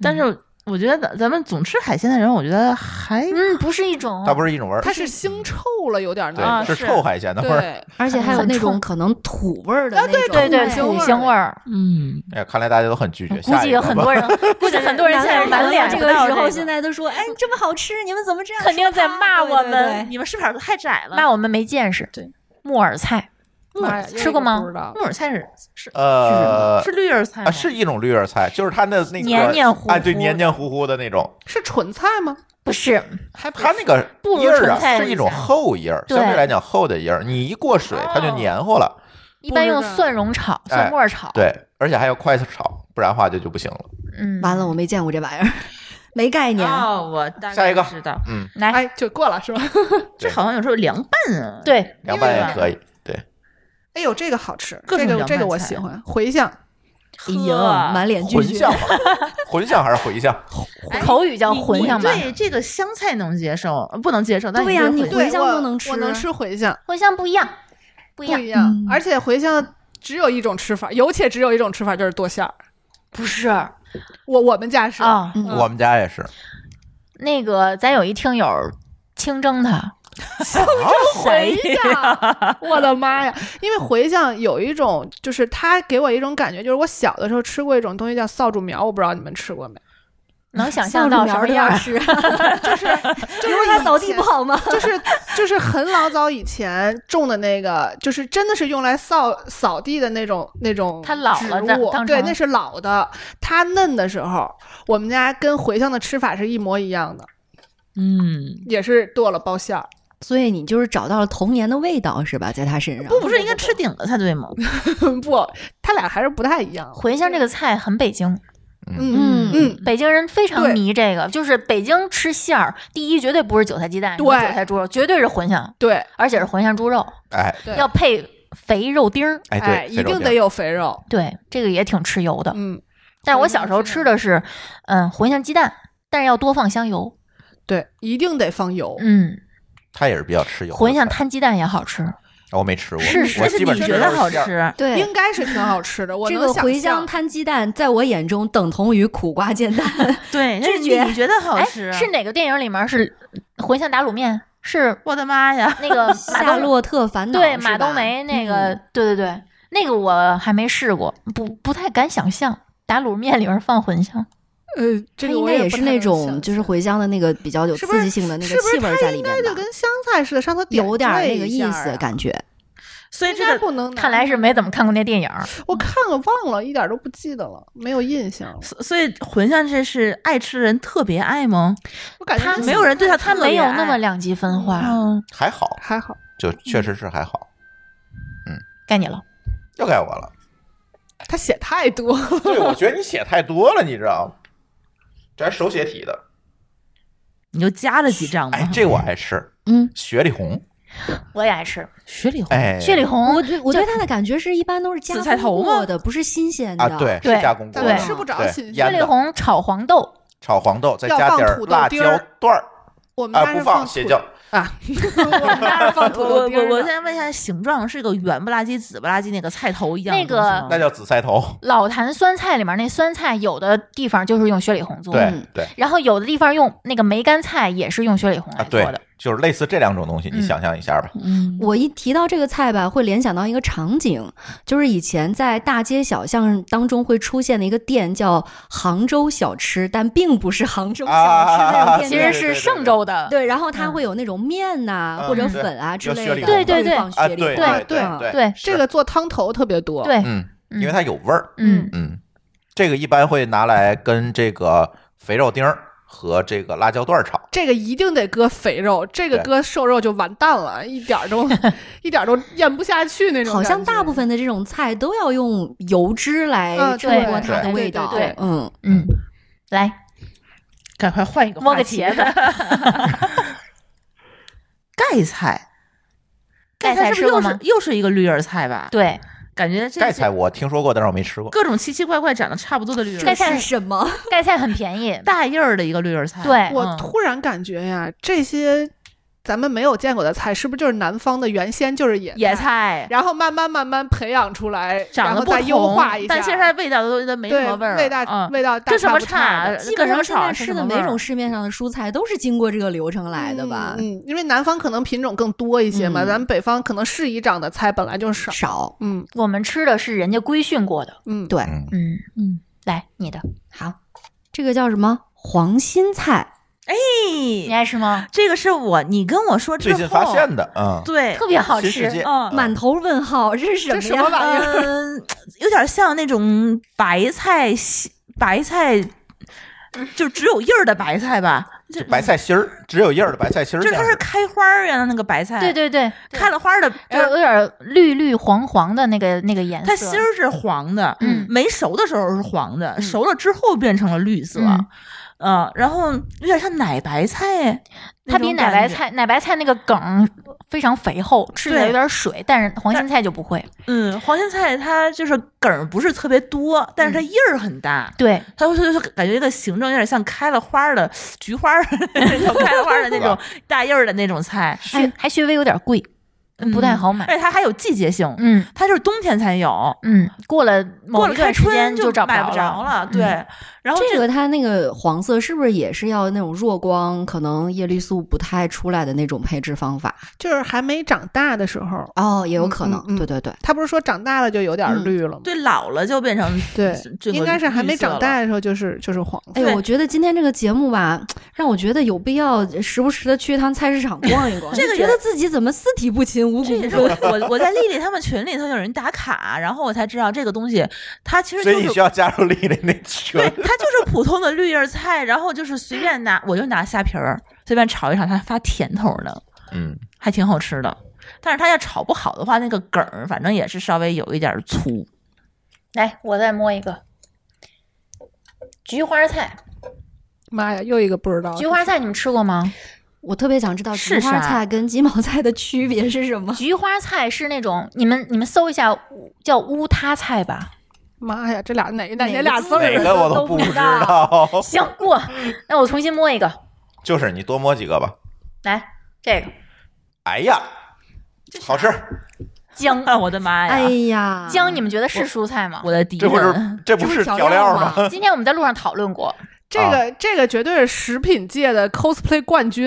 S5: 但是我觉得咱咱们总吃海鲜的人，我觉得还
S3: 嗯，不是一种，
S1: 它不是一种味儿，
S2: 它是腥臭了，有点儿那
S5: 啊
S1: 对，是
S5: 是
S1: 臭海鲜的
S2: 种。
S1: 味儿。
S2: 对，
S4: 而且还有
S3: 很
S4: 那
S3: 冲啊
S4: 种可能土味儿的那种，
S3: 对对
S2: 土
S3: 土
S2: 腥
S3: 腥
S2: 味
S3: 味儿，
S5: 嗯，
S1: 哎，看来大家都很拒绝。
S3: 估
S1: 下
S3: 计
S1: 一
S3: 有
S1: 个
S3: 很
S1: 吧
S3: 多人，估计很多人现在满脸
S4: 这
S3: 不到
S4: 时
S3: 这
S4: 候，
S3: 个
S4: 现在都说，哎，你这么好吃，你们怎么这样？
S3: 肯定在骂我们，
S5: 哎你们吃法太窄了。
S3: 骂我们没见识。
S5: 对，
S3: 木耳菜，
S5: 木耳
S2: 妈呀
S3: 吃过吗
S2: 嗯不知道
S5: 木。耳菜是是
S1: 呃
S5: 是绿叶菜
S1: 啊，
S5: 吗
S1: 是一种绿叶菜，就是它的那个
S3: 黏黏糊
S1: 啊，对，
S3: 糊
S1: 黏黏糊糊的那种。
S2: 是纯菜吗？
S3: 不是
S2: 还不
S1: 它那个
S3: 不如
S1: 叶儿
S3: 纯
S1: 啊，
S3: 菜
S1: 是一
S3: 一
S1: 种
S3: 下
S1: 厚叶儿，相对
S3: 对
S1: 来讲厚的叶儿，你一过水它就
S5: 哦
S1: 黏糊了。
S3: 一般用
S2: 不知道
S3: 蒜蓉炒、蒜末炒。，
S1: 对，而且还要快速炒，不然的话就就不行了。
S3: 嗯，
S4: 完了，我没见过这玩意儿， 没概念。
S5: 哦，我大概
S1: 下一个
S5: 知道，
S3: 来，
S2: 哎，就过了是吧？
S5: 这好像有时候凉拌啊，，
S3: 对，
S1: 凉拌
S5: 因为
S1: 也可以，对，
S2: 哎呦，这个好吃，
S5: 各
S2: 这
S5: 种
S2: 个
S5: 凉
S2: 这个
S5: 拌
S2: 我
S5: 菜
S2: 喜欢。茴香，
S4: 哎呦，
S5: 呵
S4: 满脸拒
S1: 茴
S4: 绝
S1: 香。嘛，茴香还是茴香？
S5: 哎
S3: 口语叫
S5: 你
S3: 茴
S5: 你
S3: 香吧。
S5: 对这个香菜能接受，呃不能接受。但
S4: 对
S5: 呀、
S4: 呀你
S2: 对
S4: 茴香
S2: 我
S4: 都能
S2: 我
S4: 吃
S2: 能吃茴香，
S3: 茴香不一样，不一
S2: 不
S3: 样，
S2: 一样。嗯而且茴香只有一种吃法，有且只有一种吃法就是剁馅儿。
S3: 不啊是啊、
S2: 我我们家是，
S4: 嗯
S1: 我们家也是，
S3: 那个咱有一听友清蒸它。
S2: 茴 香，我的妈呀！因为茴香有一种，就是它给我一种感觉，就是我小的时候吃过一种东西叫扫帚苗，我不知道你们吃过 没？
S3: 能想象到什么样儿？
S4: 是， 就是因为他扫地不好吗？
S2: 就是就是很老早以前种的那个，就是真的是用来扫扫地的那种那种
S3: 它老了
S2: 植
S3: 的
S2: 物
S3: 当成
S2: 对，那是老的。它嫩的时候，我们家跟茴香的吃法是一模一样的，
S5: 嗯，
S2: 也是剁了包馅儿。
S4: 所以你就是找到了童年的味道是吧？在他身上，
S5: 不不是应该吃顶了才对吗？
S2: 不，它俩还是不太一样。
S3: 茴香这个菜很北京，
S2: 嗯嗯嗯，
S3: 北京人非常
S2: 对
S3: 迷这个，就是北京吃馅儿，第一绝对不是韭菜鸡蛋，也不是
S2: 对
S3: 韭菜猪肉，绝对是茴香，
S2: 对，
S3: 而且是茴香猪肉，
S1: 哎
S2: 对
S3: 要配肥肉丁儿。
S1: 哎
S2: 哎，
S1: 对，
S2: 一
S1: 非洲
S2: 定
S1: 卷
S2: 得有肥肉。
S3: 对，这个也挺吃油的。
S2: 嗯，
S3: 但是我小时候吃的是，嗯，茴香鸡蛋，但是要多放香油。
S2: 对，一定得放油。
S3: 嗯，
S1: 它也是比较吃油的菜。
S3: 茴香摊鸡蛋也好吃。
S1: 啊我没吃过，
S3: 是
S1: 我
S5: 但是
S1: 基本
S5: 你
S1: 吃
S5: 觉
S1: 都
S5: 得
S1: 是
S5: 好
S1: 馅儿。
S5: 吃？
S4: 对
S2: 应该是挺好吃的，我
S4: 这
S2: 能
S4: 个
S2: 想
S4: 茴香
S2: 象
S4: 摊鸡蛋，在我眼中等同于苦瓜煎 蛋。
S5: 对，但是
S4: 拒绝
S5: 你觉得好
S3: 哎，
S5: 吃啊？
S3: 是哪个电影里面是茴香打卤面？是
S5: 我的妈呀！
S3: 那个马
S4: 夏
S3: 冬
S4: 洛特烦恼
S3: 对
S4: 是
S3: 马
S4: 吧
S3: 冬梅那个，
S4: 嗯
S3: 对对对，那个我还没试过，不不太敢想象打卤面里面放茴香。
S2: 呃，
S4: 它
S2: 这个
S4: 应
S2: 我
S4: 该
S2: 也
S4: 也
S2: 不
S4: 是
S2: 太
S4: 那
S2: 能
S4: 种
S2: 想
S4: 就是
S2: 象
S4: 茴香的那个比较有
S2: 是不是
S4: 刺激性的那
S2: 是
S4: 个
S2: 不是
S4: 气味儿在里面
S2: 它应该就
S4: 吧
S2: 跟香菜似的，上头点
S4: 有点儿
S2: 缀
S4: 那个
S2: 一
S4: 意
S2: 下儿
S4: 思
S2: 啊，
S4: 感觉。
S5: 所以
S2: 应
S5: 这
S2: 该
S5: 个，
S2: 不能拿。
S3: 看来是没怎么看过那电影儿。
S2: 我看了忘了，一点儿都不记得了，没有印象了。
S5: 所所以茴香这是爱吃的人特别爱吗？
S2: 我感觉
S3: 它
S2: 就是
S5: 没有人对它
S3: 它
S5: 特别
S3: 没有
S5: 爱
S3: 那么两极分化。
S5: 嗯，
S1: 还好，
S2: 还好，
S1: 就确实是还好。
S3: 该你了，
S1: 又该我了，
S2: 他写太多，
S1: 对，我觉得你写太多了，你知道吗？这还手写体的，
S5: 你就加了几张吧。
S1: 哎，这我爱吃，
S4: 嗯，
S1: 雪里红，
S3: 我也爱吃
S5: 雪里红，
S1: 哎，
S3: 血里红。
S4: 我对我对它的感觉是一般都是加
S5: 紫菜
S4: 工
S5: 头吗
S4: 过的，不是新鲜的。
S1: 啊，对，
S3: 对
S1: 是加工过
S2: 咱
S1: 的
S2: 们
S3: 对
S2: 吃不着
S1: 对
S2: 新
S1: 腌
S3: 血
S1: 的
S2: 鲜。
S3: 里红炒黄豆，
S1: 炒黄豆，再
S2: 要
S1: 加
S2: 放
S1: 点儿
S2: 土豆
S1: 辣
S2: 丁
S1: 椒
S2: 儿
S1: 段儿，
S2: 我们
S1: 啊，
S2: 家
S1: 不
S2: 是
S1: 放
S2: 土
S1: 斜椒，
S2: 啊，我们家是放土
S5: 我
S2: 豆
S5: 我
S2: 丁儿
S5: 我
S2: 的
S5: 我先问一下形状，是个圆不拉几、紫不拉几那个菜头一样的
S3: 那个
S5: 东西吗
S1: 那叫紫菜头。
S3: 老坛酸菜里面那酸菜，有的地方就是用雪里红做的，
S1: 对对
S3: 然后有的地方用那个梅干菜也是用雪里红
S1: 啊，
S3: 来做
S1: 对
S3: 的。，
S1: 就是类似这两种东西，你
S3: 嗯
S1: 想象一下吧。
S5: 嗯，
S4: 我一提到这个菜吧，会联想到一个场景，就是以前在大街小巷当中会出现的一个店，叫杭州小吃，但并不是杭州小吃那种
S1: 啊
S4: 店
S3: 其
S4: 面。
S3: 实是嵊州的，
S4: 对，然后它会有那种面呐、
S1: 嗯
S4: 或者粉啊之类
S1: 有雪
S4: 的，
S1: 里
S3: 红对对
S4: 都会放
S1: 啊，对
S4: 雪里
S2: 对
S1: 对
S4: 嗯
S1: 对
S3: 对
S2: 这个做汤头特别多，
S3: 对，
S1: 嗯，
S3: 嗯
S1: 因为它有味儿，
S3: 嗯，
S1: 嗯，这个一般会拿来跟这个肥肉丁儿和这个辣椒段儿炒。
S2: 这个一定得搁肥肉，这个
S1: 对
S2: 搁瘦肉就完蛋了，一点 儿都一点儿都咽不下去那种感觉。
S4: 好像大部分的这种菜都要用油脂来
S2: 嗯
S4: 衬
S3: 对
S4: 托它的
S3: 对
S4: 味
S3: 对
S4: 道。
S3: 对对
S4: 嗯，
S3: 嗯，来
S5: 赶快换一个
S3: 摸
S5: 话
S3: 个
S5: 题
S3: 茄子，
S5: 盖菜，
S3: 盖
S5: 菜
S3: 菜吃
S5: 是不是
S3: 过
S5: 又
S3: 吗
S5: 是？又是一个绿叶菜吧？，
S3: 对，
S5: 感觉这
S1: 盖
S5: 些
S1: 菜我听说过，但是我没吃过。
S5: 各种奇奇怪怪长得差不多的绿叶
S3: 盖
S5: 菜，，
S4: 这
S3: 菜
S4: 是什么？
S3: 盖菜很便宜
S5: 大叶儿的一个绿叶菜。
S3: 对
S2: 我
S5: 嗯
S2: 突然感觉呀，这些咱们没有见过的菜，是不是就是南方的原先就是野
S5: 野菜
S2: 然后慢慢慢慢培养出来，
S5: 长
S2: 然
S5: 得
S2: 后
S5: 不
S2: 再优
S5: 同
S2: 化一下，
S5: 但其实它味道都都没什
S2: 对
S5: 么味儿，
S2: 味道、
S5: 嗯
S2: 味道大
S5: 跟什么
S2: 不差
S5: 差
S2: 的。
S4: 基
S5: 跟
S4: 本
S5: 什
S4: 上现在
S5: 么炒是
S4: 吃
S5: 什
S4: 的
S5: 么
S4: 每
S5: 味儿啊
S4: 种市面上的蔬菜都是经过这个流程来的吧？
S2: 嗯，嗯因为南方可能品种更多一些嘛，
S4: 嗯
S2: 咱们北方可能适宜长的菜本来就少。
S4: 少
S2: 嗯
S3: 我们吃的是人家规训过的。
S2: 嗯，
S4: 对，
S1: 嗯，
S3: 嗯
S5: 嗯，
S3: 来你的，
S4: 好，这个叫什么黄心菜？
S3: 你爱吃吗？
S5: 这个是我你跟我说之
S1: 最
S5: 后，
S1: 近发现的，嗯，
S5: 对
S3: 特别好
S1: 新世界
S3: 吃，
S5: 嗯
S4: 满头问号，这是什么
S2: 这
S4: 呀？
S2: 什么玩意儿？
S5: 嗯，有点像那种白菜西，白菜
S3: 嗯
S5: 就只有叶儿的白菜吧，就
S1: 白菜心儿只有叶儿的白菜心儿
S5: 就
S1: 这
S5: 是
S1: 样
S5: 它
S1: 的，
S5: 是开花儿一样的那个白菜，
S3: 对，对对，
S5: 开了花儿的，
S3: 就有点绿绿黄黄的那个那个颜色，
S5: 它心儿是黄的，
S3: 嗯
S5: 没熟的时候是黄的，熟了之后变成了绿色。
S3: 嗯
S5: 嗯然后有点像奶白菜，
S3: 它比奶白，菜奶白菜那个梗非常肥厚，吃起来
S5: 对
S3: 有点水，但是黄心菜就不会。
S5: 嗯，黄心菜它就是梗儿不是特别多，
S3: 嗯
S5: 但是它叶儿很大，
S3: 对，
S5: 它会就是感觉这个形状有点像开了花儿的菊花儿，就开了花儿的那种大叶儿的那种菜，
S3: 还还稍微有点贵，
S5: 嗯
S3: 不太好买
S5: 而。且它还有季节性，
S3: 嗯
S5: 它就是冬天才有，
S3: 嗯，过了某
S5: 过
S3: 一
S5: 了
S3: 段
S5: 开
S3: 时间
S5: 春就
S3: 找
S5: 买
S3: 着嗯
S5: 着了。对，然后
S4: 这个它那个黄色是不是也是要那种弱光，可能叶绿素不太出来的那种配置方法？
S2: 就是还没长大的时候，
S4: 哦，也有可能，
S2: 嗯嗯嗯
S4: 对对对，
S2: 他不是说长大了就有点
S4: 嗯
S2: 绿了吗？
S5: 对老了就变成
S2: 对
S5: 这个
S2: 应该是还没
S5: 绿色
S2: 长
S5: 了
S2: 大的时候就是就是黄色。
S4: 哎，
S5: 对
S4: 我觉得今天这个节目吧，让我觉得有必要时不时的去一趟菜市场逛一逛。
S5: 这个
S4: 就觉
S5: 也
S4: 得自己怎么四体不勤，五
S5: 这
S4: 谷
S5: 也
S4: 不
S5: 是我
S4: 分。
S5: 我我在丽丽他们群里头有人打卡，然后我才知道这个东西，它其实
S1: 所
S5: 就
S1: 以你需
S5: 是。
S1: 要加入丽丽那群
S5: 对，。它就是普通的绿叶菜，然后就是随便拿，我就拿虾皮儿随便炒一炒，它发甜头的，
S1: 嗯，
S5: 还挺好吃的。但是它要炒不好的话，那个梗儿反正也是稍微有一点粗。
S3: 来，我再摸一个菊花菜。
S2: 妈呀，又一个不知道
S3: 菊花菜你们吃过吗？
S4: 我特别想知道
S5: 是
S4: 菊花
S5: 啥
S4: 菜跟鸡毛菜的区别是什么？
S3: 菊花菜是那种你们你们搜一下叫乌塌菜吧。
S2: 妈呀，这俩哪
S3: 哪
S2: 哪哪
S3: 个
S2: 俩
S3: 字
S2: 字儿
S1: 哪
S2: 啊？
S1: 个我
S3: 都
S1: 不
S3: 不
S1: 知
S3: 知
S1: 道，
S3: 行过，那我重新摸一个，
S1: 就是你多摸几个吧。
S3: 来这个
S1: 哎呀，好吃！
S3: 姜
S5: 啊，我的妈呀！
S4: 哎呀，
S3: 姜，你们觉得是蔬菜吗
S5: 我？的敌
S1: 这不是
S5: 人，
S1: 这
S4: 这
S1: 不
S4: 不
S1: 是
S4: 是
S1: 调
S4: 调
S1: 料
S4: 料
S1: 吗？
S4: 吗？
S3: 今天我们在路上讨论过，
S2: 这
S1: 啊
S2: 个这个绝对是食品界的 cosplay 冠军，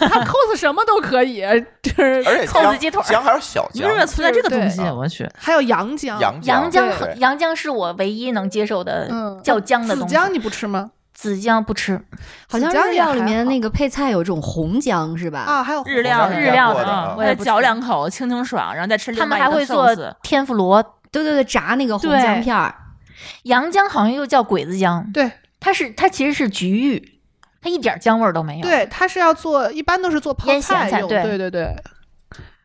S2: 他 cos 什么都可以，就是
S1: 而且
S3: 扣子
S1: 姜
S3: 鸡腿儿
S1: 姜还是小
S5: 你
S1: 姜
S5: 们怎，么存在这个东西？
S1: 对哦
S5: 我去，
S2: 还有洋姜，
S1: 洋
S3: 洋姜
S2: 对
S3: 很洋姜是我唯一能接受的
S2: 嗯
S3: 叫姜的
S2: 紫
S3: 东西。
S2: 姜你不吃吗？
S3: 紫姜不吃，
S4: 好像
S2: 紫姜
S4: 日
S2: 也
S4: 料里
S2: 还
S4: 面
S2: 好
S4: 那个配菜有种红姜是吧？
S2: 啊，还有
S5: 日料
S1: 我
S5: 的
S1: 想
S3: 日料
S1: 过
S3: 的
S1: 的
S3: 啊
S1: 啊
S3: 我也不
S5: 嚼
S3: 吃
S5: 两口，清清爽，然后再吃另
S3: 他
S5: 外
S3: 们
S5: 一个
S3: 还会
S5: sauce
S3: 做天妇罗。
S4: 对对对，炸那个红
S3: 对
S4: 姜片儿，
S3: 洋姜好像又叫鬼子姜，
S2: 对
S3: 它是它其实是橘玉，它一点姜味儿都没有。
S2: 对，他是要做，一般都是做泡
S3: 腌咸菜
S2: 用，
S3: 对
S2: 对对对。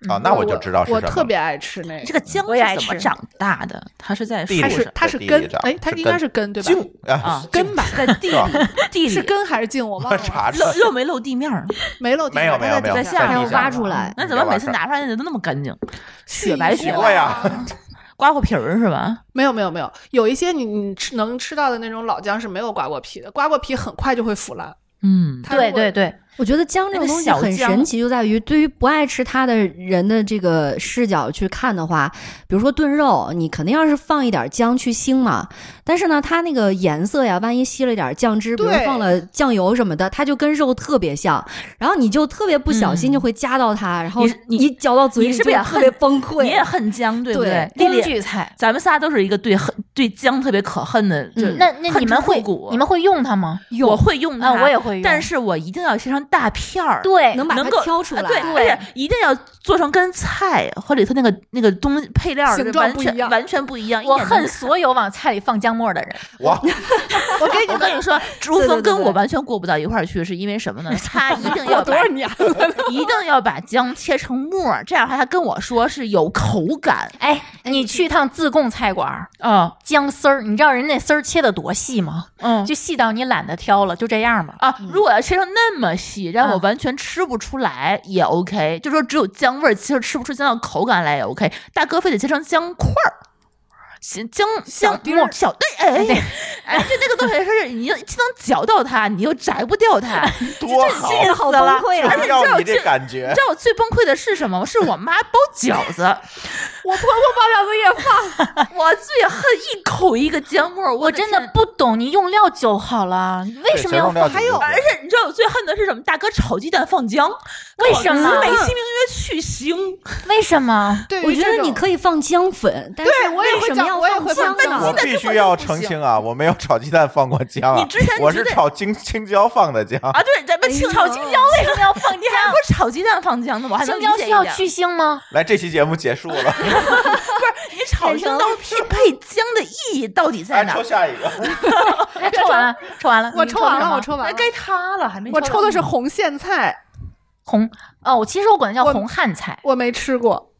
S1: 啊，那我就知道是什
S2: 我
S1: 么了。
S2: 特别爱吃那
S5: 这
S2: 个，
S5: 个姜
S3: 我也爱
S5: 是怎么
S3: 吃
S5: 长大的？它是在
S1: 嗯地
S5: 树
S2: 它
S1: 里
S5: 上
S2: 是它是
S1: 地
S2: 根
S1: 里长，
S2: 哎，它
S1: 是
S2: 应该
S1: 根
S2: 是根对吧？
S1: 茎啊
S5: 啊，
S2: 根吧，
S5: 在地
S1: 是吧
S5: 里地
S2: 是
S5: 里
S2: 根还是 茎？我忘
S1: 我
S2: 了，
S1: 查查
S5: 露露没露地面儿，
S2: 没漏地
S1: 没有
S2: 上
S1: 没有
S2: 它
S1: 没有
S2: 在
S5: 在
S2: 地
S5: 下
S2: 下
S5: 面
S4: 还
S1: 地
S4: 有
S1: 上
S4: 挖
S1: 的
S4: 出来。
S5: 那怎么每
S1: 你
S5: 次
S1: 嗯要挖
S5: 拿出来的都那么干净？雪
S2: 是
S5: 白
S2: 一
S5: 雪
S2: 坨
S1: 过
S5: 白，
S1: 呀
S5: 刮过皮儿是吧？
S2: 啊 没有没有没有，有一些你你吃能吃到的那种老姜是没有刮过皮的，刮过皮很快就会腐烂。
S5: 嗯，
S2: 它
S3: 对
S2: 如果
S3: 对，对，
S4: 我觉得姜这
S5: 那
S4: 种
S5: 个
S4: 东西
S5: 小
S4: 很
S5: 姜
S4: 神奇，就在于对于不爱吃它的人的这个视角去看的话，比如说炖肉，你肯定要是放一点姜去腥嘛。但是呢，它那个颜色呀，万一吸了一点酱汁，比如
S2: 对
S4: 放了酱油什么的，它就跟肉特别像。然后你就特别不小心
S5: 嗯
S4: 就会夹到它，然后
S5: 你是你
S4: 一嚼到嘴
S5: 你
S4: 里
S5: 是
S4: 就
S5: 不是也
S4: 特别
S5: 恨
S4: 崩溃。
S5: 你也恨姜对不
S4: 对
S5: 丽
S3: 工
S5: 丽，
S3: 具菜。
S5: 咱们仨都是一个对恨对姜特别可恨的，就
S4: 嗯
S3: 那那
S5: 恨
S3: 你
S5: 之
S3: 们会
S5: 入骨
S3: 你们会用它吗？
S5: 我会用
S3: 啊
S5: 它，，
S3: 我也会用，
S5: 但是我一定要切成大片儿，
S3: 对
S4: 能把
S5: 能
S4: 它
S5: 够
S4: 挑出
S5: 啊
S4: 来，
S5: 对，而且一定要做成跟菜和里头那个那个东西配料儿
S2: 形
S5: 是
S2: 状
S5: 完
S2: 不一
S5: 全
S2: 样
S5: 完全不一样。一
S3: 我
S5: 点都
S3: 恨所有往菜里放姜末的 人。
S1: 我
S2: 我给你
S5: 我跟你说，朱
S4: 对对
S5: 峰
S4: 对
S5: 跟
S4: 对
S5: 我完全过不到一块儿去，是因为什么 呢？他一定
S2: 过
S5: 要
S2: 多
S5: 把
S2: 少年啊了？
S5: 一定要把姜切成末儿，这样的话他跟我说是有口感
S3: 哎，你去趟自贡菜馆儿，
S5: 啊，
S3: 姜丝儿，你知道人那丝儿切的多细吗？
S5: 嗯。
S3: 就细到你懒得挑了，就这样吧。
S5: 啊，如果要切成那么细，
S3: 嗯
S5: 让我完全吃不出来也 OK，、就说只有姜味儿，其实吃不出姜的口感来也 OK。大哥非得切成姜块儿，行姜姜
S2: 丁儿
S5: 末小对，哎 哎，哎就那个东西是你又既能嚼到它，你又摘不掉 它，
S1: 多 哎好，
S4: 这个好崩溃啊！
S5: 而且你知道
S1: 要
S5: 我
S1: 你这
S5: 最
S1: 感
S5: 你
S1: 觉
S5: 知，道我最崩溃的是什么吗？是我妈包饺 子，
S2: 我婆婆包饺子也放，
S5: 我最恨一口一个姜末儿，我
S3: 我
S5: 的
S3: 真的
S5: 天
S3: 不懂，你用料就好了，你为什么要放？
S1: 还有
S5: 而且你知道我最恨的是什么？大哥炒鸡蛋放姜，
S3: 为什么啊
S5: 美其名曰去腥，
S3: 为什么？
S2: 对
S4: 我
S2: 于
S4: 觉
S2: 这
S4: 得你
S2: 种
S4: 可以放姜粉，但是
S2: 对我也
S4: 为
S2: 会
S4: 什么
S2: 讲
S4: 要
S2: 我也
S4: 放
S2: 会
S4: 姜
S2: 放姜
S4: 呢
S1: 我？必须要澄清啊，我没有炒鸡蛋放过姜啊，
S5: 你之前
S1: 我
S5: 绝
S1: 是
S5: 对
S1: 炒青青椒放的姜，
S5: 啊！对，咱们青
S3: 炒青椒为什 么要放姜？
S5: 还不是炒鸡蛋放姜呢？我还能
S3: 青椒
S5: 理解
S3: 需
S5: 一
S3: 要
S5: 点
S3: 去腥 吗？
S1: 来，这期节目结束了，
S5: 你炒青椒匹配姜的意义到底在
S1: 来
S5: 哪
S1: 抽？下一个。
S3: 哎抽完了，抽完了，
S2: 我
S3: 你
S2: 抽完
S3: 什
S2: 了，
S3: 么
S2: 我抽完
S5: 哎
S2: 了，
S5: 该他了，还没
S2: 我抽的是
S5: 到
S2: 红苋菜，
S3: 红哦，我其实我管它叫
S2: 我
S3: 红汉菜，
S2: 我没吃过，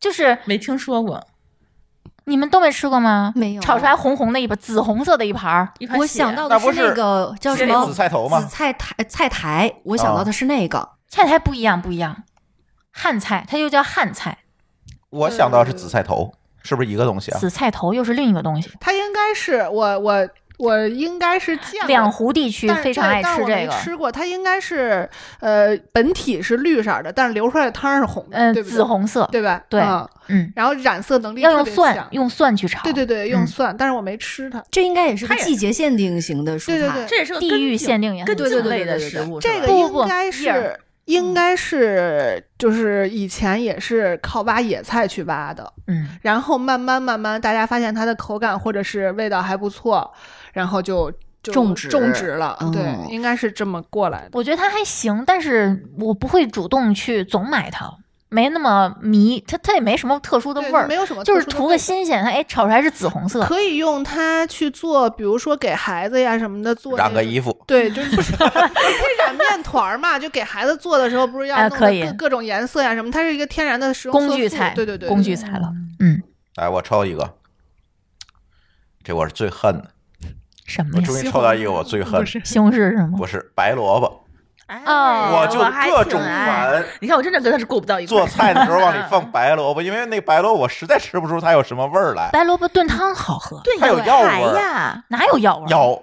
S3: 就是
S5: 你没听说过。
S3: 你们都没啊吃过吗？
S4: 没有
S3: 炒出来红红的一盘，紫红色的一盘儿，
S5: 一盘
S4: 我
S5: 血
S4: 想到
S1: 那
S4: 的
S1: 不
S4: 是
S1: 是
S4: 那个叫什
S5: 鸡
S4: 么
S1: 紫菜头吗
S4: 紫菜台菜台，我想到的是那个。
S3: 菜台不一样，不一样。汉菜，它又叫汉菜，
S1: 我想到是紫菜头，是不是一个东西啊？
S3: 紫菜头又是另一个东西。
S2: 它应该是我我我应该是见过
S3: 两湖地区
S2: 但是
S3: 非常爱
S2: 但
S3: 吃
S2: 我
S3: 这
S2: 没
S3: 个，
S2: 吃过它应该是呃本体是绿色的，但是流出来的汤是红的，
S3: 嗯，
S2: 对不对
S3: 紫，红色，
S2: 对吧？
S3: 对
S2: 嗯
S3: 嗯，
S2: 然后染色能力
S3: 要用
S2: 特别
S3: 蒜
S2: 强，
S3: 用蒜去炒，
S2: 对对对，用
S3: 嗯
S2: 蒜，但是我没吃它。
S4: 这应该也是个
S5: 它也
S4: 季节限定型的蔬菜。
S2: 对对对
S5: 这也是个
S3: 地
S5: 根
S3: 域
S5: 茎
S3: 限定也很
S5: 根
S4: 对对
S5: 茎
S4: 对
S5: 类的
S4: 对对
S5: 食物，
S2: 这个
S3: 不
S2: 应
S3: 不
S2: 该
S3: 叶儿嗯
S2: 是应该是就是以前也是靠挖野菜去挖的，
S3: 嗯，
S2: 然后慢慢慢慢大家发现它的口感或者是味道还不错，然后就。就
S4: 种植
S2: 种植了，
S3: 哦
S4: 嗯
S2: 对，应该是这么过来的。
S3: 我觉得它还行，但是我不会主动去总买它，没那么迷，它它也没什么特殊的
S2: 对
S3: 味儿
S2: 没，有什么特
S3: 就
S2: 殊
S3: 是
S2: 的味道，
S3: 图个新鲜，它哎炒出来是紫红色，
S2: 可以用它去做，比如说给孩子呀什么的做
S1: 染
S2: 那
S1: 个
S2: 种
S1: 衣服，
S2: 对，就是不是 可以染面团儿嘛？就给孩子做的时候，不是要
S3: 哎
S2: 弄
S3: 可
S2: 的
S3: 以
S2: 各各种颜色呀什么？它是一个天然的食用
S3: 工
S2: 色
S3: 具
S2: 素
S3: 菜，
S2: 对对对，
S3: 工
S2: 对
S3: 具菜了，
S1: 来，我抽一个，这我是最恨的，
S3: 什么
S1: 我
S3: 呀？
S1: 终于抽到一个我最恨
S2: 不
S1: 的，
S2: 是
S3: 西红柿是吗
S1: 不？是白萝卜，
S5: 哎
S3: 哦
S1: 我就
S5: 还
S1: 各
S5: 挺
S1: 种
S5: 爱
S1: 烦。
S5: 你看，我真的跟他是过不到一块儿。
S1: 做菜的时候往 里放白萝卜，因为那白萝卜我实在吃不出它有什么味儿来，
S3: 白萝卜炖汤好喝，
S5: 对
S1: 它有
S5: 呀
S1: 药味
S5: 哎
S1: 儿
S5: 呀，
S3: 哪有药味儿？
S1: 有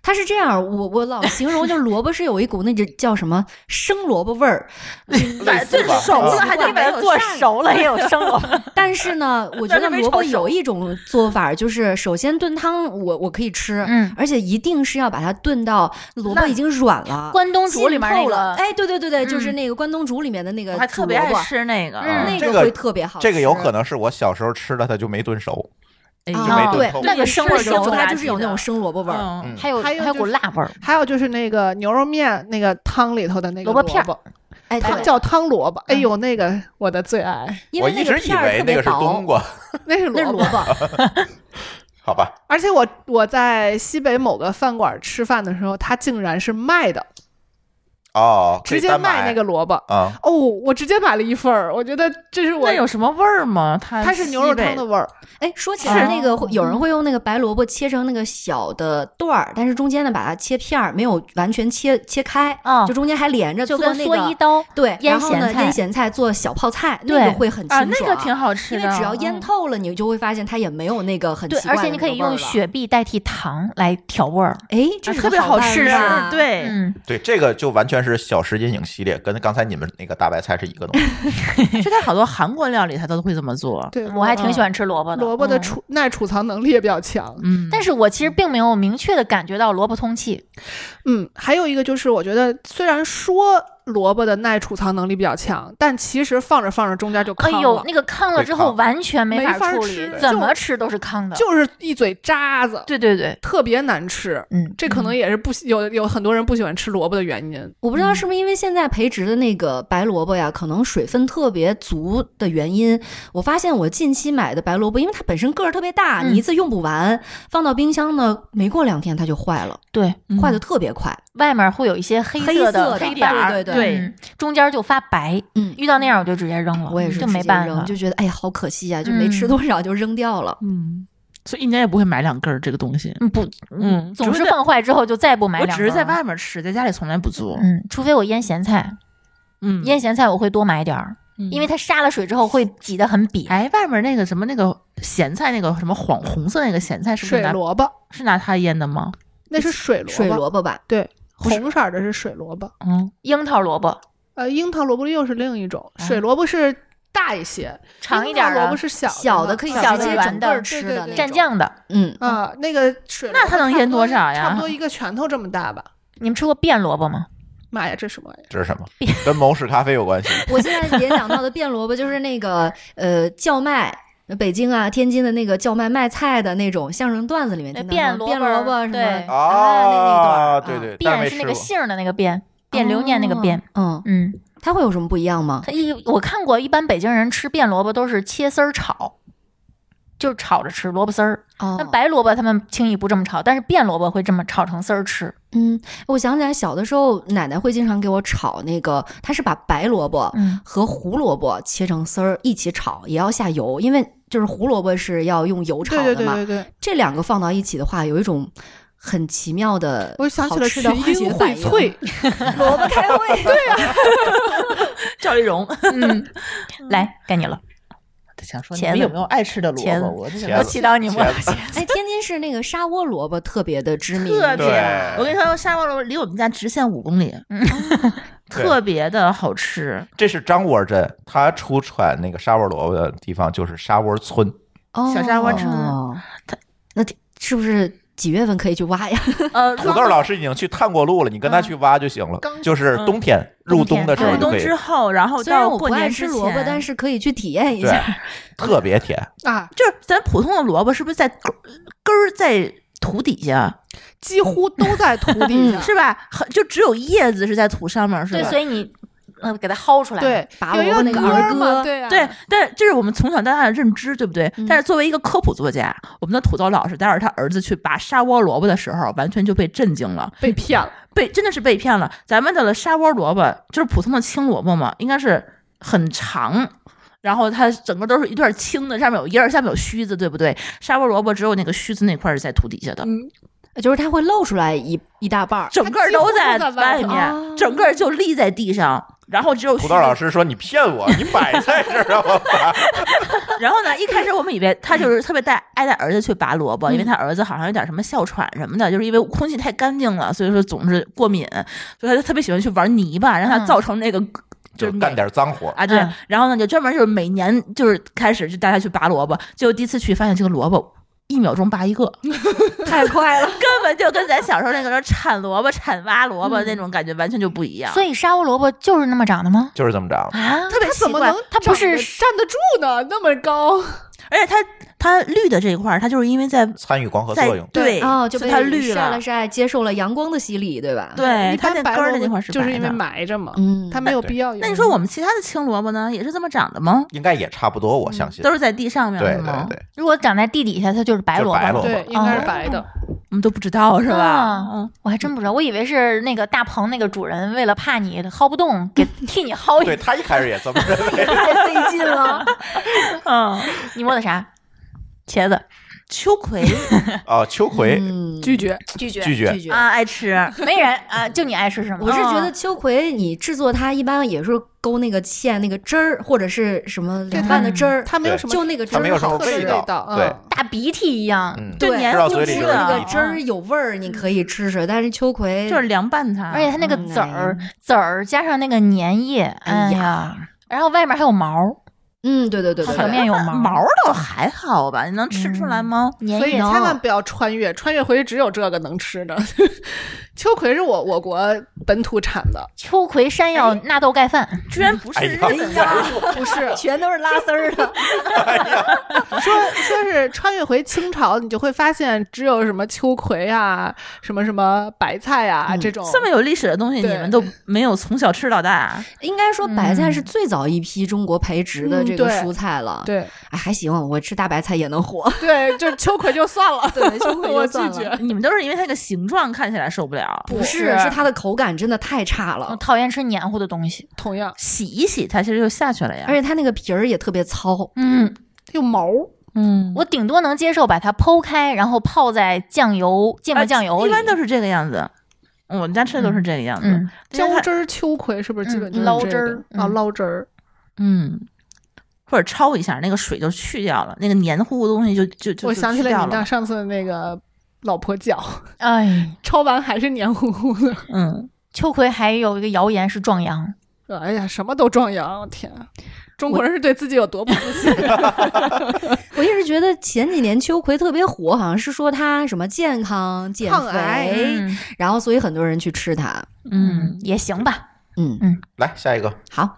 S4: 它是这样，我我老形容，就是萝卜是有一股那就叫什么生萝卜味儿，
S1: 类
S5: 买
S1: 似
S5: 最
S1: 吧？
S5: 熟了
S1: 啊
S5: 还得
S3: 把
S5: 没
S3: 它
S5: 有
S3: 做
S5: 上
S3: 熟了也有生萝卜，
S4: 但是呢，我觉
S5: 但是
S4: 得
S5: 没
S4: 萝卜
S5: 炒熟
S4: 有一种做法，就是首先炖汤我，我可以吃，
S3: 嗯
S4: 而且一定是要把它炖到萝卜已经软了，
S3: 关东煮里面那
S4: 浸透了，
S3: 个
S4: 哎，对对对对，就是
S3: 嗯
S4: 那个关东煮里面的那个
S5: 我还
S4: 煮
S5: 特别
S4: 萝
S5: 爱
S4: 卜，
S5: 吃那个，
S3: 嗯
S4: 那
S1: 啊这
S4: 会
S1: 个
S4: 特别好吃，
S1: 这个有可能是我小时候吃了，它就没炖熟。
S5: 哎
S4: 啊
S1: 就没炖
S4: 对
S1: 透，
S3: 嗯那个生
S4: 生
S3: 味儿
S4: 熟
S3: 就
S4: 它
S5: 拉
S4: 就是有
S5: 皮
S4: 那
S5: 的
S4: 种生萝卜味儿，
S5: 嗯，
S3: 还有
S2: 还有
S3: 有股
S2: 就是
S3: 辣味儿，
S2: 还有就是那个牛肉面那个汤里头的那个
S3: 萝卜片儿嗯
S2: 卜
S4: 哎，
S2: 它
S4: 对
S2: 叫汤萝卜。哎呦，那个我的最爱，
S4: 因
S1: 我
S4: 为那
S1: 一
S4: 个
S1: 直以
S4: 片儿
S1: 为
S4: 特
S1: 那
S4: 别
S1: 个是
S4: 薄
S1: 冬瓜，
S2: 那是
S4: 那是
S2: 萝
S4: 萝
S2: 卜。
S4: 卜，
S1: 好吧？
S2: 而且我我在西北某个饭馆吃饭的时候，它竟然是卖的，
S1: 哦，可以
S2: 直接
S1: 单买
S2: 卖那个萝卜。
S1: 啊，
S2: 哦，我直接买了一份儿，我觉得这是我
S5: 那有什么味儿吗？它
S2: 它是牛肉汤的味儿，
S4: 哎，说起
S5: 是
S4: 来那个
S3: 嗯
S4: 会，有人会用那个白萝卜切成那个小的段儿，但是中间呢把它切片儿，没有完全切切开，
S3: 哦
S4: 就中间还连着
S3: 就
S4: 做
S3: 跟
S4: 那个
S3: 蓑衣刀
S4: 对，
S3: 腌
S4: 然后呢
S3: 咸菜
S4: 腌咸菜做小泡菜，那
S3: 对
S4: 个会很清
S5: 啊，
S4: 爽，
S5: 那个挺好吃
S4: 因
S5: 的，
S4: 为只要腌透了，你就会发现它也没有那个很
S3: 嗯对，
S4: 奇怪
S3: 而
S4: 的
S3: 且你可以
S4: 那个味
S3: 用
S4: 儿了，
S3: 雪碧代替糖来调味儿，
S4: 哎，
S5: 嗯，
S4: 这是
S5: 特别好吃啊
S4: 办法，
S5: 对，
S3: 嗯，
S1: 对，这个就完全是小时阴影系列，跟刚才你们那个大白菜是一个东西。
S5: 就它好多韩国料理它都会这么做，
S2: 对
S3: 我还挺喜欢吃萝卜的，
S2: 萝卜的
S3: 嗯
S2: 储耐储藏能力也比较强。
S5: 嗯，
S3: 但
S5: 是
S3: 是我其实并没有明确的感觉到萝卜通气，哎
S2: 嗯，还有一个就是，我觉得虽然说萝卜的耐储藏能力比较强，但其实放着放着中间就
S3: 哎
S2: 糠了，
S3: 呦，那个糠了之
S1: 会
S3: 后
S1: 糠
S3: 完全没
S2: 没
S3: 法
S2: 法
S3: 处
S2: 吃
S3: 理，
S2: 对
S3: 怎
S2: 就
S3: 么吃都是糠的，
S2: 就是一嘴渣子，
S3: 对对对，
S2: 特别难吃。
S3: 嗯，
S2: 这可能也是不喜有有很多人不喜欢吃萝卜的原因。
S4: 我不
S3: 嗯
S4: 知道是不是因为现在培植的那个白萝卜呀，可能水分特别足的原因。我发现我近期买的白萝卜，因为它本身个儿特别大，
S3: 嗯
S4: 你一次用不完，放到冰箱呢，没过两天它就坏了，
S3: 对，
S5: 嗯
S4: 坏的特别快。
S3: 外面会有一些嗯黑
S4: 黑
S3: 色
S4: 色
S3: 的
S4: 的
S3: 黑点儿，
S4: 对对
S5: 对
S3: 嗯，中间就发白，
S4: 嗯
S3: 遇到那样我就直接扔了，
S4: 我也是
S3: 嗯就
S4: 直
S3: 没
S4: 接
S3: 办
S4: 扔
S3: 法，
S4: 就觉得哎呀好可惜呀、就没吃
S3: 嗯
S4: 多少就扔掉了。
S5: 嗯，所以一年也不会买两根儿这个东西，
S3: 嗯不，
S5: 嗯
S3: 总
S5: 只
S3: 是
S5: 是在
S3: 放坏之后就再不买
S5: 我
S3: 两
S5: 只是
S3: 包
S5: 在
S3: 了
S5: 外面吃，在家里从来不做，
S3: 嗯，除非我腌咸菜，
S5: 嗯，
S3: 腌咸菜我会多买点儿，
S5: 嗯
S3: 因为它杀了水之后会挤得很瘪。
S5: 哎，外面那个什么那个咸菜，那个什么黄红色那个咸菜，是不是
S2: 水
S5: 拿
S2: 萝卜
S5: 是拿它腌的吗？
S2: 那是水萝卜，
S4: 水萝卜吧，
S2: 对，红色儿的是水萝卜，
S5: 嗯，
S3: 樱桃萝卜
S2: 呃，樱桃萝卜又是另一种，
S5: 啊
S2: 水萝卜是大一些，
S3: 长一点儿
S2: 樱桃萝
S3: 的
S2: 卜，是小
S4: 小
S2: 的
S4: 的可以
S2: 嘛
S4: 直
S3: 小的
S4: 接
S3: 圆
S4: 整
S3: 的
S4: 个儿吃
S2: 对对
S4: 的
S2: 对
S4: 那
S3: 蘸
S4: 种。
S3: 酱的。
S4: 嗯，
S2: 啊，那个水
S5: 那它能
S2: 差不
S5: 腌多
S2: 一
S5: 少呀
S2: 差不多一个拳头这么大吧。
S3: 你们吃过变萝卜吗？
S2: 妈呀，这什么玩意儿？
S1: 这是 什么？跟某式咖啡有关系？
S4: 我现在联想到的变萝卜就是那个呃叫卖。北京啊，天津的那个叫卖卖菜的那种相声段子里面
S3: 那
S4: 听到什么变
S3: 变萝卜儿
S4: 萝卜什
S3: 对
S4: 么
S1: 哦
S4: 啊，
S1: 对对，但
S3: 变
S1: 没
S3: 是
S1: 吃
S3: 那
S1: 过
S3: 个。姓儿的那个变，变流年那个变。，
S4: 哦嗯，
S3: 嗯，
S4: 它会有什么不一样吗？
S3: 它一我看过，一般北京人吃变萝卜都是切丝儿炒，就是炒着吃萝卜丝儿。
S4: 哦
S3: 那、白萝卜他们轻易不这么炒，但是变萝卜会这么炒成丝儿吃。
S4: 嗯，我想起来小的时候，奶奶会经常给我炒那个，她是把白萝卜
S3: 嗯
S4: 和胡萝卜切成丝儿一起炒，也要下油，因为就是胡萝卜是要用油炒
S2: 对对
S4: 的
S2: 对
S4: 嘛。
S2: 对对，
S4: 这两个放到一起的话，有一种很奇妙的，
S2: 我想起了
S4: 吃的化
S2: 群
S4: 学
S2: 英
S4: 反
S2: 荟
S4: 应。
S2: 萃，
S4: 萝卜开胃，对呀、
S5: 赵丽蓉
S3: 嗯，来该你了，
S5: 想说
S3: 茄
S5: 你们
S3: 子
S5: 有没有爱吃的萝
S3: 茄子
S5: 卜？我就想
S1: 茄
S3: 我
S1: 子
S3: 祈祷你们
S1: 茄子
S4: 哎，天津津是那个沙窝萝卜特别的知名，
S5: 特别
S1: 对
S5: 我跟你说，沙窝萝卜离我们家直线五公里，特别的好吃。
S1: 这是张窝镇，它出产那个沙窝萝卜的地方就是沙窝村。
S4: 哦
S5: 小沙窝车
S4: 哦那是不是几月份可以去挖呀？
S5: 呃，
S1: 土豆老师已经去探过路了，你跟
S4: 嗯
S1: 他去挖就行了。
S2: 刚
S1: 就是冬天入冬的时候
S5: 入
S1: 你就
S5: 冬
S1: 可以，
S5: 之后，然后
S4: 虽然
S5: 哦到
S4: 我不
S5: 过
S4: 爱
S5: 年
S4: 吃
S5: 之
S4: 萝卜，
S5: 前
S4: 但是可以去体验一
S1: 对
S4: 下。，
S1: 特别甜。
S2: 啊，
S5: 就是咱普通的萝卜是不是在根儿根儿在土底下
S2: 几乎都在土底下。
S5: 是吧？很就只有叶子是在土上面是吧？
S3: 对，所以你呃给它薅出来，
S2: 对，
S4: 拔
S2: 有一
S4: 萝卜那个
S2: 歌
S4: 儿
S2: 儿嘛，
S4: 歌
S2: 对啊，
S5: 对，但是这是我们从小到大的认知，对不
S4: 嗯
S5: 对？但是作为一个科普作家，我们的土豆老师带着他儿子去拔沙窝萝卜的时候，完全就被震惊了，
S2: 被骗了。
S5: 被真的是被骗了。咱们的沙窝萝卜就是普通的青萝卜嘛，应该是很长。然后它整个都是一段青的，上面有叶儿，下面有须子，对不对？沙窝萝卜只有那个须子那块儿是在土底下的，
S2: 嗯，
S4: 就是它会露出来一一大半儿。
S5: 整个儿都在
S2: 它几乎都在
S5: 外
S2: 外头啊
S5: 面，
S4: 哦
S5: 整个儿就立在地上，然后只有
S1: 土豆老
S5: 须
S1: 师说：“你骗我， 你摆在这儿让我拔。
S5: 子。然后呢，一开始我们以为他就是特别带爱带儿子去拔萝
S2: 嗯
S5: 卜，因为他儿子好像有点什么哮喘什么的，就是因为空气太干净了，所以说总是过敏，所以他就特别喜欢去玩泥巴，让他
S3: 嗯
S5: 造成那个”
S1: 就
S5: 就是
S1: 干
S5: 每
S1: 点脏活，
S5: 啊，对
S3: 嗯，
S5: 然后呢，就专门就是每年就是开始就带他去拔萝卜，结果第一次去发现这个萝卜一秒钟拔一个，
S4: 太快 了，
S5: 根本就跟咱小时候那个时候铲萝卜、铲挖萝卜那种感觉完全就不一样。
S3: 所以沙窝萝卜就是那么长的吗？
S1: 就是这么长。
S3: 啊，
S5: 特别
S2: 它怎
S5: 奇
S2: 么
S5: 怪
S2: 能，
S3: 它不是
S2: 长得站得住呢？那么高，
S5: 而且它它绿的这一块儿，它就是因为在
S1: 参与光合
S5: 在
S1: 作用，
S5: 对，
S4: 哦，就
S5: 所
S4: 被
S5: 以它绿
S4: 晒
S5: 了
S4: 了，晒，接受了阳光的洗礼，对吧？，
S5: 对，
S2: 一
S5: 它哎那
S2: 般白
S5: 根儿的
S2: 萝
S5: 那块
S2: 卜
S5: 儿是
S2: 就是
S5: 白
S2: 因为
S5: 的
S2: 埋着嘛，
S4: 嗯，
S2: 它没有
S1: 对
S2: 必要有。
S5: 那你说我们其他的青萝卜呢，也是这么长的吗？
S1: 应该也差不多，我相信。
S5: 嗯都是在地上面
S1: 对
S5: 是吗
S1: 对？对，
S3: 如果长在地底下，它就是白
S1: 就是
S3: 萝
S1: 白
S3: 卜
S1: 萝。卜
S2: 对，应该是白的。
S5: 我们都不知道是吧
S3: 啊？
S5: 嗯，
S3: 我还真不知道，我以为是那个大棚那个主人为了怕你薅不动， 给替你薅
S1: 对
S3: 一。
S1: 他一开始也这么认为。
S4: 太费劲 了。
S5: 嗯，
S3: 你摸的啥？茄子？
S5: 秋葵
S1: 哦，秋葵
S4: 嗯，
S2: 拒绝，
S3: 拒绝
S1: 拒绝
S4: 拒绝
S5: 啊，爱吃。
S3: 没人啊，就你爱吃什 哦么
S4: 我？是觉得秋葵，你制作它一般也是勾那个芡、那个汁儿，或者是什么凉拌的汁儿，
S2: 它没有什么
S4: 就那个汁
S1: 它没有
S4: 儿
S1: 什么
S4: 好
S2: 特别
S1: 味
S4: 吃。
S1: 道
S2: 道
S1: 对
S2: 嗯
S3: 大鼻涕一样。
S1: 嗯，
S5: 就
S4: 对
S5: 黏
S1: 吃到
S5: 糊
S1: 嘴里
S5: 糊
S1: 就
S4: 就是那
S5: 的
S4: 个，汁儿有味儿，你可以吃吃，但是秋葵
S5: 就是凉拌它，
S3: 而且它那个
S4: 嗯
S3: 籽儿、籽儿加上那个粘液，哎
S4: 哎呀
S3: 呀，然后外面还有毛，
S4: 嗯，对对对对
S3: 表
S4: 对，
S3: 面有
S5: 毛倒还好吧？你能吃出来吗？
S3: 粘
S2: 所以
S3: 液
S2: 千万
S3: 哦。
S2: 不要穿越，穿越回去只有这个能吃的。 秋葵是我我国本土产的，
S3: 秋葵山药纳豆盖饭，
S5: 居然不是
S1: 哎
S5: 日
S1: 呀
S5: 本的，
S2: 不 是
S4: 全都是拉丝儿的。
S2: 说说是穿越回清朝，你就会发现只有什么秋葵啊，什么什么白菜啊、
S4: 嗯
S2: 这种。
S5: 这么有历史的东西，你
S2: 对
S5: 们都没有从小吃到大。
S4: 应该说白菜是最早一批中国培植的
S2: 嗯
S4: 这个
S2: 对
S4: 蔬菜了。，
S2: 对
S4: 哎，还行，我吃大白菜也能活。
S2: 对，就秋葵就算了，
S4: 对秋葵就
S2: 我拒
S4: 算了
S2: 绝。
S5: 你们都是因为它那个形状看起来受不了，
S2: 不
S4: 不是，是它的口感真的太差
S3: 我
S4: 了，
S3: 嗯讨厌吃黏糊的东西。
S2: 同样
S5: 洗一洗它其实就下去了呀。
S4: 而且它那个皮儿也特别糙。
S3: 嗯，
S2: 有毛，
S5: 嗯
S3: 我顶多能接受把它剖开，然后泡在酱油芥末酱油里。
S5: 啊一般都是这个样子。我们家吃的都是这个样子。
S3: 嗯，
S5: 因为
S2: 姜
S5: 它
S2: 汁儿秋葵是不是基本
S3: 嗯
S2: 就是
S3: 捞
S2: 这个
S3: 汁儿
S2: 啊？
S3: 嗯
S2: 捞汁儿，
S5: 嗯，或者焯一下，那个水就去掉了，那个黏糊的东西就就就
S2: 我想起
S5: 就去
S2: 来
S5: 掉
S2: 你那
S5: 了。
S2: 上次那个老婆脚，
S3: 哎，
S2: 抄完还是黏糊糊的。
S5: 嗯，
S3: 秋葵还有一个谣言是壮阳，
S2: 哎呀，什么都壮阳，我天！啊中国人是对自己有多不自信？
S4: 我一直觉得前几年秋葵特别火，好像是说它什么健康、减
S2: 抗癌
S4: 肥，
S3: 嗯
S4: 然后所以很多人去吃它。
S3: 嗯，也行吧。
S4: 嗯，
S1: 来下一个，
S4: 好。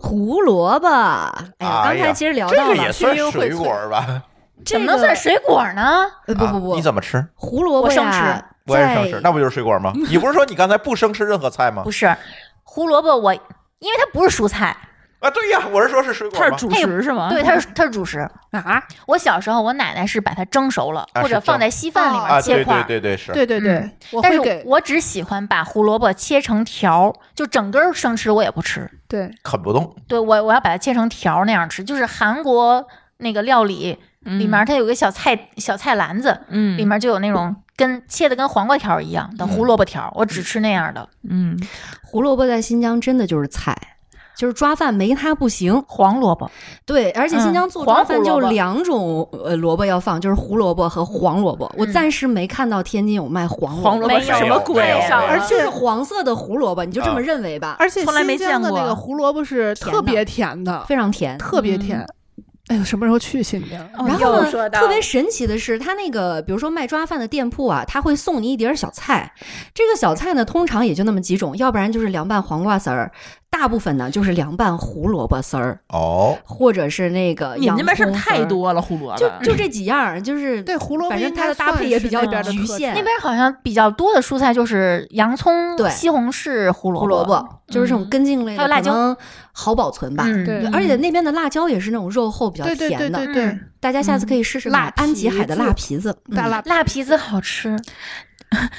S4: 胡萝卜，哎呀，
S1: 哎
S4: 刚
S1: 呀
S4: 才其实聊
S1: 这
S4: 到
S1: 个
S4: 了，
S1: 也算水果吧？
S4: 这
S3: 怎
S4: 个
S3: 么能算水果呢？
S4: 呃不
S1: 啊
S4: 不不，
S1: 你怎么吃？
S4: 胡萝
S3: 我
S4: 卜
S3: 生
S4: 呀，
S1: 我也是生吃
S4: 在，
S1: 那不就是水果 吗？你不是说你刚才不生吃任何菜吗
S3: 不？是，胡萝卜我因为它不是蔬菜，
S1: 啊，对呀，我是说是水果
S5: 它是
S1: 吗？
S5: 主食是吗？
S3: 对，它是它是主食
S2: 啊，
S3: 我小时候，我奶奶是把它蒸熟了，
S1: 啊
S3: 或
S1: 是
S3: 者放在稀饭里
S2: 蒸
S1: 啊，对
S3: 面切块
S1: 对对
S3: 儿。
S1: 对是。
S2: 对对对
S3: 嗯，
S2: 我
S3: 但
S2: 会
S3: 是
S2: 给
S3: 我只喜欢把胡萝卜切成条儿，就整根儿生吃我也不吃。
S2: 对
S1: 啃不动，
S3: 对我，我要把它切成条儿那样吃。就是韩国那个料理
S5: 嗯
S3: 里面，它有个小菜、小菜篮子，
S5: 嗯
S3: 里面就有那种跟切的跟黄瓜条儿一样的胡萝卜条儿，我只吃那样的。
S5: 嗯
S4: 胡萝卜在新疆真的就是菜，就是抓饭没它不行。
S3: 黄萝卜，
S4: 对，而且
S3: 嗯
S4: 新疆做
S3: 黄
S4: 抓
S3: 胡
S4: 饭
S3: 萝
S4: 就
S3: 卜
S4: 两种呃萝卜要放，就是胡萝卜和黄萝卜。我
S3: 嗯
S4: 暂时没看到天津有卖黄
S5: 黄
S4: 萝卜，
S5: 萝卜
S3: 没
S5: 是
S3: 有
S5: 什么
S1: 没有
S5: 鬼啊
S1: 没有
S5: 呀？
S1: 没有
S4: 而就是黄色的胡萝卜，你就这
S1: 啊
S4: 么认为吧？
S2: 而且
S5: 从来没
S2: 新疆的
S5: 见过
S2: 那个胡萝卜是特别甜的，
S4: 非常甜。
S2: 特别甜。
S4: 嗯
S2: 哎呦，什么时候去新疆？啊
S3: 哦
S4: 然
S3: 又
S4: 后
S5: 又说
S4: 呢，
S5: 到
S4: 特别神奇的是，他那个比如说卖抓饭的店铺啊，他会送你一碟儿小菜。这个小菜呢，通常也就那么几种，要不然就是凉拌黄瓜丝儿，大部分呢就是凉拌胡萝卜丝儿，
S1: 哦，
S4: 或者是那个
S5: 你们那边是不是
S4: 洋葱丝儿
S5: 太，多了胡萝
S4: 就
S5: 卜？
S4: 就这几样儿，就是
S2: 对，胡萝卜
S4: 反正
S2: 应
S4: 它
S2: 该
S4: 的搭配也比较
S2: 算是那边的
S4: 局
S2: 特
S4: 限
S2: 产
S3: 那边好像比较多的蔬菜就是洋葱、
S4: 对
S3: 西红柿、胡萝
S4: 胡萝卜，就是这种根茎类的，
S3: 还有辣椒
S4: 可能好保存吧。
S3: 嗯，
S2: 对
S4: 对而且那边的辣椒也是那种肉厚比较
S2: 对对对
S4: 甜的，
S2: 对对，
S4: 大家下次可以试试
S2: 辣
S4: 买安吉海的
S2: 皮子
S4: 辣皮子，嗯
S2: 大辣
S3: 辣皮子好吃，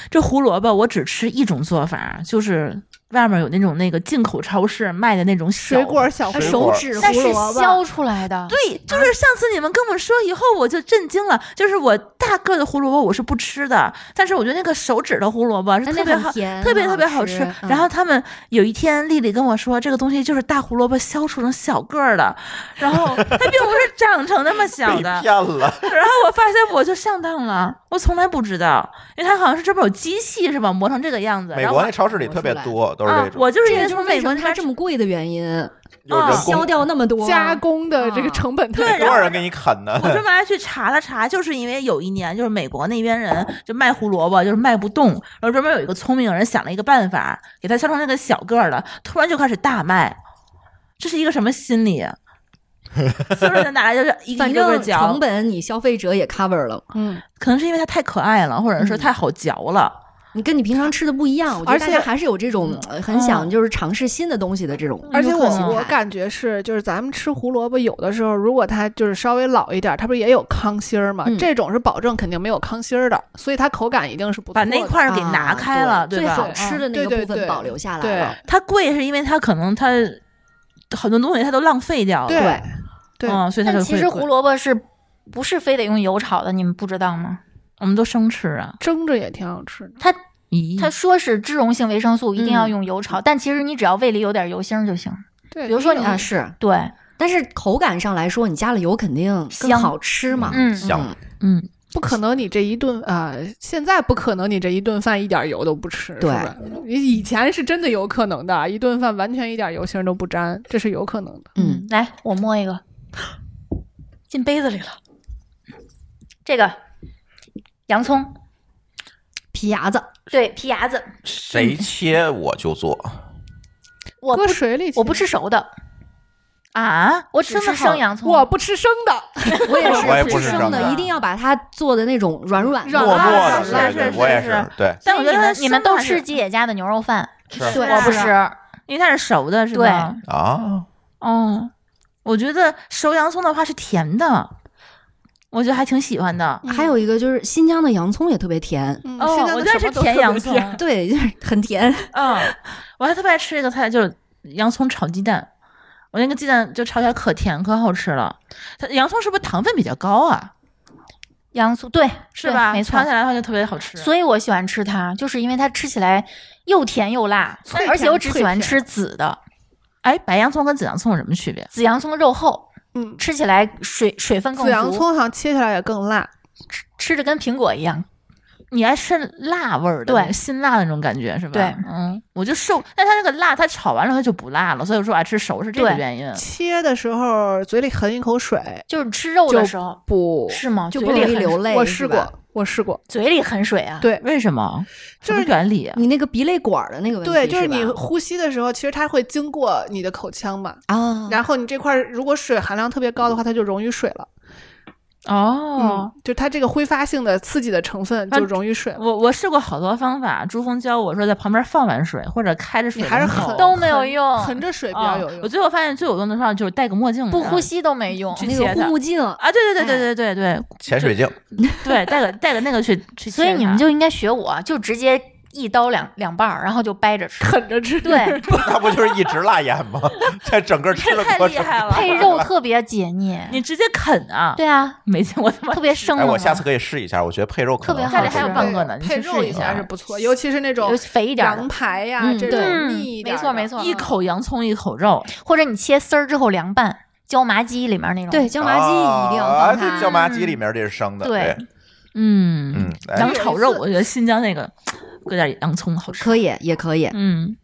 S5: 这胡萝卜我只吃一种做法，就是外面有那种那个进口超市卖的那种小
S2: 水果。小胡
S1: 水
S2: 萝
S1: 果
S2: 卜
S4: 手指
S3: 但
S4: 胡
S3: 是
S4: 萝卜。
S3: 削出来的。
S5: 对，
S1: 啊
S5: 就是上次你们跟我说以后，我就震惊了。就是我大个的胡萝卜我是不吃的，但是我觉得那个手指头胡萝卜是
S4: 哎
S5: 特
S4: 那
S5: 别
S4: 很
S5: 好，
S4: 甜
S5: 特别
S4: 很
S5: 特别
S4: 好
S5: 好
S4: 吃
S5: 吃。
S4: 嗯
S5: 然后他们有一天，丽丽跟我说，这个东西就是大胡萝卜削出成小个儿的，然后它并不 是长成那么小
S1: 被
S5: 的
S1: 骗。了，
S5: 然后我发现我就上当了，我从来不知道，因为它好像是这边有机器是吧，磨成这个样子。
S1: 美
S5: 然后
S1: 国那超市里特别多，都是
S5: 啊
S1: 这，种，
S5: 我就是因
S4: 这
S5: 为
S4: 也就是
S5: 从
S4: 为
S5: 美
S4: 什
S5: 国
S4: 么
S5: 那
S4: 它
S5: 边
S4: 这么贵的原因，
S1: 有
S4: 哦
S1: 人
S5: 啊
S1: 工
S4: 削掉那么多
S2: 加工的
S4: 嗯
S2: 这个成本特
S5: 对
S2: 别
S5: 然
S1: 多
S5: 后
S1: 少人给你啃呢？
S5: 我专门还去查了查，就是因为有一年，就是美国那边人就卖胡萝卜，就是卖不动，然后专门有一个聪明人想了一个办法，给它削成那个小个儿的，突然就开始大卖，这是一个什么心理啊？所有人拿来就是一个
S4: 反
S5: 一个个
S4: 正
S5: 嚼
S4: 成，本你消费者也 cover 了，
S2: 嗯，
S5: 可能是因为它太可爱了，或者是太好嚼了。
S4: 你跟你平常吃的不一样。我觉得
S2: 而
S4: 大
S2: 且
S4: 家还是有这种
S5: 嗯
S4: 呃很想就是尝试新的东西的这种，
S2: 而且我
S5: 有可能
S2: 我感觉是，就是咱们吃胡萝卜，有的时候如果它就是稍微老一点儿，它不是也有糠芯儿嘛？
S4: 嗯
S2: 这种是保证肯定没有�糠芯儿的，所以它口感一定是不
S5: 把
S2: 错
S5: 那
S2: 的。
S5: 块儿给拿
S4: 啊
S5: 开了，对
S4: 最
S5: 吧？
S4: 好吃的那
S2: 对
S4: 个
S2: 对
S4: 部分
S2: 对
S4: 保留下来
S2: 对
S4: 了。
S5: 它贵是因为它可能它很多东西它都浪费掉了，
S2: 对对
S5: 嗯，所以它就
S3: 但其实
S5: 会贵
S3: 胡萝卜是不是非得用油炒的？你们不知道吗？
S5: 我们都生吃啊，
S2: 蒸着也挺好吃的。
S3: 它
S5: 咦，
S3: 它说是脂溶性维生素一定要
S5: 嗯
S3: 用油炒，但其实你只要胃里有点油星儿就行。
S2: 对，
S3: 比如说
S5: 嗯
S3: 你
S4: 啊是，
S3: 对，
S4: 但是口感上来说，你加了油肯定更
S3: 香
S4: 好吃嘛。
S3: 嗯，
S1: 香
S5: 嗯。
S2: 不可能，你这一顿啊、现在不可能，你这一顿饭一点油都不吃，
S4: 对
S2: 是吧？你以前是真的有可能的，一顿饭完全一点油腥都不沾，这是有可能的。
S4: 嗯，
S3: 来，我摸一个，进杯子里了。这个洋葱，
S4: 皮牙子，
S3: 对，皮牙子，
S1: 谁切我就做，
S3: 我不
S2: 搁水里，
S3: 我不，吃熟的，
S5: 啊，
S3: 我只
S5: 真的
S3: 吃
S5: 好
S3: 生洋葱。
S2: 我不吃生的，
S4: 我也
S1: 我也
S4: 是
S1: 不
S4: 吃
S1: 是
S4: 生
S1: 生
S4: 的，
S1: 的
S4: 一定要把它做的那种软软
S2: 软
S1: 默
S4: 的。
S1: 默的
S2: 烂
S5: 是是
S1: 对
S5: 是
S1: 我也
S5: 是
S1: 是，对，
S5: 但
S3: 所
S5: 我
S3: 以
S5: 觉
S3: 你
S5: 得
S3: 们
S5: 生
S3: 你们都
S5: 的还
S3: 吃
S5: 是
S3: 吉野家的牛肉饭，
S1: 是
S4: 对
S3: 我不
S5: 是
S3: 吃。
S5: 因为它是熟的，是吧？
S1: 啊，
S5: 对，哦，我觉得熟洋葱的话是甜的，我觉得还挺喜欢的。
S4: 还有一个就是新疆的洋葱也特别甜，
S2: 嗯
S5: 哦
S2: 现在，
S5: 我
S2: 的
S5: 觉得
S2: 什
S5: 是
S2: 么都
S5: 甜
S2: 特别
S5: 洋葱。
S4: 对，就是很甜。
S5: 嗯， 我还特别爱吃一个菜，就是洋葱炒鸡蛋。我那个鸡蛋就炒起来可甜可好吃了。它洋葱是不是糖分比较高啊？
S3: 洋葱对，
S5: 是
S3: 对
S5: 吧？
S3: 没错
S5: 炒起。来的话就特别好吃。
S3: 所以我喜欢吃它，就是因为它吃起来又甜又辣，
S2: 脆
S3: 而且
S2: 甜
S3: 我只
S2: 脆
S3: 喜欢
S2: 甜
S3: 吃紫的，
S5: 哎，白洋葱跟紫洋葱有什么区别？
S3: 紫洋葱肉厚，
S2: 嗯，
S3: 吃起来水水分更
S2: 紫洋
S3: 足，
S2: 葱好像切下来也更辣，
S3: 吃着跟苹果一样。
S5: 你爱吃辣味儿的，
S3: 对
S5: 那个辛辣的那种感觉是吧？
S3: 对
S5: 嗯，我就受，但它那个辣，它炒完了它就不辣了，所以我说我爱吃熟是这个
S3: 对
S5: 原因。
S2: 切的时候嘴里含一口水，
S3: 就是吃肉的时候
S2: 不
S3: 是吗？
S4: 就
S3: 嘴
S4: 不
S3: 里
S4: 容易
S3: 很
S4: 流泪
S2: 我
S4: 是
S2: 试
S4: 吧
S2: 过，我试过，
S3: 嘴里很水啊。
S2: 对。
S5: 为什么？
S2: 就
S5: 什么
S2: 是
S5: 原理啊？
S4: 你那个鼻泪管儿的那个问题，
S2: 对，就是你
S4: 吧
S2: 呼吸的时候，其实它会经过你的口腔嘛，
S4: 啊，
S2: 然后你这块儿如果水含量特别高的话，它就溶于水了。
S5: 哦，
S2: 嗯，就它这个挥发性的刺激的成分就溶于水了。
S5: 我我试过好多方法，珠峰教我说在旁边放碗水或者开着水
S2: 你
S5: 龙
S2: 还是
S5: 头
S2: 很
S3: 都没有
S2: 很
S3: 用
S2: 横着水比
S5: 啊
S2: 较有用。
S5: 我最后发现最有用的方法就是戴个墨镜，
S3: 不
S5: 然后
S3: 呼吸都没
S2: 嗯
S3: 用。
S5: 去
S4: 那
S5: 切
S4: 个护
S5: 它
S4: 目镜，
S5: 啊！对对对对对对对
S1: 潜水镜，
S5: 对，戴个戴个那个去去切它。
S3: 所以你们就应该学我，就直接一刀两两半儿，然后就掰着吃。
S2: 啃着吃。
S3: 对，
S1: 那不就是一直辣眼吗？在整个吃的
S5: 太
S1: 过
S5: 厉
S1: 程，
S5: 害了，
S3: 配肉特别解 腻。
S5: 你直接啃啊？
S3: 对啊，
S5: 没见过他妈
S3: 特别生
S1: 哎，
S3: 猛啊。
S1: 我下次可以试一下，我觉得配肉可
S3: 特别
S1: 能
S3: 好
S1: 会
S3: 吃
S1: 更
S3: 有
S5: 半个呢你
S2: 配
S5: 去试
S2: 肉
S5: 一
S2: 一
S5: 下
S2: 下是不错，尤其是那种
S3: 尤其肥一点儿的
S2: 羊排呀、
S4: 嗯
S2: 这
S4: 对
S2: 种
S3: 嗯
S2: 腻一点
S3: 没
S2: 儿
S3: 错
S2: 的
S3: 没错，
S5: 一
S2: 嗯
S5: 口洋葱一口肉，
S3: 或者你切丝儿之后凉拌椒麻鸡里面那种。
S4: 对，椒麻鸡一定要
S1: 啊
S4: 放
S1: 这
S4: 它。
S1: 椒麻鸡里面这是生的，
S3: 对
S1: 对，
S5: 嗯，
S1: 嗯，哎
S5: 羊炒肉，
S2: 有一次
S5: 我觉得新疆 那个搁点洋葱好吃。
S4: 可以，也可以。
S5: 嗯，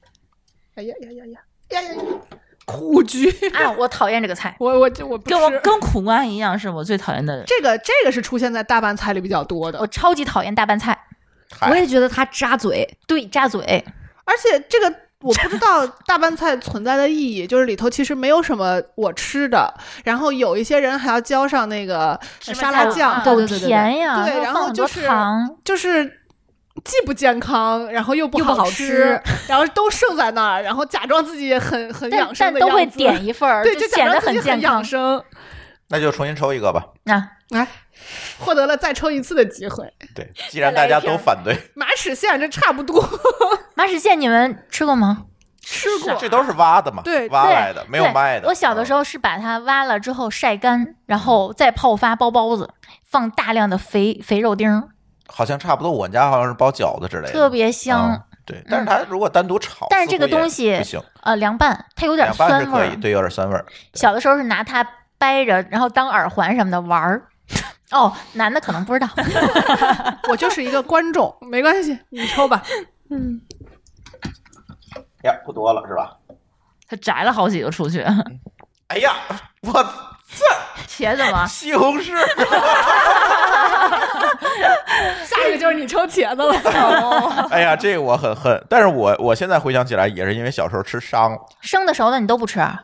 S2: 哎呀呀呀呀呀呀呀！苦菊，
S3: 啊，我讨厌这个菜。
S2: 我我这我不吃
S5: 跟我跟苦瓜一样，是我最讨厌的。
S2: 这个这个是出现在大拌菜里比较多的
S3: 我，超级讨厌大拌菜，
S1: 嗨
S4: 我也觉得它扎嘴，
S3: 对，扎嘴，
S2: 而且这个 我不知道大拌菜存在的意义，就是里头其实没有什么我吃的，然后有一些人还要浇上那个
S5: 芝麻
S2: 沙拉
S5: 酱
S3: 啊
S4: 对
S2: 酱，
S4: 对对对
S3: 甜呀，
S2: 对
S3: 它
S2: 然
S3: 放
S2: 后
S3: 很
S2: 就
S3: 多
S2: 是
S3: 糖，
S2: 就是。既不健康，然后又不
S4: 又不好
S2: 吃，
S4: 吃
S2: 然后都剩在那儿，然后假装自己很很
S3: 但
S2: 养生
S3: 但
S2: 的
S3: 都会
S2: 样子
S3: 点一份儿，
S2: 对，
S3: 就
S2: 假
S3: 显
S2: 装
S3: 得
S2: 自己
S3: 健康
S2: 很养。生，
S1: 那就重新抽一个吧。
S3: 啊，
S2: 哎，获得了再抽一次的机会。
S1: 对，既然大家
S3: 再来
S1: 都
S3: 一瓶
S1: 反对，
S2: 马齿苋这差不多，
S3: 马齿苋你们吃过吗？
S2: 吃过
S5: 是啊
S1: 这都是挖的嘛，
S2: 对
S1: 挖
S3: 对
S1: 来的，没有
S3: 对
S1: 卖的。嗯
S3: 我小的时候是把它挖了之后晒干，然后再泡发包包子，放大量的肥肥肉丁儿，
S1: 嗯好像差不多，我们家好像是包饺子之类的，
S3: 特别香
S1: 嗯。对，但是它如果单独炒，
S3: 但是这个
S1: 似乎也
S3: 东西
S1: 不行，
S3: 呃，凉拌它有点
S1: 凉拌是
S3: 酸味
S1: 可以，
S3: 儿。
S1: 对，有点酸味儿。
S3: 小的时候是拿它掰着，然后当耳环什么的玩儿。 哦，男的可能不知道，
S2: 我就是一个观众，没关系，你抽吧。
S1: 哎呀，不多了是吧？
S5: 他摘了好几个出去，
S1: 哎呀，我
S5: 茄子
S3: 啊
S5: 吗？
S1: 西红柿，
S2: 下一个就是你抽茄子了。
S1: 哎呀，这个我很恨，但是我我现在回想起来，也是因为小时候吃伤了。
S3: 生的熟的你都不吃，啊